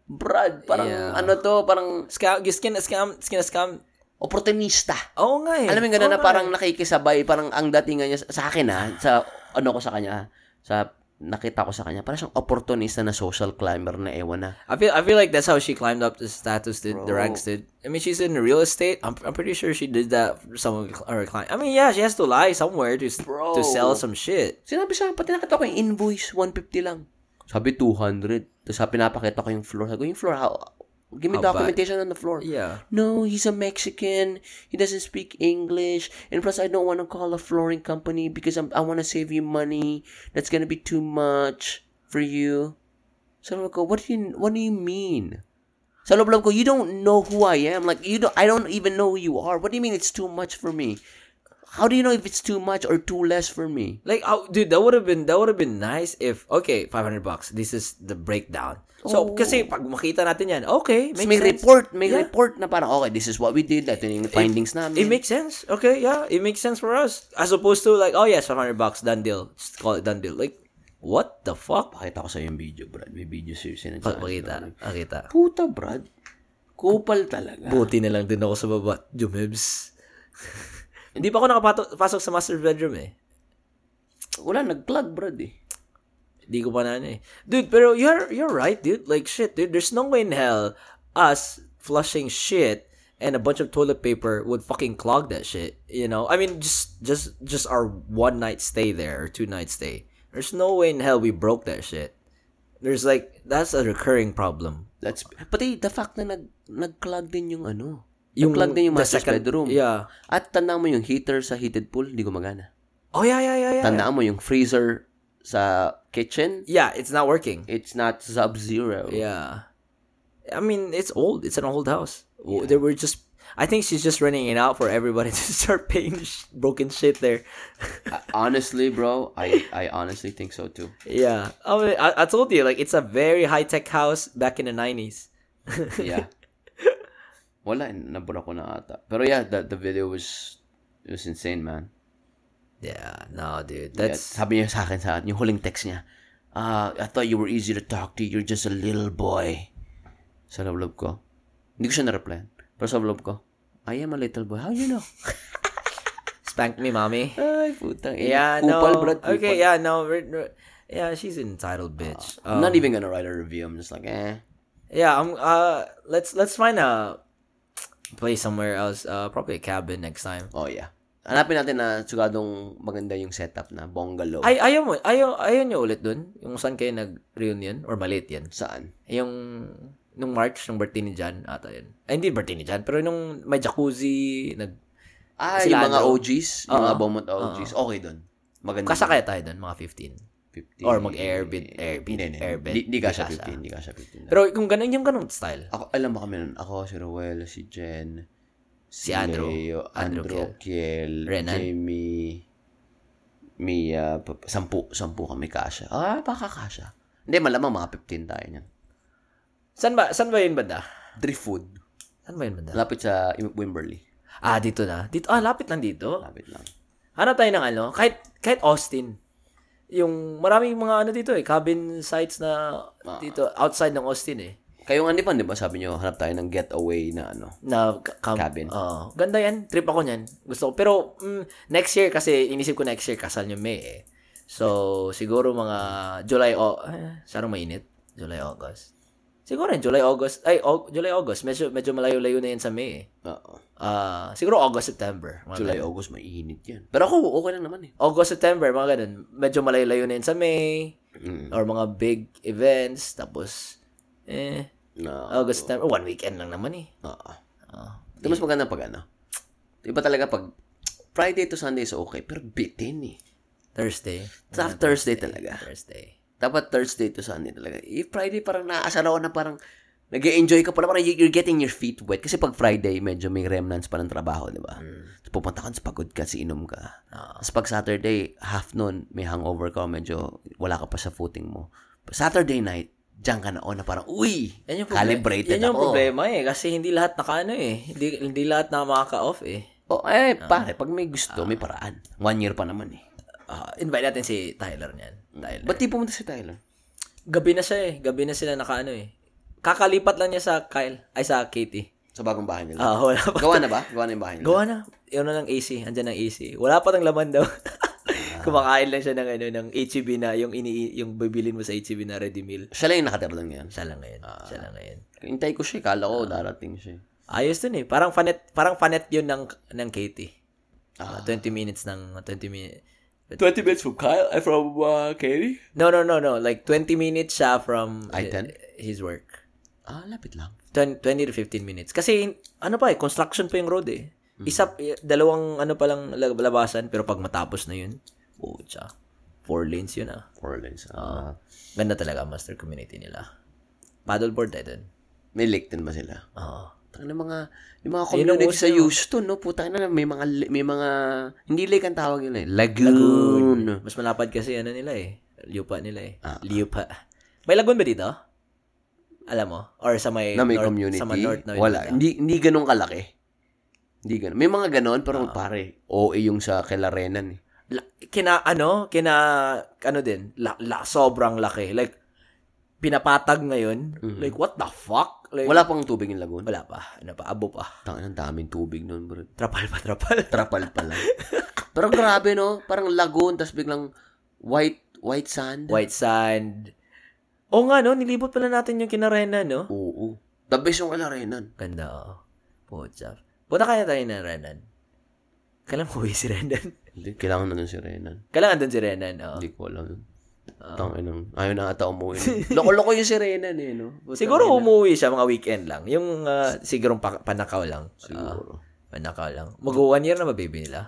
Speaker 1: Brad, parang
Speaker 2: Yeah.
Speaker 1: ano to, parang
Speaker 2: Scam, skin scam, skin scam.
Speaker 1: opportunista.
Speaker 2: Oo nga eh.
Speaker 1: Alam mo yung ganun
Speaker 2: Oo
Speaker 1: na
Speaker 2: nga
Speaker 1: parang
Speaker 2: eh.
Speaker 1: nakikisabay, parang ang datingan niya sa- sa akin ha, sa ano ko sa kanya, sa nakita ko sa kanya, parang siyang opportunista na social climber na ewan na.
Speaker 2: I feel I feel like that's how she climbed up the status, dude, the
Speaker 1: Bro.
Speaker 2: ranks, dude. I mean, she's in real estate. I'm, I'm pretty sure she did that for some of her client. I mean, yeah, she has to lie somewhere to s-
Speaker 1: Bro.
Speaker 2: to sell some shit.
Speaker 1: Sinabi sa akin, pati nakita ko yung invoice, 150 lang. Sabi 200. Tapos sabi napakita ko yung floor. Sabi ko, yung floor, how, give me
Speaker 2: How bad?
Speaker 1: documentation on the floor.
Speaker 2: Yeah.
Speaker 1: No, he's a Mexican. He doesn't speak English. And plus, I don't want to call a flooring company because I'm, I want to save you money. That's gonna be too much for you. So I'm like, what do you what do you mean? So I'm like, you don't know who I am. Like you don't. I don't even know who you are. What do you mean it's too much for me? How do you know if it's too much or too less for me?
Speaker 2: Like, oh, dude, that would have been that would have been nice if okay, 500 bucks. This is the breakdown. So,
Speaker 1: Oh.
Speaker 2: kasi pag makita natin yan, okay,
Speaker 1: May,
Speaker 2: makes
Speaker 1: may
Speaker 2: sense.
Speaker 1: report, may
Speaker 2: Yeah.
Speaker 1: report na parang, okay, this is what we did, ito yung findings namin.
Speaker 2: It makes sense. Okay, yeah, it makes sense for us as opposed to like, oh yes, 500 bucks, done deal. Just call it done deal. Like, what the fuck?
Speaker 1: Pakita ko sa'yo yung video, Brad. May video sa'yo sinasaya.
Speaker 2: Pakita, pakita.
Speaker 1: Puta, Brad. Kupal talaga.
Speaker 2: Buti na lang din ako sa baba, Jumebs. Hindi pa ako nakapasok sa master bedroom eh.
Speaker 1: Wala, nag-plug, Brad eh.
Speaker 2: Hindi ko pa na ano eh. Dude, pero you're you're right, dude. Like shit, dude. There's no way in hell us flushing shit and a bunch of toilet paper would fucking clog that shit. You know? I mean, just just just our one night stay there or two night stay. There's no way in hell we broke that shit. There's like that's a recurring problem.
Speaker 1: That's, pati the fact na nag, nag-plug din yung ano.
Speaker 2: Yung-
Speaker 1: nag-plug din yung
Speaker 2: the
Speaker 1: master's
Speaker 2: second-
Speaker 1: bedroom.
Speaker 2: yeah.
Speaker 1: At tandaan mo yung heater sa heated pool, hindi gumagana.
Speaker 2: Oh yeah, yeah, yeah, yeah.
Speaker 1: Tandaan mo yung freezer sa kitchen,
Speaker 2: Yeah, it's not working.
Speaker 1: it's not sub-zero.
Speaker 2: Yeah. I mean, it's old. It's an old house. W They were just. I think she's just renting it out for everybody to start paying sh- broken shit there.
Speaker 1: Uh, honestly, bro, I, I honestly think so too.
Speaker 2: yeah. I, mean, I, I told you, like, it's a very high tech house back in the 90s.
Speaker 1: Yeah. Wala, nabura ko na ata. Pero yeah, the, the video was, it was insane, man.
Speaker 2: Yeah, no, dude.
Speaker 1: That's...
Speaker 2: That's.
Speaker 1: sabi niya sa akin sa yung huling text niya. Ah, I thought you were easy to talk to. You're just a little boy. Sa love love ko. Hindi ko siya na-reply. Pero sa love ko, I am a little boy. How you know?
Speaker 2: Spank me, mommy.
Speaker 1: Ay, putang.
Speaker 2: Yeah,
Speaker 1: ina. Kupal,
Speaker 2: no.
Speaker 1: Brad, kupal.
Speaker 2: okay, yeah, no. we're- we're- yeah, she's an entitled bitch. Um,
Speaker 1: I'm not even gonna write a review. I'm just like, eh.
Speaker 2: Yeah, I'm uh let's let's find a place somewhere else. Uh probably a cabin next time.
Speaker 1: Oh, yeah. Hanapin natin na sugadong maganda yung setup na bungalow.
Speaker 2: Ay, ayaw mo, ayaw, ayaw nyo ulit dun? Yung saan kayo nag-reunion? Or maliit yan? Eh,
Speaker 1: Saan?
Speaker 2: Yung, nung March, nung birthday ni Jan, ata yun. Ay, hindi birthday ni Jan, pero nung may jacuzzi, nag...
Speaker 1: Ah, yung
Speaker 2: Sila,
Speaker 1: mga
Speaker 2: Andrew.
Speaker 1: OGs. Yung mga
Speaker 2: Oo.
Speaker 1: Beaumont OGs. Okay dun. Maganda.
Speaker 2: Kasakaya tayo dun, mga 15.
Speaker 1: 15.
Speaker 2: or mag-airbid- airbid-
Speaker 1: Hindi, hindi, hindi.
Speaker 2: airbid.
Speaker 1: Di, di kasha
Speaker 2: Di kasha.
Speaker 1: 15. Di kasha 15.
Speaker 2: Pero kung ganun, yung ganun style.
Speaker 1: Ako, alam mo kami nun. Ako, si Ruel, si Jen,
Speaker 2: Si Andrew.
Speaker 1: Leo,
Speaker 2: Andrew
Speaker 1: Andrew Kiel,
Speaker 2: Renan.
Speaker 1: Jamie, Mia, pa- sampu, sampu kami kasha. Ah, baka kasha. Hindi, malamang mga 15 tayo niyan.
Speaker 2: San ba, san ba yun banda?
Speaker 1: Driftwood.
Speaker 2: San ba yun banda?
Speaker 1: Lapit sa Wimberley.
Speaker 2: Ah, dito na. Dito, ah, lapit lang dito.
Speaker 1: Lapit lang.
Speaker 2: Hanap tayo ng ano, kahit, kahit Austin. Yung, maraming mga ano dito eh, cabin sites na dito, outside ng Austin eh.
Speaker 1: Kayo nga di pa, di ba? Sabi nyo, hanap tayo ng getaway na ano.
Speaker 2: na ca- cam-
Speaker 1: Cabin.
Speaker 2: Oo. ganda yan. Trip ako niyan. Gusto ko. Pero mm, next year kasi inisip ko next year kasal yung May eh. So, siguro mga July o eh, sarang mainit. July August. Siguro yung July August. Ay, Au- July August. Medyo medyo malayo-layo na yan sa May. Eh.
Speaker 1: Oo.
Speaker 2: Ah, siguro August September. Mga
Speaker 1: July,
Speaker 2: ganun.
Speaker 1: August, mainit yan. Pero ako, okay lang naman eh.
Speaker 2: August September mga ganun. Medyo malayo-layo na yan sa May
Speaker 1: Mm.
Speaker 2: or mga big events tapos eh
Speaker 1: Na,
Speaker 2: August September one weekend lang naman eh.
Speaker 1: oo.
Speaker 2: Ah.
Speaker 1: Ito mas maganda pag ano. Iba talaga pag Friday to Sunday is okay, pero bitin eh.
Speaker 2: Thursday.
Speaker 1: Sa ah. Thursday talaga.
Speaker 2: Thursday.
Speaker 1: Dapat Thursday to Sunday talaga. Eh, Friday parang naasar ako na parang nag enjoy ka pala. Parang you- you're getting your feet wet. Kasi pag Friday, medyo may remnants pa ng trabaho, di ba?
Speaker 2: Hmm.
Speaker 1: So, pupunta ka, tas pagod ka, si inom ka.
Speaker 2: Ah.
Speaker 1: Tapos pag Saturday, half noon, may hangover ka, medyo wala ka pa sa footing mo. Saturday night, dyan ka na on na parang, uy,
Speaker 2: Yan yung problema.
Speaker 1: calibrated
Speaker 2: Yan yung
Speaker 1: ako.
Speaker 2: problema eh. Kasi hindi lahat nakaano eh. Hindi, hindi lahat na makaka-off eh.
Speaker 1: Oh, eh, pare, pag may gusto, may paraan. One year pa naman eh.
Speaker 2: Ah, invite natin si Tyler niyan. Tyler.
Speaker 1: Ba't di pumunta si Tyler?
Speaker 2: Gabi na siya eh. Gabi na sila nakaano eh. Kakalipat lang niya sa Kyle. Ay, sa Katie.
Speaker 1: Sa bagong bahay nila.
Speaker 2: Ah, wala pa.
Speaker 1: Gawa na ba? Gawa na yung bahay nila?
Speaker 2: Gawa na. Yun na ng AC. Andyan ng AC. Wala pa ng laman daw. Kumakain lang siya ng ano ng HEB na yung ini yung bibilin mo sa HEB na ready meal.
Speaker 1: Siya lang yung nakatira lang ngayon.
Speaker 2: Siya lang ngayon.
Speaker 1: Ah.
Speaker 2: siya lang ngayon.
Speaker 1: Hintay ko siya. eh. Kala ko darating siya. eh.
Speaker 2: Ayos dun eh. Parang fanet parang fanet yun ng ng Katie.
Speaker 1: Ah.
Speaker 2: Ah. 20 minutes ng 20 minutes.
Speaker 1: 20 minutes from Kyle, from uh, Katie?
Speaker 2: No, no, no, no. Like 20 minutes siya from
Speaker 1: I-10?
Speaker 2: his work.
Speaker 1: Ah, lapit lang.
Speaker 2: 20, 20 to 15 minutes. Kasi ano pa eh, construction pa yung road eh.
Speaker 1: Mm.
Speaker 2: Isa, dalawang ano pa lang lab- labasan pero pag matapos na yun, oh, tsa. Four lanes yun ah.
Speaker 1: Orleans.
Speaker 2: Ah, ganda talaga ang master community nila. Paddleboard eh dun.
Speaker 1: may lake din ba sila?
Speaker 2: Oo.
Speaker 1: Tang ng mga yung mga
Speaker 2: Ayun ang
Speaker 1: community
Speaker 2: uso
Speaker 1: sa
Speaker 2: yun.
Speaker 1: Houston, no? Puta na, may mga li- may mga hindi lake ang tawag nila, eh. lagoon.
Speaker 2: Mas malapad kasi ano nila eh. Liupa nila eh.
Speaker 1: Ah.
Speaker 2: Liupa. May lagoon ba dito? Alam mo? Or sa may,
Speaker 1: Na may
Speaker 2: north-
Speaker 1: community.
Speaker 2: Sa may north na
Speaker 1: Wala,
Speaker 2: Iloilo?
Speaker 1: hindi hindi ganun kalaki. Hindi ganun. May mga ganun pero pare, OA yung sa Kelarenan eh.
Speaker 2: la, kina ano, kina ano din, la, la, sobrang laki. Like pinapatag ngayon. Like what the fuck? Like,
Speaker 1: Mm-hmm. Wala pang tubig yung lagoon.
Speaker 2: wala pa. Ano pa? Abo pa.
Speaker 1: Tangin, ang daming tubig noon, bro.
Speaker 2: Trapal pa, trapal.
Speaker 1: Trapal pala. pero grabe, no? Parang lagoon, tapos biglang white white sand.
Speaker 2: White sand. Oo nga no, nilibot pala natin yung kinarena no.
Speaker 1: Oo. The best yung Kelarenan.
Speaker 2: Ganda oh. Pucha. Punta kaya tayo ng Renan. Kailan mo si Renan?
Speaker 1: Hindi, kailangan na dun si Renan.
Speaker 2: Kailangan doon si Renan. Oh. Ah.
Speaker 1: Hindi ko alam. Tangin ang, ayaw na ata umuwi. Ah. Loko-loko yung sirena eh, no? Putang
Speaker 2: Siguro
Speaker 1: ina.
Speaker 2: umuwi siya mga weekend lang. Yung ah, sigurong pa- panakaw lang. Ah,
Speaker 1: Siguro.
Speaker 2: panakaw lang. Mag one year na ba baby nila?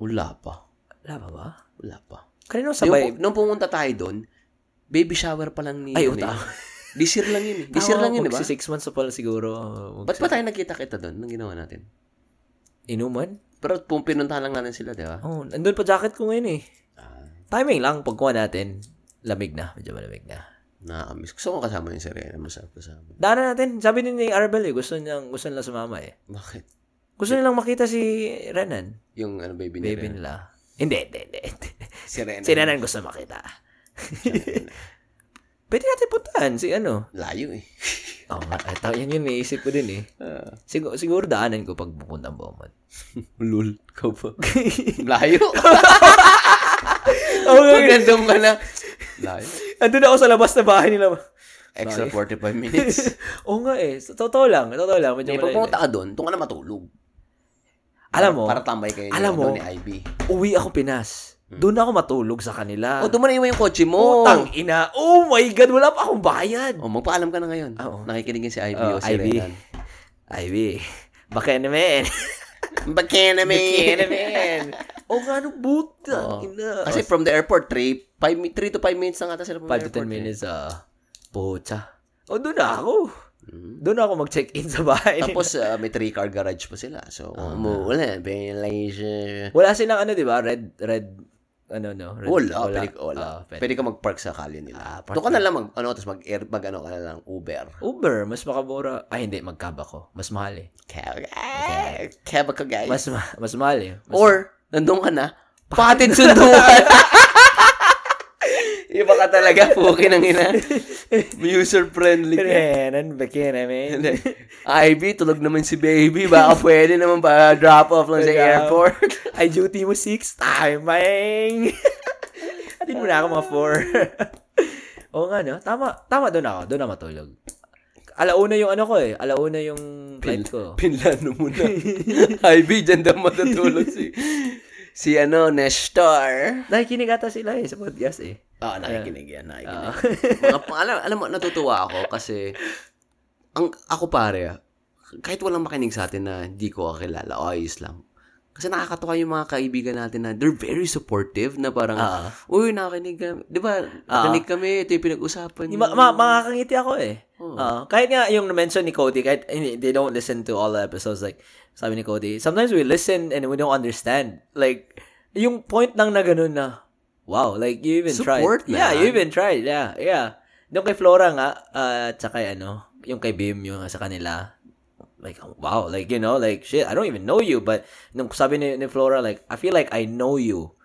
Speaker 1: Wala pa.
Speaker 2: Wala pa ba?
Speaker 1: Wala pa.
Speaker 2: Kanino
Speaker 1: Sabay,
Speaker 2: sabay?
Speaker 1: nung pumunta tayo doon, baby shower pa lang ni...
Speaker 2: Ay,
Speaker 1: ano
Speaker 2: uta.
Speaker 1: eh. This year lang yun eh. This year
Speaker 2: Ah,
Speaker 1: lang yun, di ba?
Speaker 2: Si six months na pala siguro. oh,
Speaker 1: Ba't pa tayo nakita-kita doon nung ginawa natin?
Speaker 2: Inuman?
Speaker 1: Pero pum- pinuntahan lang natin sila, di ba?
Speaker 2: Oh, nandun pa jacket ko ngayon eh.
Speaker 1: Ah.
Speaker 2: Timing lang. Pagkuha natin, lamig na. Medyo malamig na.
Speaker 1: Nakakamiss. Gusto ko kasama yung sirena. Masarap kasama.
Speaker 2: Daanan natin. Sabi ni ni Arabel eh. Gusto niyang, gusto nilang sumama eh.
Speaker 1: Bakit?
Speaker 2: Gusto nilang makita si Renan.
Speaker 1: Yung ano, baby,
Speaker 2: Baby
Speaker 1: ni Renan.
Speaker 2: nila. Hindi, hindi, hindi.
Speaker 1: Sirena.
Speaker 2: Si Renan gusto makita. Pwede natin puntahan si ano.
Speaker 1: Layo eh.
Speaker 2: Oh, nga. Ay, tao, yan yun, naisip ko din eh. Siguro, siguro daanan ko pag pupunta ang Beaumont.
Speaker 1: Lul. Ikaw pa. Layo.
Speaker 2: Oh,
Speaker 1: Magandang ka na. Layo.
Speaker 2: Andun ako sa labas na bahay nila.
Speaker 1: Extra 45 minutes.
Speaker 2: Oo nga eh. Sa- Totoo lang. Totoo lang. Medyo
Speaker 1: Hindi,
Speaker 2: malalim. eh.
Speaker 1: pag pumunta ka doon, doon ka na matulog.
Speaker 2: Alam mo,
Speaker 1: Para tambay kayo ni,
Speaker 2: Alam mo.
Speaker 1: ano, ni IB.
Speaker 2: uwi ako Pinas. Doon ako matulog sa kanila.
Speaker 1: O, Hmm. Oh, doon mo na iwan yung kotse mo.
Speaker 2: Ah. Putang ina. Oh my God. Wala pa akong bayad.
Speaker 1: O, magpaalam ka na ngayon.
Speaker 2: Ah, oo.
Speaker 1: Nakikinig yun si IB
Speaker 2: Oh,
Speaker 1: o si
Speaker 2: IB.
Speaker 1: Renan.
Speaker 2: Ivy. Baka naman.
Speaker 1: Bakit naman?
Speaker 2: Baka naman. oh, nga no,
Speaker 1: Oo.
Speaker 2: buta. Ina.
Speaker 1: Kasi from the airport, 3, 5, 3 to 5 minutes na nga ata sila from
Speaker 2: 5 to
Speaker 1: the airport. eh.
Speaker 2: 10 minutes. ah puta. Oh, doon na ako. Doon na ako mag-check-in sa bahay.
Speaker 1: Hmm. Tapos, ah, may 3 car garage pa sila. So,
Speaker 2: Ah.
Speaker 1: mo, wala. Malaysia.
Speaker 2: wala silang ano, di ba? Red, red, ano, no? Red,
Speaker 1: Wala, pwede, ka- wala.
Speaker 2: Ah, pwede.
Speaker 1: pwede ka mag-park sa kalye nila.
Speaker 2: Ah, park
Speaker 1: doon ka na lang mag, ano, tapos mag-air, mag, ano, ka na lang, Uber.
Speaker 2: Uber, mas makabura. Ay, hindi, magkaba ko. Mas mahal eh.
Speaker 1: Kaya, kaya ba ka, guys?
Speaker 2: Mas, ma- mas mahal eh. Mas-
Speaker 1: Or, nandun ka na, patid sunduan. Iba ka talaga, puki ng ina. User-friendly ka.
Speaker 2: eh, Renan, baki namin.
Speaker 1: Hindi. Ivy, tulog naman si baby. Baka pwede naman ba drop off lang sa
Speaker 2: Wala.
Speaker 1: airport.
Speaker 2: Ay, duty mo six. Timing! Atin mo na ako mga four. Oo nga, no? Tama, tama doon ako. Doon ako matulog. Alauna yung ano ko eh. Alauna yung flight ko.
Speaker 1: Pinlano mo na. Ivy, dyan daw matutulog si... Si ano, Nestor.
Speaker 2: Nakikinig ata sila eh sa podcast eh.
Speaker 1: Oo, Ah, nakikinig yan, nakikinig.
Speaker 2: Ah.
Speaker 1: Mga pa- alam, alam mo, natutuwa ako kasi ang ako pare, ah, kahit walang makinig sa atin na di ko kakilala, o ayos lang. Kasi nakakatuwa yung mga kaibigan natin na they're very supportive na parang,
Speaker 2: Ah.
Speaker 1: uy, nakikinig kami. Di ba, nakikinig kami, ito yung pinag-usapan
Speaker 2: Yung
Speaker 1: niyo.
Speaker 2: ma- ma- makakangiti ako eh.
Speaker 1: Oo.
Speaker 2: Ah, kahit nga yung mention ni Cody, kahit eh, they don't listen to all the episodes, like, sabi ni Cody, sometimes we listen and we don't understand. Like, yung point lang na ganun na, wow, like, you even
Speaker 1: Support,
Speaker 2: tried. Yeah,
Speaker 1: man.
Speaker 2: you even tried. Yeah, yeah. Yung kay Flora nga, ah, at saka kay ano, yung kay Bim, yung sa kanila, like, wow, like, you know, like, shit, I don't even know you, but, nung sabi ni, ni Flora, like, I feel like I know you.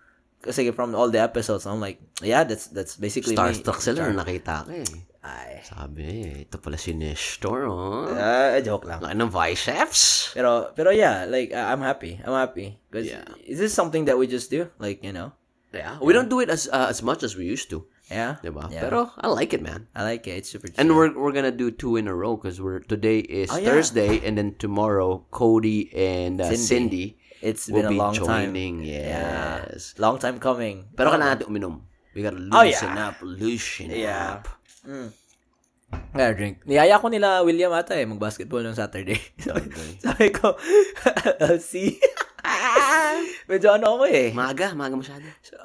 Speaker 2: Kasi from all the episodes, I'm like, yeah, that's that's basically me.
Speaker 1: Starstruck sila, nakita ka eh.
Speaker 2: Ay,
Speaker 1: Sabi, eh, ito pala si Nestor, oh.
Speaker 2: ah, joke lang.
Speaker 1: Ang laki ng biceps.
Speaker 2: Pero pero yeah, like I- I'm happy. I'm happy because
Speaker 1: Yeah.
Speaker 2: is this something that we just do? Like you know,
Speaker 1: Yeah. We don't do it as uh, as much as we used to.
Speaker 2: yeah.
Speaker 1: Diba?
Speaker 2: Yeah.
Speaker 1: Pero I like it, man.
Speaker 2: I like it. It's super.
Speaker 1: And
Speaker 2: chill.
Speaker 1: we're we're gonna do two in a row because we're today is
Speaker 2: Oh, yeah.
Speaker 1: Thursday and then tomorrow Cody and uh, Cindy,
Speaker 2: Cindy. it's
Speaker 1: will
Speaker 2: been a
Speaker 1: be
Speaker 2: long
Speaker 1: joining.
Speaker 2: time.
Speaker 1: Yes.
Speaker 2: Yeah. long time coming.
Speaker 1: Pero kailangan natin uminom. We gotta
Speaker 2: Oh,
Speaker 1: loosen
Speaker 2: yeah.
Speaker 1: up, loosen
Speaker 2: Yeah.
Speaker 1: up.
Speaker 2: Kaya drink. Niyaya ko nila William ata eh mag-basketball ng Saturday. sabi, sabi ko, I'll see. Medyo ano ako eh.
Speaker 1: Maga, maga masyado.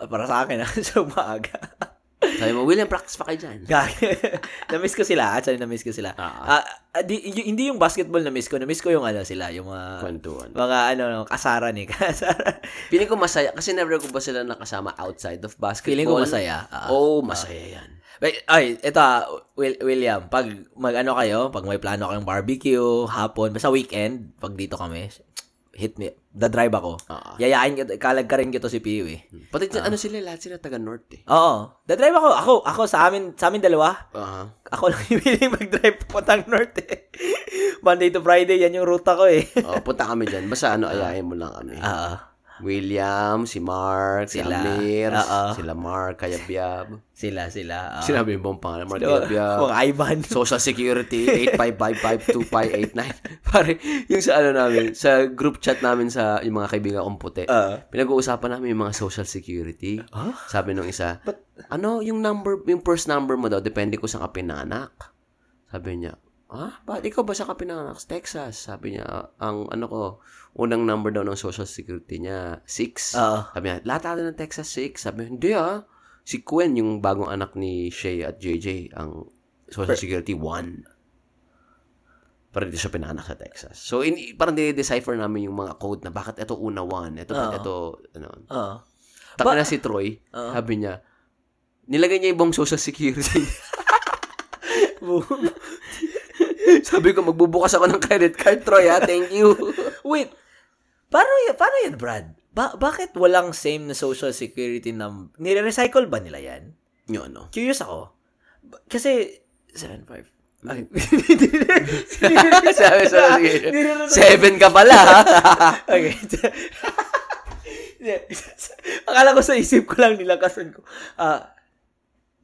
Speaker 2: Para sa akin ah, so maaga.
Speaker 1: Sabi mo, William, practice pa kayo dyan.
Speaker 2: Gag. na-miss ko sila. Actually, na-miss ko sila.
Speaker 1: Ah.
Speaker 2: Ah, ah, di- y- hindi yung basketball na-miss ko. Na-miss ko yung ano sila, yung mga...
Speaker 1: Kwentuhan.
Speaker 2: Mga ano, kasaran eh. Kasaran.
Speaker 1: Feeling ko masaya kasi never ko ba sila nakasama outside of basketball.
Speaker 2: Feeling ko masaya. Ah.
Speaker 1: Oo, oh, masaya yan.
Speaker 2: Wait, ay, ito, ah, Wil- William, pag mag-ano kayo, pag may plano kayong barbecue, hapon, basta weekend, pag dito kami, hit me, dadrive ako.
Speaker 1: Ah.
Speaker 2: Yayain kita, kalag ka rin kita si Piyu eh.
Speaker 1: Pati dyan, ano sila, lahat sila taga North eh.
Speaker 2: Oo, dadrive ako. Ako, ako sa amin, sa amin dalawa,
Speaker 1: Uh-huh.
Speaker 2: ako lang yung piling mag-drive papuntang north eh. Monday to Friday, yan yung ruta ko eh.
Speaker 1: Oh, punta kami dyan. Basta
Speaker 2: Ah.
Speaker 1: ano, ayahin mo lang kami.
Speaker 2: Oo.
Speaker 1: William, si Mark, si
Speaker 2: Sila.
Speaker 1: Amir,
Speaker 2: Oo.
Speaker 1: sila Mark, Kayabyab.
Speaker 2: Sila, sila. oo.
Speaker 1: Sinabi mo ang pangalan, Mark
Speaker 2: Sila-
Speaker 1: Kayabyab.
Speaker 2: Mga Ivan.
Speaker 1: Ah. Social Security, 8555259. Pare, yung sa ano namin, sa group chat namin sa yung mga kaibigan kong puti,
Speaker 2: Oo.
Speaker 1: pinag-uusapan namin yung mga Social Security. Sabi nung isa, ano yung number, yung first number mo daw, depende ko sa kapinanak. Sabi niya, ah, ba't ikaw ba sa kapinanak? Texas. Sabi niya, ang ano ko, unang number daw ng Social Security niya, 6.
Speaker 2: Oo.
Speaker 1: Sabi niya, lahat ata ng Texas 6. Sabi niya, hindi ah. Si Gwen, yung bagong anak ni Shay at JJ, ang Social Security 1. Parang hindi siya pinaanak sa Texas. So, in, parang dinidecipher namin yung mga code na bakit ito una 1, ito,
Speaker 2: Oo.
Speaker 1: bakit ito, ano.
Speaker 2: Oo.
Speaker 1: Taka na si Troy,
Speaker 2: Oo.
Speaker 1: sabi niya, nilagay niya ibang Social Security. sabi ko, magbubukas ako ng credit card, Troy, ha? Thank you.
Speaker 2: Wait. Paano yan, paano yan Brad? Ba- bakit walang same na social security number? Nire-recycle ba nila yan?
Speaker 1: Yun, no?
Speaker 2: Curious ako. Ba- Kasi, 7-5. Ay,
Speaker 1: sabi, sabi, sabi,
Speaker 2: Hindi, hindi, hindi.
Speaker 1: seven ka pala, ha?
Speaker 2: okay. Akala ko sa isip ko lang nilakasan ko. Ah,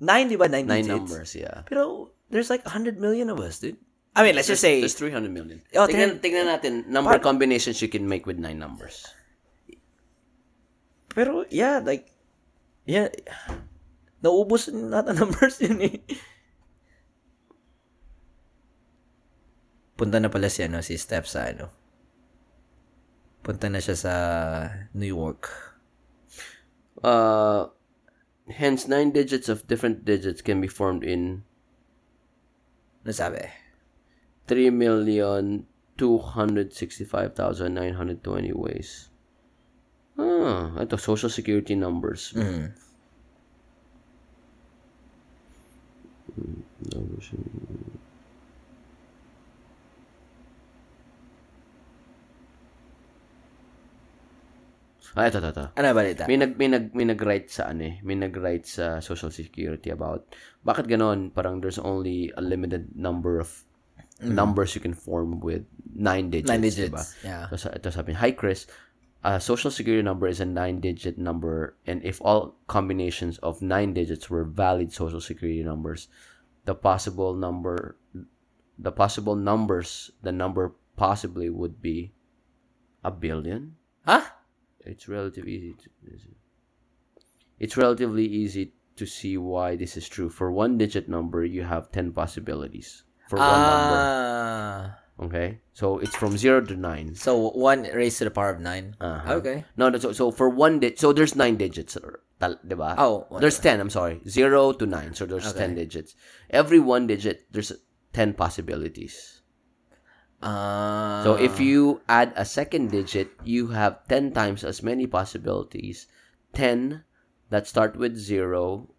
Speaker 2: nine, di ba? Nine,
Speaker 1: Nine
Speaker 2: digits.
Speaker 1: numbers, yeah.
Speaker 2: Pero, there's like 100 million of us, dude. I mean, let's just say,
Speaker 1: There's 300 million.
Speaker 2: Oh,
Speaker 1: tingnan, tingnan natin number combinations you can make with nine numbers.
Speaker 2: pero, yeah, like, yeah, naubos na ata numbers yun eh. Punta na pala si, ano, si Steph sa, ano, punta na siya sa New York.
Speaker 1: Uh, hence, nine digits of different digits can be formed in
Speaker 2: Ano sabi?
Speaker 1: 3,265,920 ways. Ah, ito, social security numbers.
Speaker 2: Mm.
Speaker 1: Ah, ito, ito, ito.
Speaker 2: Ano ba balita?
Speaker 1: May nag may nag may nag-write sa ano eh, may nag-write sa Social Security about bakit ganon parang there's only a limited number of numbers you can form with nine digits,
Speaker 2: Mm. Nine digits,
Speaker 1: diba?
Speaker 2: yeah.
Speaker 1: So, sa- ito sabi, hi Chris, a social security number is a nine-digit number and if all combinations of nine digits were valid social security numbers, the possible number the possible numbers, the number possibly would be a billion
Speaker 2: Ha?
Speaker 1: it's relatively easy to, it's relatively easy to see why this is true for one digit number you have 10 possibilities for one number
Speaker 2: Ah.
Speaker 1: okay so it's from 0 to 9
Speaker 2: So, 1 raised to the power of 9.
Speaker 1: Uh-huh.
Speaker 2: Okay.
Speaker 1: no no, so, so for one di- so there's 9 digits or- tal- diba?
Speaker 2: Oh,
Speaker 1: there's 10 i'm sorry 0 to 9 so there's 10 digits every one digit there's 10 10 possibilities.
Speaker 2: Ah.
Speaker 1: So if you add a second digit, you have 10 times as many possibilities. 10 that start with 0.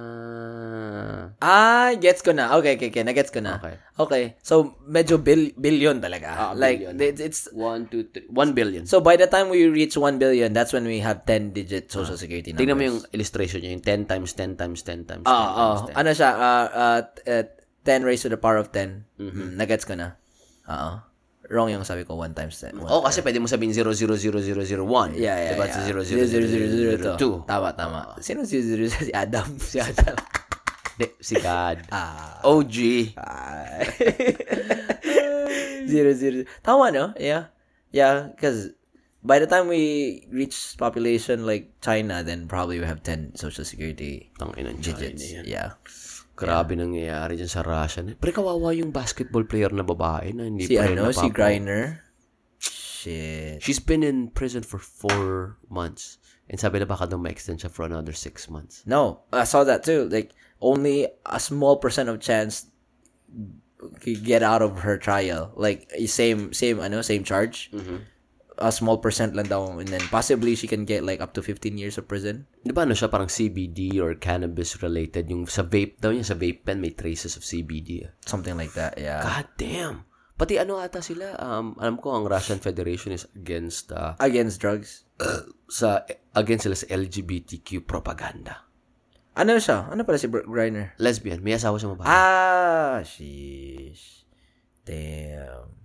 Speaker 1: Ah.
Speaker 2: Ah, gets ko na. Okay, okay, okay. Nagets ko na.
Speaker 1: Okay.
Speaker 2: Okay. So, medyo bil- billion
Speaker 1: Ah,
Speaker 2: talaga. like,
Speaker 1: billion.
Speaker 2: it's, it's,
Speaker 1: 1 2 3 1 billion.
Speaker 2: so by the time we reach 1 billion, that's when we have 10-digit social security numbers.
Speaker 1: Tingnan mo yung illustration niya, yung 10 times 10 times 10 times 10
Speaker 2: Ah, ah.
Speaker 1: times 10.
Speaker 2: Ano siya? Ah, ah, t- eh, 10 raised to the power of 10. Mm, Nagets ko na. Oo. Wrong yung sabi ko. 1 times 10.
Speaker 1: Oh, kasi pwede mo sabihin 000001.
Speaker 2: Yeah, yeah,
Speaker 1: diba?
Speaker 2: yeah.
Speaker 1: It's 000002.
Speaker 2: 0002. Tama, tama. Sino 0000? Si Adam. Si Adam.
Speaker 1: Hindi, si God. Oh,
Speaker 2: ah.
Speaker 1: OG.
Speaker 2: Ah. zero, zero. Tama, no? Yeah. Yeah, because by the time we reach population like China, then probably we have 10 social security
Speaker 1: Tangin ng
Speaker 2: digits.
Speaker 1: China yan.
Speaker 2: Yeah.
Speaker 1: Grabe nangyayari dyan sa Russia. Pero kawawa yung basketball player na babae na hindi
Speaker 2: Si
Speaker 1: pa rin
Speaker 2: ano, si
Speaker 1: napapa-
Speaker 2: Griner. Shit.
Speaker 1: She's been in prison for four months. And sabi na baka daw ma-extend siya for another six months.
Speaker 2: No, I saw that too. Like, only a small percent of chance could get out of her trial. Like, eh, same, same, ano, same charge. A small percent lang daw. And then possibly she can get like up to 15 years of prison.
Speaker 1: Di ba ano siya, parang CBD or cannabis-related. Yung sa vape daw niya, sa vape pen, may traces of CBD. eh.
Speaker 2: Something like that, yeah.
Speaker 1: God damn! Pati ano ata sila, um, alam ko ang Russian Federation is against uh,
Speaker 2: Against drugs.
Speaker 1: sa against sila sa LGBTQ propaganda.
Speaker 2: Ano siya? Ano pala si Brooke Griner?
Speaker 1: Lesbian, may asawa siya mabahay.
Speaker 2: Ah, sheesh. Damn.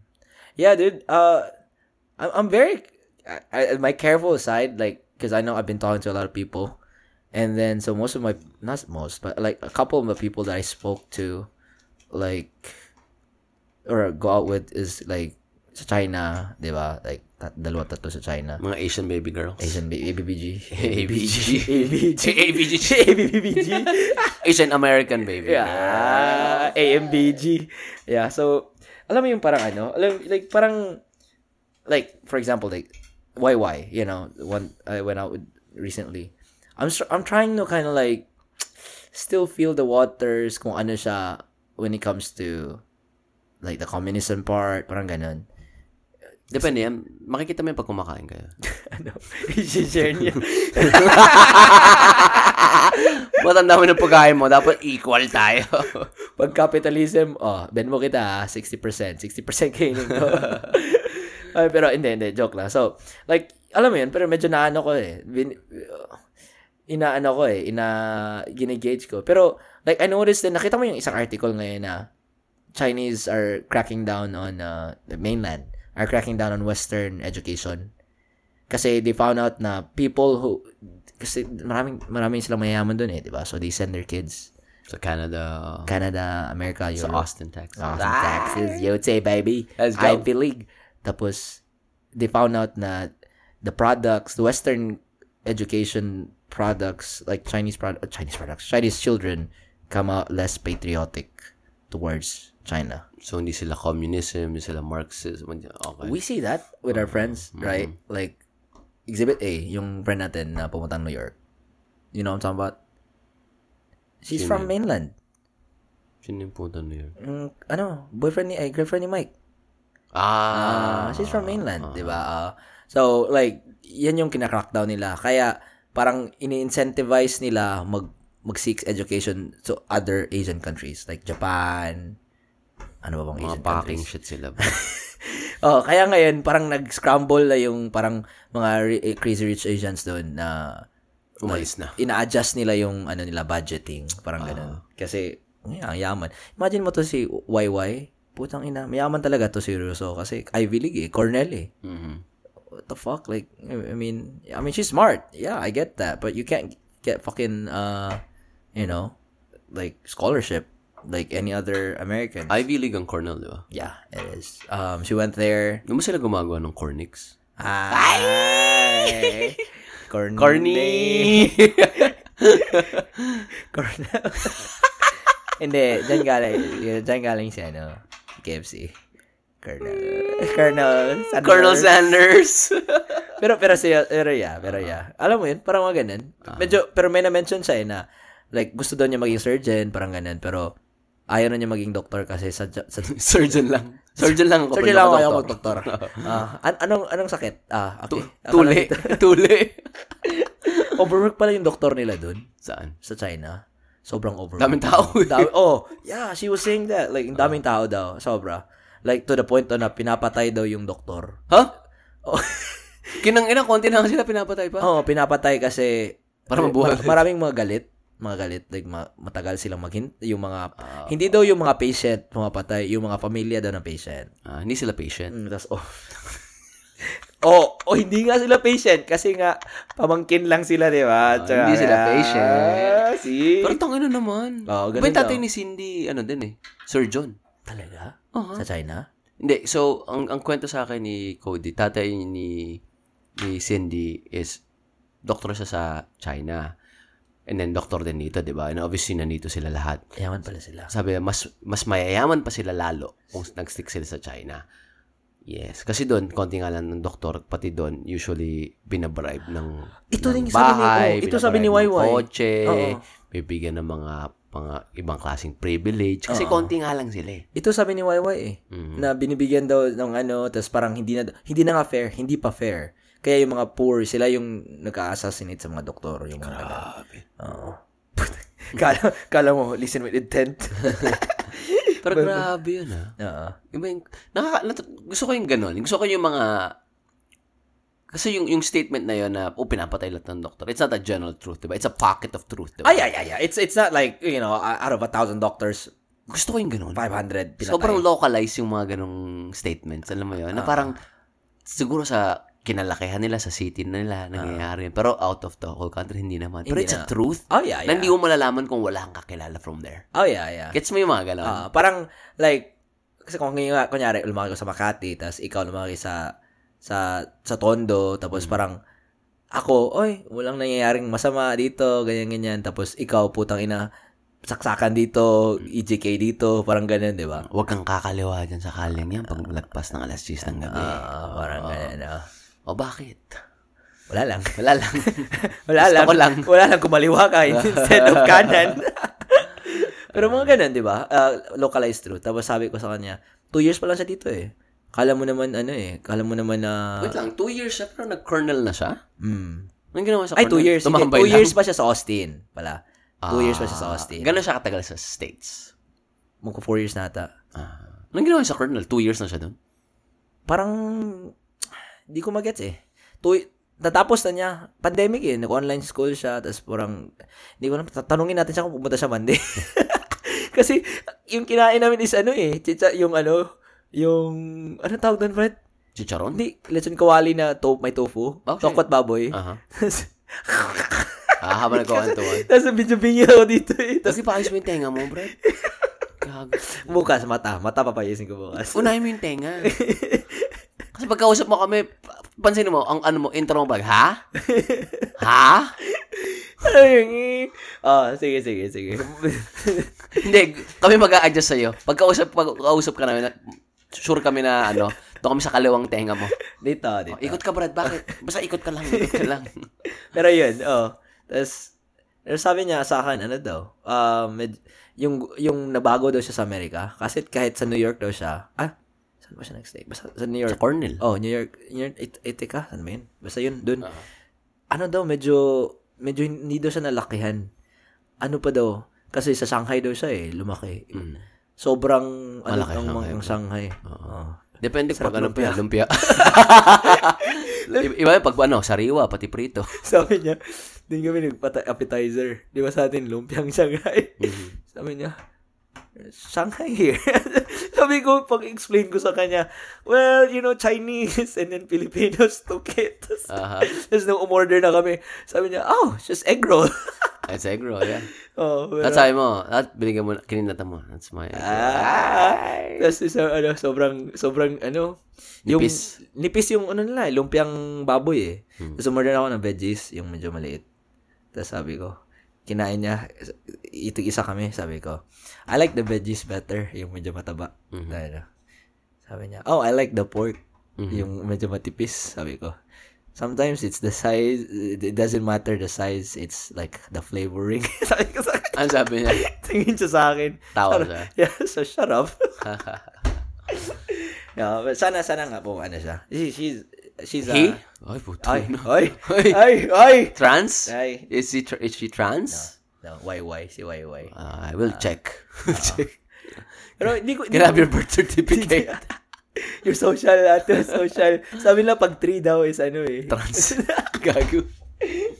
Speaker 2: Yeah, dude. Uh, I'm, I'm very, I, I, my careful side, like, because I know I've been talking to a lot of people. And then, so most of my, not most, but like a couple of the people that I spoke to, like, or go out with is like, sa China, di ba? Like, tat, dalawa tatlo sa China.
Speaker 1: Mga Asian baby girls.
Speaker 2: Asian B- ABBG.
Speaker 1: ABG.
Speaker 2: ABG.
Speaker 1: ABG. Asian American baby.
Speaker 2: Yeah. AMBG. Yeah, so, alam mo yung parang ano, alam, like, parang, like, for example, like, YY, you know, one I went out with recently. I'm, str- I'm trying to kind of like, still feel the waters kung ano siya when it comes to, like, the communism part, parang ganun.
Speaker 1: Depende yan. Makikita mo yan pag kumakain kayo.
Speaker 2: ano, i-share niya.
Speaker 1: Matanda mo ng pagkain mo. Dapat equal tayo.
Speaker 2: Pag capitalism, oh, bend mo kita ah, 60%. 60% kainin ko. Ay, pero hindi, hindi, joke lang. So, like, alam mo yun, pero medyo naano ko eh. Bin, inaano ko eh, ina, ginigage ko. Pero, like, I noticed din, nakita mo yung isang article ngayon na Chinese are cracking down on uh, the mainland, are cracking down on Western education. Kasi they found out na people who, kasi maraming, maraming silang mayayaman dun eh, di ba? So, they send their kids
Speaker 1: Sa Canada.
Speaker 2: Canada, America,
Speaker 1: Sa
Speaker 2: Europe.
Speaker 1: Austin, Texas.
Speaker 2: Austin, Texas, USA, baby.
Speaker 1: Let's go.
Speaker 2: Ivy League. Tapos, they found out na the products, the Western education products, like Chinese pro- uh, Chinese products, Chinese children come out less patriotic towards China.
Speaker 1: So, hindi sila communism, hindi sila Marxism. hindi- Okay.
Speaker 2: We see that with our friends, right? Like, Exhibit A, yung friend natin na pumuntang New York. You know what I'm talking about? She's
Speaker 1: Sino
Speaker 2: from
Speaker 1: yun?
Speaker 2: mainland.
Speaker 1: Sino yung puta na yun?
Speaker 2: Mm, ano, boyfriend ni, ay, girlfriend ni Mike.
Speaker 1: Ah.
Speaker 2: Ah, she's from mainland, 'di ba? Ah, so like 'yan yung kinakrackdown nila. Kaya parang ini-incentivize nila mag mag-seek education to other Asian countries like Japan. Ano ba bang
Speaker 1: Mga
Speaker 2: Asian
Speaker 1: packing
Speaker 2: countries?
Speaker 1: shit sila.
Speaker 2: Oh, kaya ngayon parang nag-scramble na yung parang mga ri- eh, crazy rich Asians doon na
Speaker 1: Umalis na.
Speaker 2: ina-adjust nila yung ano nila budgeting,
Speaker 1: Ah.
Speaker 2: parang ganun. Kasi yeah, ang yaman. Imagine mo to si YY, putang ina, mayaman talaga to si Russo kasi Ivy League, eh, Cornell eh
Speaker 1: Mhm.
Speaker 2: what the fuck? Like, I I mean, I mean, she's smart. Yeah, I get that, but you can't get fucking, uh, you know, like scholarship like any other American.
Speaker 1: Ivy League ang Cornell, di ba?
Speaker 2: yeah, it is. Um, she went there.
Speaker 1: Yung ba sila gumagawa ng Cornix?
Speaker 2: Hi. Corny. Corny. Hindi, dyan galing, dyan galing si ano, KFC. Colonel. Colonel. Sanders.
Speaker 1: Colonel Sanders!
Speaker 2: pero pero siya pero yeah, pero yeah. Alam mo 'yun, parang mga ganun. Medyo pero may na-mention siya eh na like gusto daw niya maging surgeon, parang ganun, pero ayaw na niya maging doktor kasi sa, sa
Speaker 1: Surgeon lang. Surgeon lang ako.
Speaker 2: Sir,
Speaker 1: pag
Speaker 2: kailangan ko
Speaker 1: nakadoktor.
Speaker 2: kayo magdoktor. Ah, an- anong anong sakit? Ah, okay.
Speaker 1: Tu- Tuli.
Speaker 2: Akala-
Speaker 1: Tuli.
Speaker 2: overwork pala yung doktor nila doon
Speaker 1: Saan?
Speaker 2: sa China. Sobrang overwork.
Speaker 1: Daming tao.
Speaker 2: Dami- oh, yeah, she was saying that. Like, ang daming tao daw. Sobra. Like, to the point to na pinapatay daw yung doktor.
Speaker 1: Ha?
Speaker 2: Oh,
Speaker 1: Kinang ina, konti na lang sila pinapatay pa.
Speaker 2: oh pinapatay kasi...
Speaker 1: Para mabuhay.
Speaker 2: Mar- maraming mga galit. Mga galit. Like, ma- matagal silang maghintay. Yung mga... hindi daw yung mga patient pumapatay. Yung mga pamilya daw ng patient.
Speaker 1: Ah, hindi sila patient.
Speaker 2: Mm, tas, oh. oh, oh, hindi nga sila patient kasi nga pamangkin lang sila, di
Speaker 1: Ah,
Speaker 2: ba?
Speaker 1: hindi sila patient.
Speaker 2: Ah, see?
Speaker 1: Pero tang ina naman.
Speaker 2: Oo, Oh, ganun
Speaker 1: Ba yung tatay
Speaker 2: daw.
Speaker 1: ni Cindy, ano din eh, surgeon.
Speaker 2: Talaga?
Speaker 1: Oo.
Speaker 2: Sa China?
Speaker 1: Hindi, so, ang, ang kwento sa akin ni Cody, tatay ni, ni Cindy is doktor siya sa China. And then, doktor din dito, di ba? And obviously, nandito sila lahat.
Speaker 2: Yaman pala sila.
Speaker 1: Sabi niya, mas, mas mayayaman pa sila lalo kung nag-stick sila sa China. Yes. Kasi doon, konti nga lang ng doktor, pati doon, usually, binabribe ng,
Speaker 2: Ito
Speaker 1: ng
Speaker 2: din yung sabi ni-
Speaker 1: bahay,
Speaker 2: oh, ito sabi ni
Speaker 1: binabribe ng
Speaker 2: YY.
Speaker 1: kotse,
Speaker 2: Oo.
Speaker 1: bibigyan ng mga, mga ibang klaseng privilege. Kasi
Speaker 2: Oo.
Speaker 1: konti nga lang sila eh.
Speaker 2: Ito sabi ni YY eh.
Speaker 1: Mhm.
Speaker 2: Na binibigyan daw ng ano, tapos parang hindi na, hindi na nga fair, hindi pa fair. Kaya yung mga poor, sila yung nag-assassinate sa mga doktor. Yung mga ganun. Oo. kala, kala mo, listen with intent.
Speaker 1: Pero grabe yun ah.
Speaker 2: Oo.
Speaker 1: Iba yung, nakaka, nat- gusto ko yung ganun. Gusto ko yung mga, kasi yung, yung statement na yun na, oh, pinapatay lahat ng doktor. It's not a general truth, diba? It's a pocket of truth, diba?
Speaker 2: Ay, ay, ay, ay. It's, it's not like, you know, out of a thousand doctors,
Speaker 1: Gusto ko yung ganun.
Speaker 2: 500 pinatay. Ah.
Speaker 1: Sobrang localized yung mga ganong statements. Alam mo yun? Na parang, siguro sa kinalakihan nila, sa city na nila, nangyayari. yun. Pero out of the whole country, hindi naman. Pero
Speaker 2: Ah. Hindi
Speaker 1: it's a
Speaker 2: na.
Speaker 1: truth.
Speaker 2: Oh, yeah,
Speaker 1: Na
Speaker 2: yeah.
Speaker 1: hindi mo malalaman kung wala kang kakilala from there.
Speaker 2: Oh, yeah, yeah.
Speaker 1: Gets mo yung mga ganon?
Speaker 2: Ah, parang, like, kasi kung ngayon nga, kunyari, lumaki ko sa Makati, tapos ikaw lumaki sa, sa, sa Tondo, tapos parang, ako, oy, walang nangyayaring masama dito, ganyan, ganyan. Tapos ikaw, putang ina, saksakan dito, EJK dito, parang ganyan, di ba?
Speaker 1: Huwag kang kakaliwa dyan sa kalyang yan pag lagpas ng alas 10 ng gabi.
Speaker 2: Ah, parang ganyan, ah.
Speaker 1: O bakit?
Speaker 2: Wala lang.
Speaker 1: Wala lang.
Speaker 2: Wala
Speaker 1: Gusto
Speaker 2: lang.
Speaker 1: ko lang.
Speaker 2: Wala lang kumaliwa ka instead of kanan. Pero mga ganun, di ba? Ah, localized truth. Tapos sabi ko sa kanya, two years pa lang siya dito eh. Kala mo naman ano eh. Kala mo naman na...
Speaker 1: Wait lang, two years siya pero nag-colonel na siya?
Speaker 2: Mm.
Speaker 1: Anong ginawa sa
Speaker 2: Ay, two years. Hindi,
Speaker 1: Tumambay
Speaker 2: two
Speaker 1: lang?
Speaker 2: years pa siya sa Austin pala. Two years pa siya sa
Speaker 1: Ah,
Speaker 2: Austin.
Speaker 1: Ganun siya katagal sa States.
Speaker 2: Magka four years na ata.
Speaker 1: Ah. Anong ginawa sa colonel? Two years na siya doon?
Speaker 2: Parang... Di ko magets eh. Two, natapos na niya. Pandemic eh. Nag-online school siya. Tapos parang... Hindi ko na... Tanungin natin siya kung pumunta siya Monday. Kasi yung kinain namin is ano eh. Chicha, yung ano... Yung... Ano tawag doon, Fred?
Speaker 1: Chicharon?
Speaker 2: Hindi. Lechon kawali na to, may tofu.
Speaker 1: Okay.
Speaker 2: Tokot baboy.
Speaker 1: Aha.
Speaker 2: Tapos...
Speaker 1: Ah, habang nagkakantuan.
Speaker 2: Tapos binyo-binyo ako dito eh.
Speaker 1: Tapos
Speaker 2: Tapos
Speaker 1: ipaayos mo yung tenga mo, bro. Gago.
Speaker 2: bukas, mata. Mata papayasin ko bukas.
Speaker 1: Unahin mo yung tenga. Kasi pagkausap mo kami, pa- pansinin mo, ang ano mo, intro mo pag, ha? Ha?
Speaker 2: Ano yung eh? Ah, sige, sige, sige.
Speaker 1: Hindi, kami mag adjust sa'yo. Pagkausap, pagkausap ka namin, na- sure kami na, ano, doon kami sa kaliwang tenga mo.
Speaker 2: dito, dito.
Speaker 1: Oh, ikot ka, Brad. Bakit? Basta ikot ka lang, ikot ka lang.
Speaker 2: Pero yun, oh. Tapos, pero sabi niya sa akin, ano daw, um, med- yung, yung nabago daw siya sa Amerika, kasi kahit sa New York daw siya, ah, saan ba siya nag-stay? Basta sa New York.
Speaker 1: Cornell.
Speaker 2: Oh, New York, New York, it, itika, saan ba yun? Basta yun, dun. Ano daw, medyo, medyo hindi daw siya nalakihan. Ano pa daw, kasi sa Shanghai daw siya eh, lumaki.
Speaker 1: Mm.
Speaker 2: Sobrang, ano,
Speaker 1: Malaki
Speaker 2: ang,
Speaker 1: Shanghai,
Speaker 2: ang
Speaker 1: bro.
Speaker 2: Shanghai. Oh.
Speaker 1: Depende
Speaker 2: Sarap
Speaker 1: pag ano
Speaker 2: lumpia.
Speaker 1: pa, lumpia. Iba yung pag ano, sariwa, pati prito.
Speaker 2: Sabi niya, din kami nagpata-appetizer. Di ba sa atin, lumpiang Shanghai?
Speaker 1: Mhm.
Speaker 2: Sabi niya, Shanghai here. Sabi ko, pag-explain ko sa kanya, well, you know, Chinese and then Filipinos took it. Tapos,
Speaker 1: Aha.
Speaker 2: tapos nung umorder na kami, sabi niya, oh, it's just egg roll.
Speaker 1: That's agro, yeah.
Speaker 2: oh, pero,
Speaker 1: That's sabi mo, that binigyan mo, kininata mo. That's my
Speaker 2: Ah! Tapos isa, ano, sobrang, sobrang, ano, yung,
Speaker 1: Nipis.
Speaker 2: nipis yung, ano nila, eh, lumpiang baboy eh. Tapos umorder ako ng veggies, yung medyo maliit. Tapos sabi ko, kinain niya, ito isa kami, sabi ko, I like the veggies better, yung medyo mataba. Na ano. Sabi niya, oh, I like the pork, yung medyo matipis, sabi ko. Sometimes it's the size, it doesn't matter the size, it's like the flavoring. sabi ko sa kanya.
Speaker 1: Ano sabi niya?
Speaker 2: Tingin siya sa akin.
Speaker 1: Tawa
Speaker 2: Sabi-
Speaker 1: siya.
Speaker 2: Yeah, so shut up. yeah, but sana, sana nga po, ano siya. She, she's, she's,
Speaker 1: He?
Speaker 2: uh,
Speaker 1: Ay, puto.
Speaker 2: Ay,
Speaker 1: no.
Speaker 2: ay,
Speaker 1: Ay.
Speaker 2: ay, ay.
Speaker 1: Trans?
Speaker 2: Ay.
Speaker 1: Is, she tr- is she trans?
Speaker 2: No, YY, si YY.
Speaker 1: Ah, I will check. check.
Speaker 2: Pero hindi ko, hindi
Speaker 1: Can I have
Speaker 2: ko-
Speaker 1: your birth certificate?
Speaker 2: your social, at your social. Sabi nila pag 3 daw is ano eh.
Speaker 1: trans. Gago.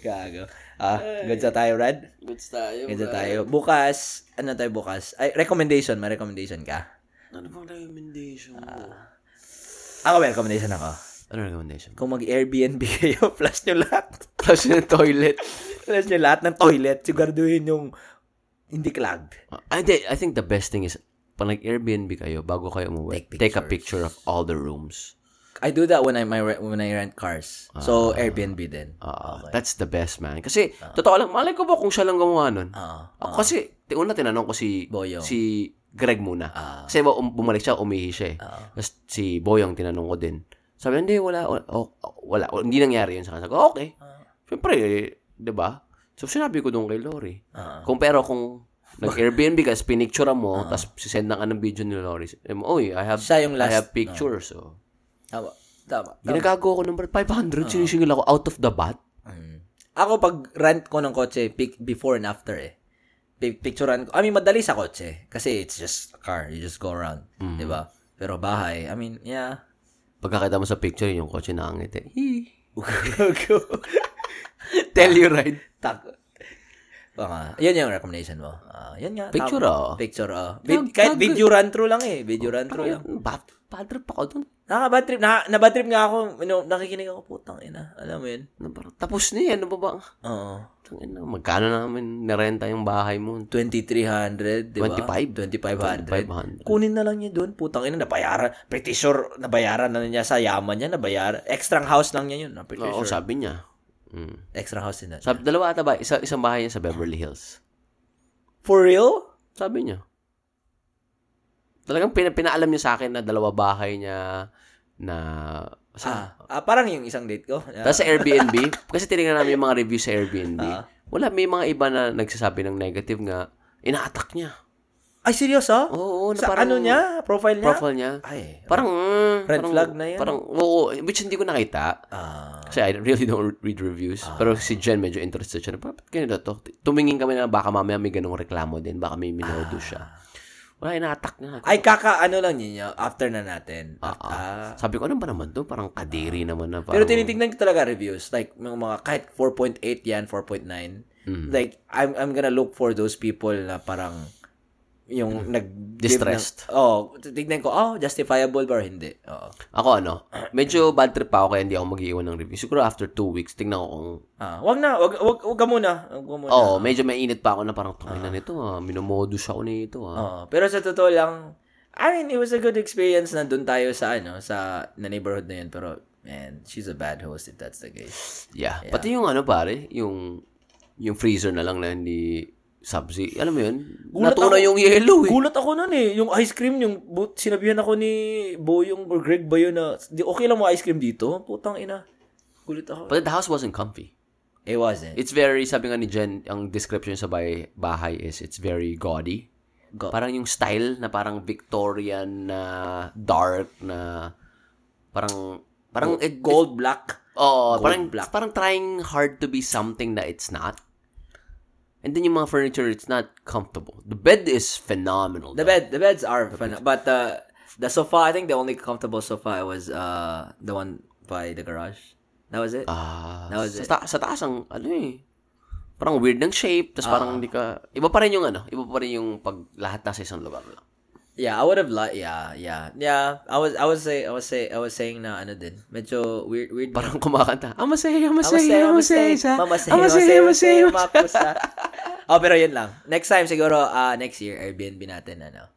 Speaker 2: Gago. Ah, good sa tayo, Rad.
Speaker 1: Goods tayo.
Speaker 2: Good sa tayo. Bukas, ano tayo bukas? Ay, recommendation, may recommendation ka?
Speaker 1: Ano bang recommendation mo?
Speaker 2: Ako may recommendation ako.
Speaker 1: Ah. ano recommendation mo?
Speaker 2: Kung mag-Airbnb kayo, flush nyo lahat.
Speaker 1: Flush ng toilet.
Speaker 2: flush nyo lahat ng toilet. Siguraduhin yung hindi clogged.
Speaker 1: I, thi- I think the best thing is, pag nag-Airbnb kayo, bago kayo umuwi,
Speaker 2: Take
Speaker 1: take, a picture of all the rooms.
Speaker 2: I do that when I my re- when I rent cars. So Airbnb din.
Speaker 1: Ah, That's the best, man. Kasi, totoo lang, malay ko ba kung siya lang gumawa nun?
Speaker 2: Ah.
Speaker 1: Ako kasi, ti- una tinanong ko si,
Speaker 2: Boyong.
Speaker 1: si Greg muna.
Speaker 2: Ah.
Speaker 1: kasi ba, um, bumalik siya, umihi siya eh. Tapos si Boyong tinanong ko din. Sabi, hindi, wala, o- o- wala, o- hindi nangyari yun sa kanya. Sabi ko, okay.
Speaker 2: Ah.
Speaker 1: Siyempre, eh, di ba? So, sinabi ko doon kay Lori.
Speaker 2: Ah.
Speaker 1: Kung pero kung nag-Airbnb ka, tapos pinicture mo, tapos sisend na ka ng video ni Lori. Sabi mo, Oy, I have,
Speaker 2: Siya yung last-
Speaker 1: I have pictures. So,
Speaker 2: Tama. Tama. tama. Ah.
Speaker 1: ginagago ko number 500, sinisingil ako out of the bat.
Speaker 2: Mm. Ako pag rent ko ng kotse, pic- before and after eh. Pic- Picturean ko. I mean, madali sa kotse. Kasi it's just a car. You just go around.
Speaker 1: Mm.
Speaker 2: Di ba? Pero bahay, I mean, yeah.
Speaker 1: Pagkakita mo sa picture, yung kotse nakangiti. Hee.
Speaker 2: Go.
Speaker 1: Telluride.
Speaker 2: Tak. Baka, yun yung recommendation mo. Ah, yun nga.
Speaker 1: Picture, oh.
Speaker 2: tama. Picture, oh.
Speaker 1: Nag-
Speaker 2: Vid- kahit
Speaker 1: nag-
Speaker 2: video run through lang eh. Video run through lang.
Speaker 1: Bad, bad trip ako doon.
Speaker 2: Nakaka-bad trip. Naka, nabad trip nga ako. You know, nakikinig ako, putang ina. Alam mo yun?
Speaker 1: Ano, parang, tapos na yan. Ano ba ba?
Speaker 2: Oo.
Speaker 1: Tangin na, Magkano namin narenta yung bahay mo?
Speaker 2: 2,300, di ba?
Speaker 1: 25.
Speaker 2: 2,500. Kunin na lang niya doon. Putang ina, nabayaran. Pretty sure, nabayaran na niya sa yaman niya. Nabayaran. Extra house lang niya yun. I'm Pretty
Speaker 1: Oo,
Speaker 2: sure.
Speaker 1: sabi niya. Mm.
Speaker 2: Extra house din na.
Speaker 1: Sabi, dalawa ata ba? Isa, isang bahay niya sa Beverly Hills.
Speaker 2: For real?
Speaker 1: Sabi niya. Talagang pina, pinaalam niya sa akin na dalawa bahay niya na... Sa,
Speaker 2: Ah, ah, parang yung isang date ko. Ah,
Speaker 1: Tapos sa Airbnb, kasi tinignan namin yung mga review sa Airbnb.
Speaker 2: Ah.
Speaker 1: Wala, may mga iba na nagsasabi ng negative nga, ina-attack niya.
Speaker 2: ay, seryoso?
Speaker 1: Oo, oo, na
Speaker 2: sa
Speaker 1: parang-
Speaker 2: ano niya? Profile niya?
Speaker 1: Profile niya.
Speaker 2: Ay.
Speaker 1: Parang, mm,
Speaker 2: Red
Speaker 1: parang,
Speaker 2: flag na yun.
Speaker 1: Parang, oo, which hindi ko nakita.
Speaker 2: Ah.
Speaker 1: Kasi I really don't read reviews. Pero si Jen medyo interested siya. Bakit ganito to? Tumingin kami na baka mamaya may ganong reklamo din. Baka may minodo siya.
Speaker 2: Ah.
Speaker 1: Wala, ina-attack na.
Speaker 2: ay, kaka, ano lang niya, after na natin.
Speaker 1: Ah, ah.
Speaker 2: Ah.
Speaker 1: Sabi ko, ano ba naman to? Parang kadiri naman na.
Speaker 2: Pero
Speaker 1: Parang,
Speaker 2: tinitingnan ko talaga reviews. Like, mga, mga kahit 4.8 yan, 4.9.
Speaker 1: Mm.
Speaker 2: Like, I'm, I'm gonna look for those people na parang yung nag
Speaker 1: Mm. Distressed.
Speaker 2: oh, titignan ko, oh, justifiable ba or hindi? Oo.
Speaker 1: ako ano, medyo bad trip pa ako kaya hindi ako mag-iwan ng review. Siguro after two weeks, tingnan ko kung,
Speaker 2: Ah, wag na, wag, wag, wag ka muna. Wag ka muna.
Speaker 1: oh, medyo mainit pa ako na parang, tangin na nito, ah, minomodo siya ako nito. Ah.
Speaker 2: Oo. Pero sa totoo lang, I mean, it was a good experience na doon tayo sa, ano, sa na neighborhood na yun. Pero, man, she's a bad host if that's the case.
Speaker 1: Yeah. Pati yung ano pare, yung, yung freezer na lang na hindi subsi. Alam mo yun?
Speaker 2: Gulat
Speaker 1: Natunaw
Speaker 2: ako.
Speaker 1: yung yellow eh.
Speaker 2: Gulat ako nun eh. Yung ice cream, yung but, sinabihan ako ni Boyong or Greg ba yun na, "Di- okay lang mo ice cream dito? Putang ina. Gulat ako.
Speaker 1: But the house wasn't comfy.
Speaker 2: It wasn't.
Speaker 1: It's very, sabi nga ni Jen, ang description sa bay, bahay is, it's very gaudy.
Speaker 2: Ga-
Speaker 1: Parang yung style na parang Victorian na dark na parang parang eh,
Speaker 2: gold, black.
Speaker 1: Oo, parang
Speaker 2: black.
Speaker 1: parang trying hard to be something that it's not. And then yung mga furniture, it's not comfortable. The bed is phenomenal.
Speaker 2: The
Speaker 1: though.
Speaker 2: bed, the beds are fun. But uh, the sofa, I think the only comfortable sofa was uh, the one by the garage. That was it?
Speaker 1: Ah,
Speaker 2: That was
Speaker 1: sa,
Speaker 2: it.
Speaker 1: ta- sa taas ang ano eh. Parang weird ng shape, tapos
Speaker 2: Ah.
Speaker 1: parang hindi ka iba pa rin yung ano, iba pa rin yung pag lahat nasa isang lugar lang.
Speaker 2: yeah, I would have liked. Yeah, yeah, yeah. I was, I was say, I was say, I was saying na ano din. Medyo weird, weird.
Speaker 1: Parang kumakanta. Amasay,
Speaker 2: I was
Speaker 1: amasay,
Speaker 2: saying, I was
Speaker 1: amasay,
Speaker 2: saying,
Speaker 1: sa.
Speaker 2: mamasay,
Speaker 1: Amasay, amasay,
Speaker 2: mamasay,
Speaker 1: amasay.
Speaker 2: mapusa. Oh, pero yun lang. Next time siguro, ah, next year, Airbnb natin, ano.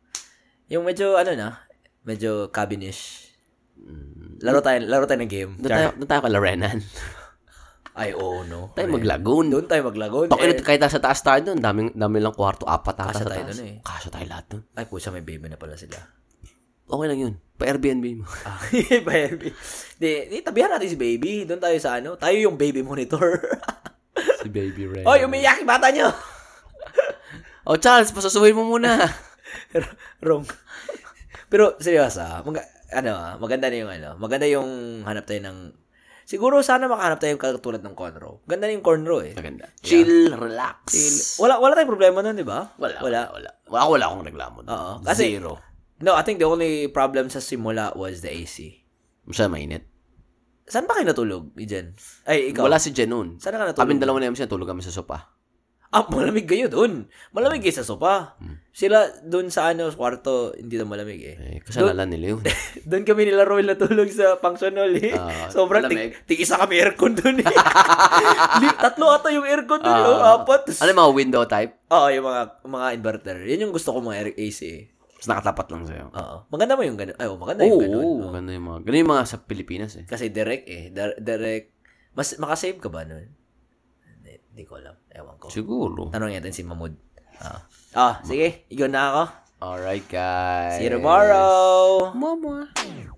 Speaker 2: Yung medyo, ano na, medyo cabinish. Laro tayo, laro tayo ng game.
Speaker 1: Doon tayo, doon tayo kay Lorenan.
Speaker 2: Ay, oo, no.
Speaker 1: tayo mag-lagoon.
Speaker 2: Doon tayo maglagon.
Speaker 1: Pakino,
Speaker 2: Eh,
Speaker 1: kahit nasa taas tayo doon, daming, dami lang kwarto, apat ata sa
Speaker 2: Kasya tayo
Speaker 1: taas.
Speaker 2: dun eh.
Speaker 1: Kasya tayo lahat doon.
Speaker 2: Ay, pusa, may baby na pala sila.
Speaker 1: Okay lang yun. Pa-Airbnb mo.
Speaker 2: Ah, baby. Di, di, tabihan natin si baby. Doon tayo sa ano. Tayo yung baby monitor.
Speaker 1: si Baby Ren.
Speaker 2: Oy, umiyak yung bata niyo.
Speaker 1: Oh, Charles, pasusuhin mo muna.
Speaker 2: Wrong. Pero seryoso, ah, mag- ano, ah, maganda na yung ano, maganda yung hanap tayo ng Siguro sana makahanap tayo yung katulad ng Conroe. Ganda na yung Conroe eh.
Speaker 1: Maganda. Chill, relax.
Speaker 2: Chill. Wala wala tayong problema nun, di ba?
Speaker 1: Wala, wala,
Speaker 2: Wala.
Speaker 1: wala. Wala, wala akong reklamo. doon.
Speaker 2: Oo. Kasi-
Speaker 1: Zero.
Speaker 2: No, I think the only problem sa simula was the AC.
Speaker 1: Masaya mainit.
Speaker 2: Saan ba kayo natulog, Ijen? Ay, ikaw.
Speaker 1: Wala si Jenun.
Speaker 2: Saan ka natulog?
Speaker 1: Kaming dalawa na yung sinatulog kami sa sopa.
Speaker 2: Ah, malamig kayo doon. Malamig kayo sa sopa. Sila doon sa ano, kwarto, hindi na malamig eh.
Speaker 1: Eh, kasalanan nila yun.
Speaker 2: Doon kami nila Roy natulog sa function hall eh.
Speaker 1: Ah,
Speaker 2: Sobrang
Speaker 1: malamig.
Speaker 2: tig, tig isa kami aircon doon eh. Li- Tatlo ata yung aircon doon, oh, apat.
Speaker 1: Ano yung mga window type?
Speaker 2: Oo, yung mga mga inverter. Yan yung gusto ko mga air- AC eh.
Speaker 1: Tapos nakatapat lang sa'yo.
Speaker 2: Oo. Maganda mo yung ganun. Ay, oh, maganda
Speaker 1: Oo,
Speaker 2: yung ganun.
Speaker 1: oh, ganda yung mga. Ganun yung mga sa Pilipinas eh.
Speaker 2: Kasi direct eh. Dir- direct. Mas, makasave ka ba nun? Hindi, hindi ko alam. Ewan ko.
Speaker 1: Siguro.
Speaker 2: Tanong natin si Mahmud. Ah, ah sige. Iyon na ako.
Speaker 1: Alright, guys.
Speaker 2: See you tomorrow.
Speaker 1: Mama.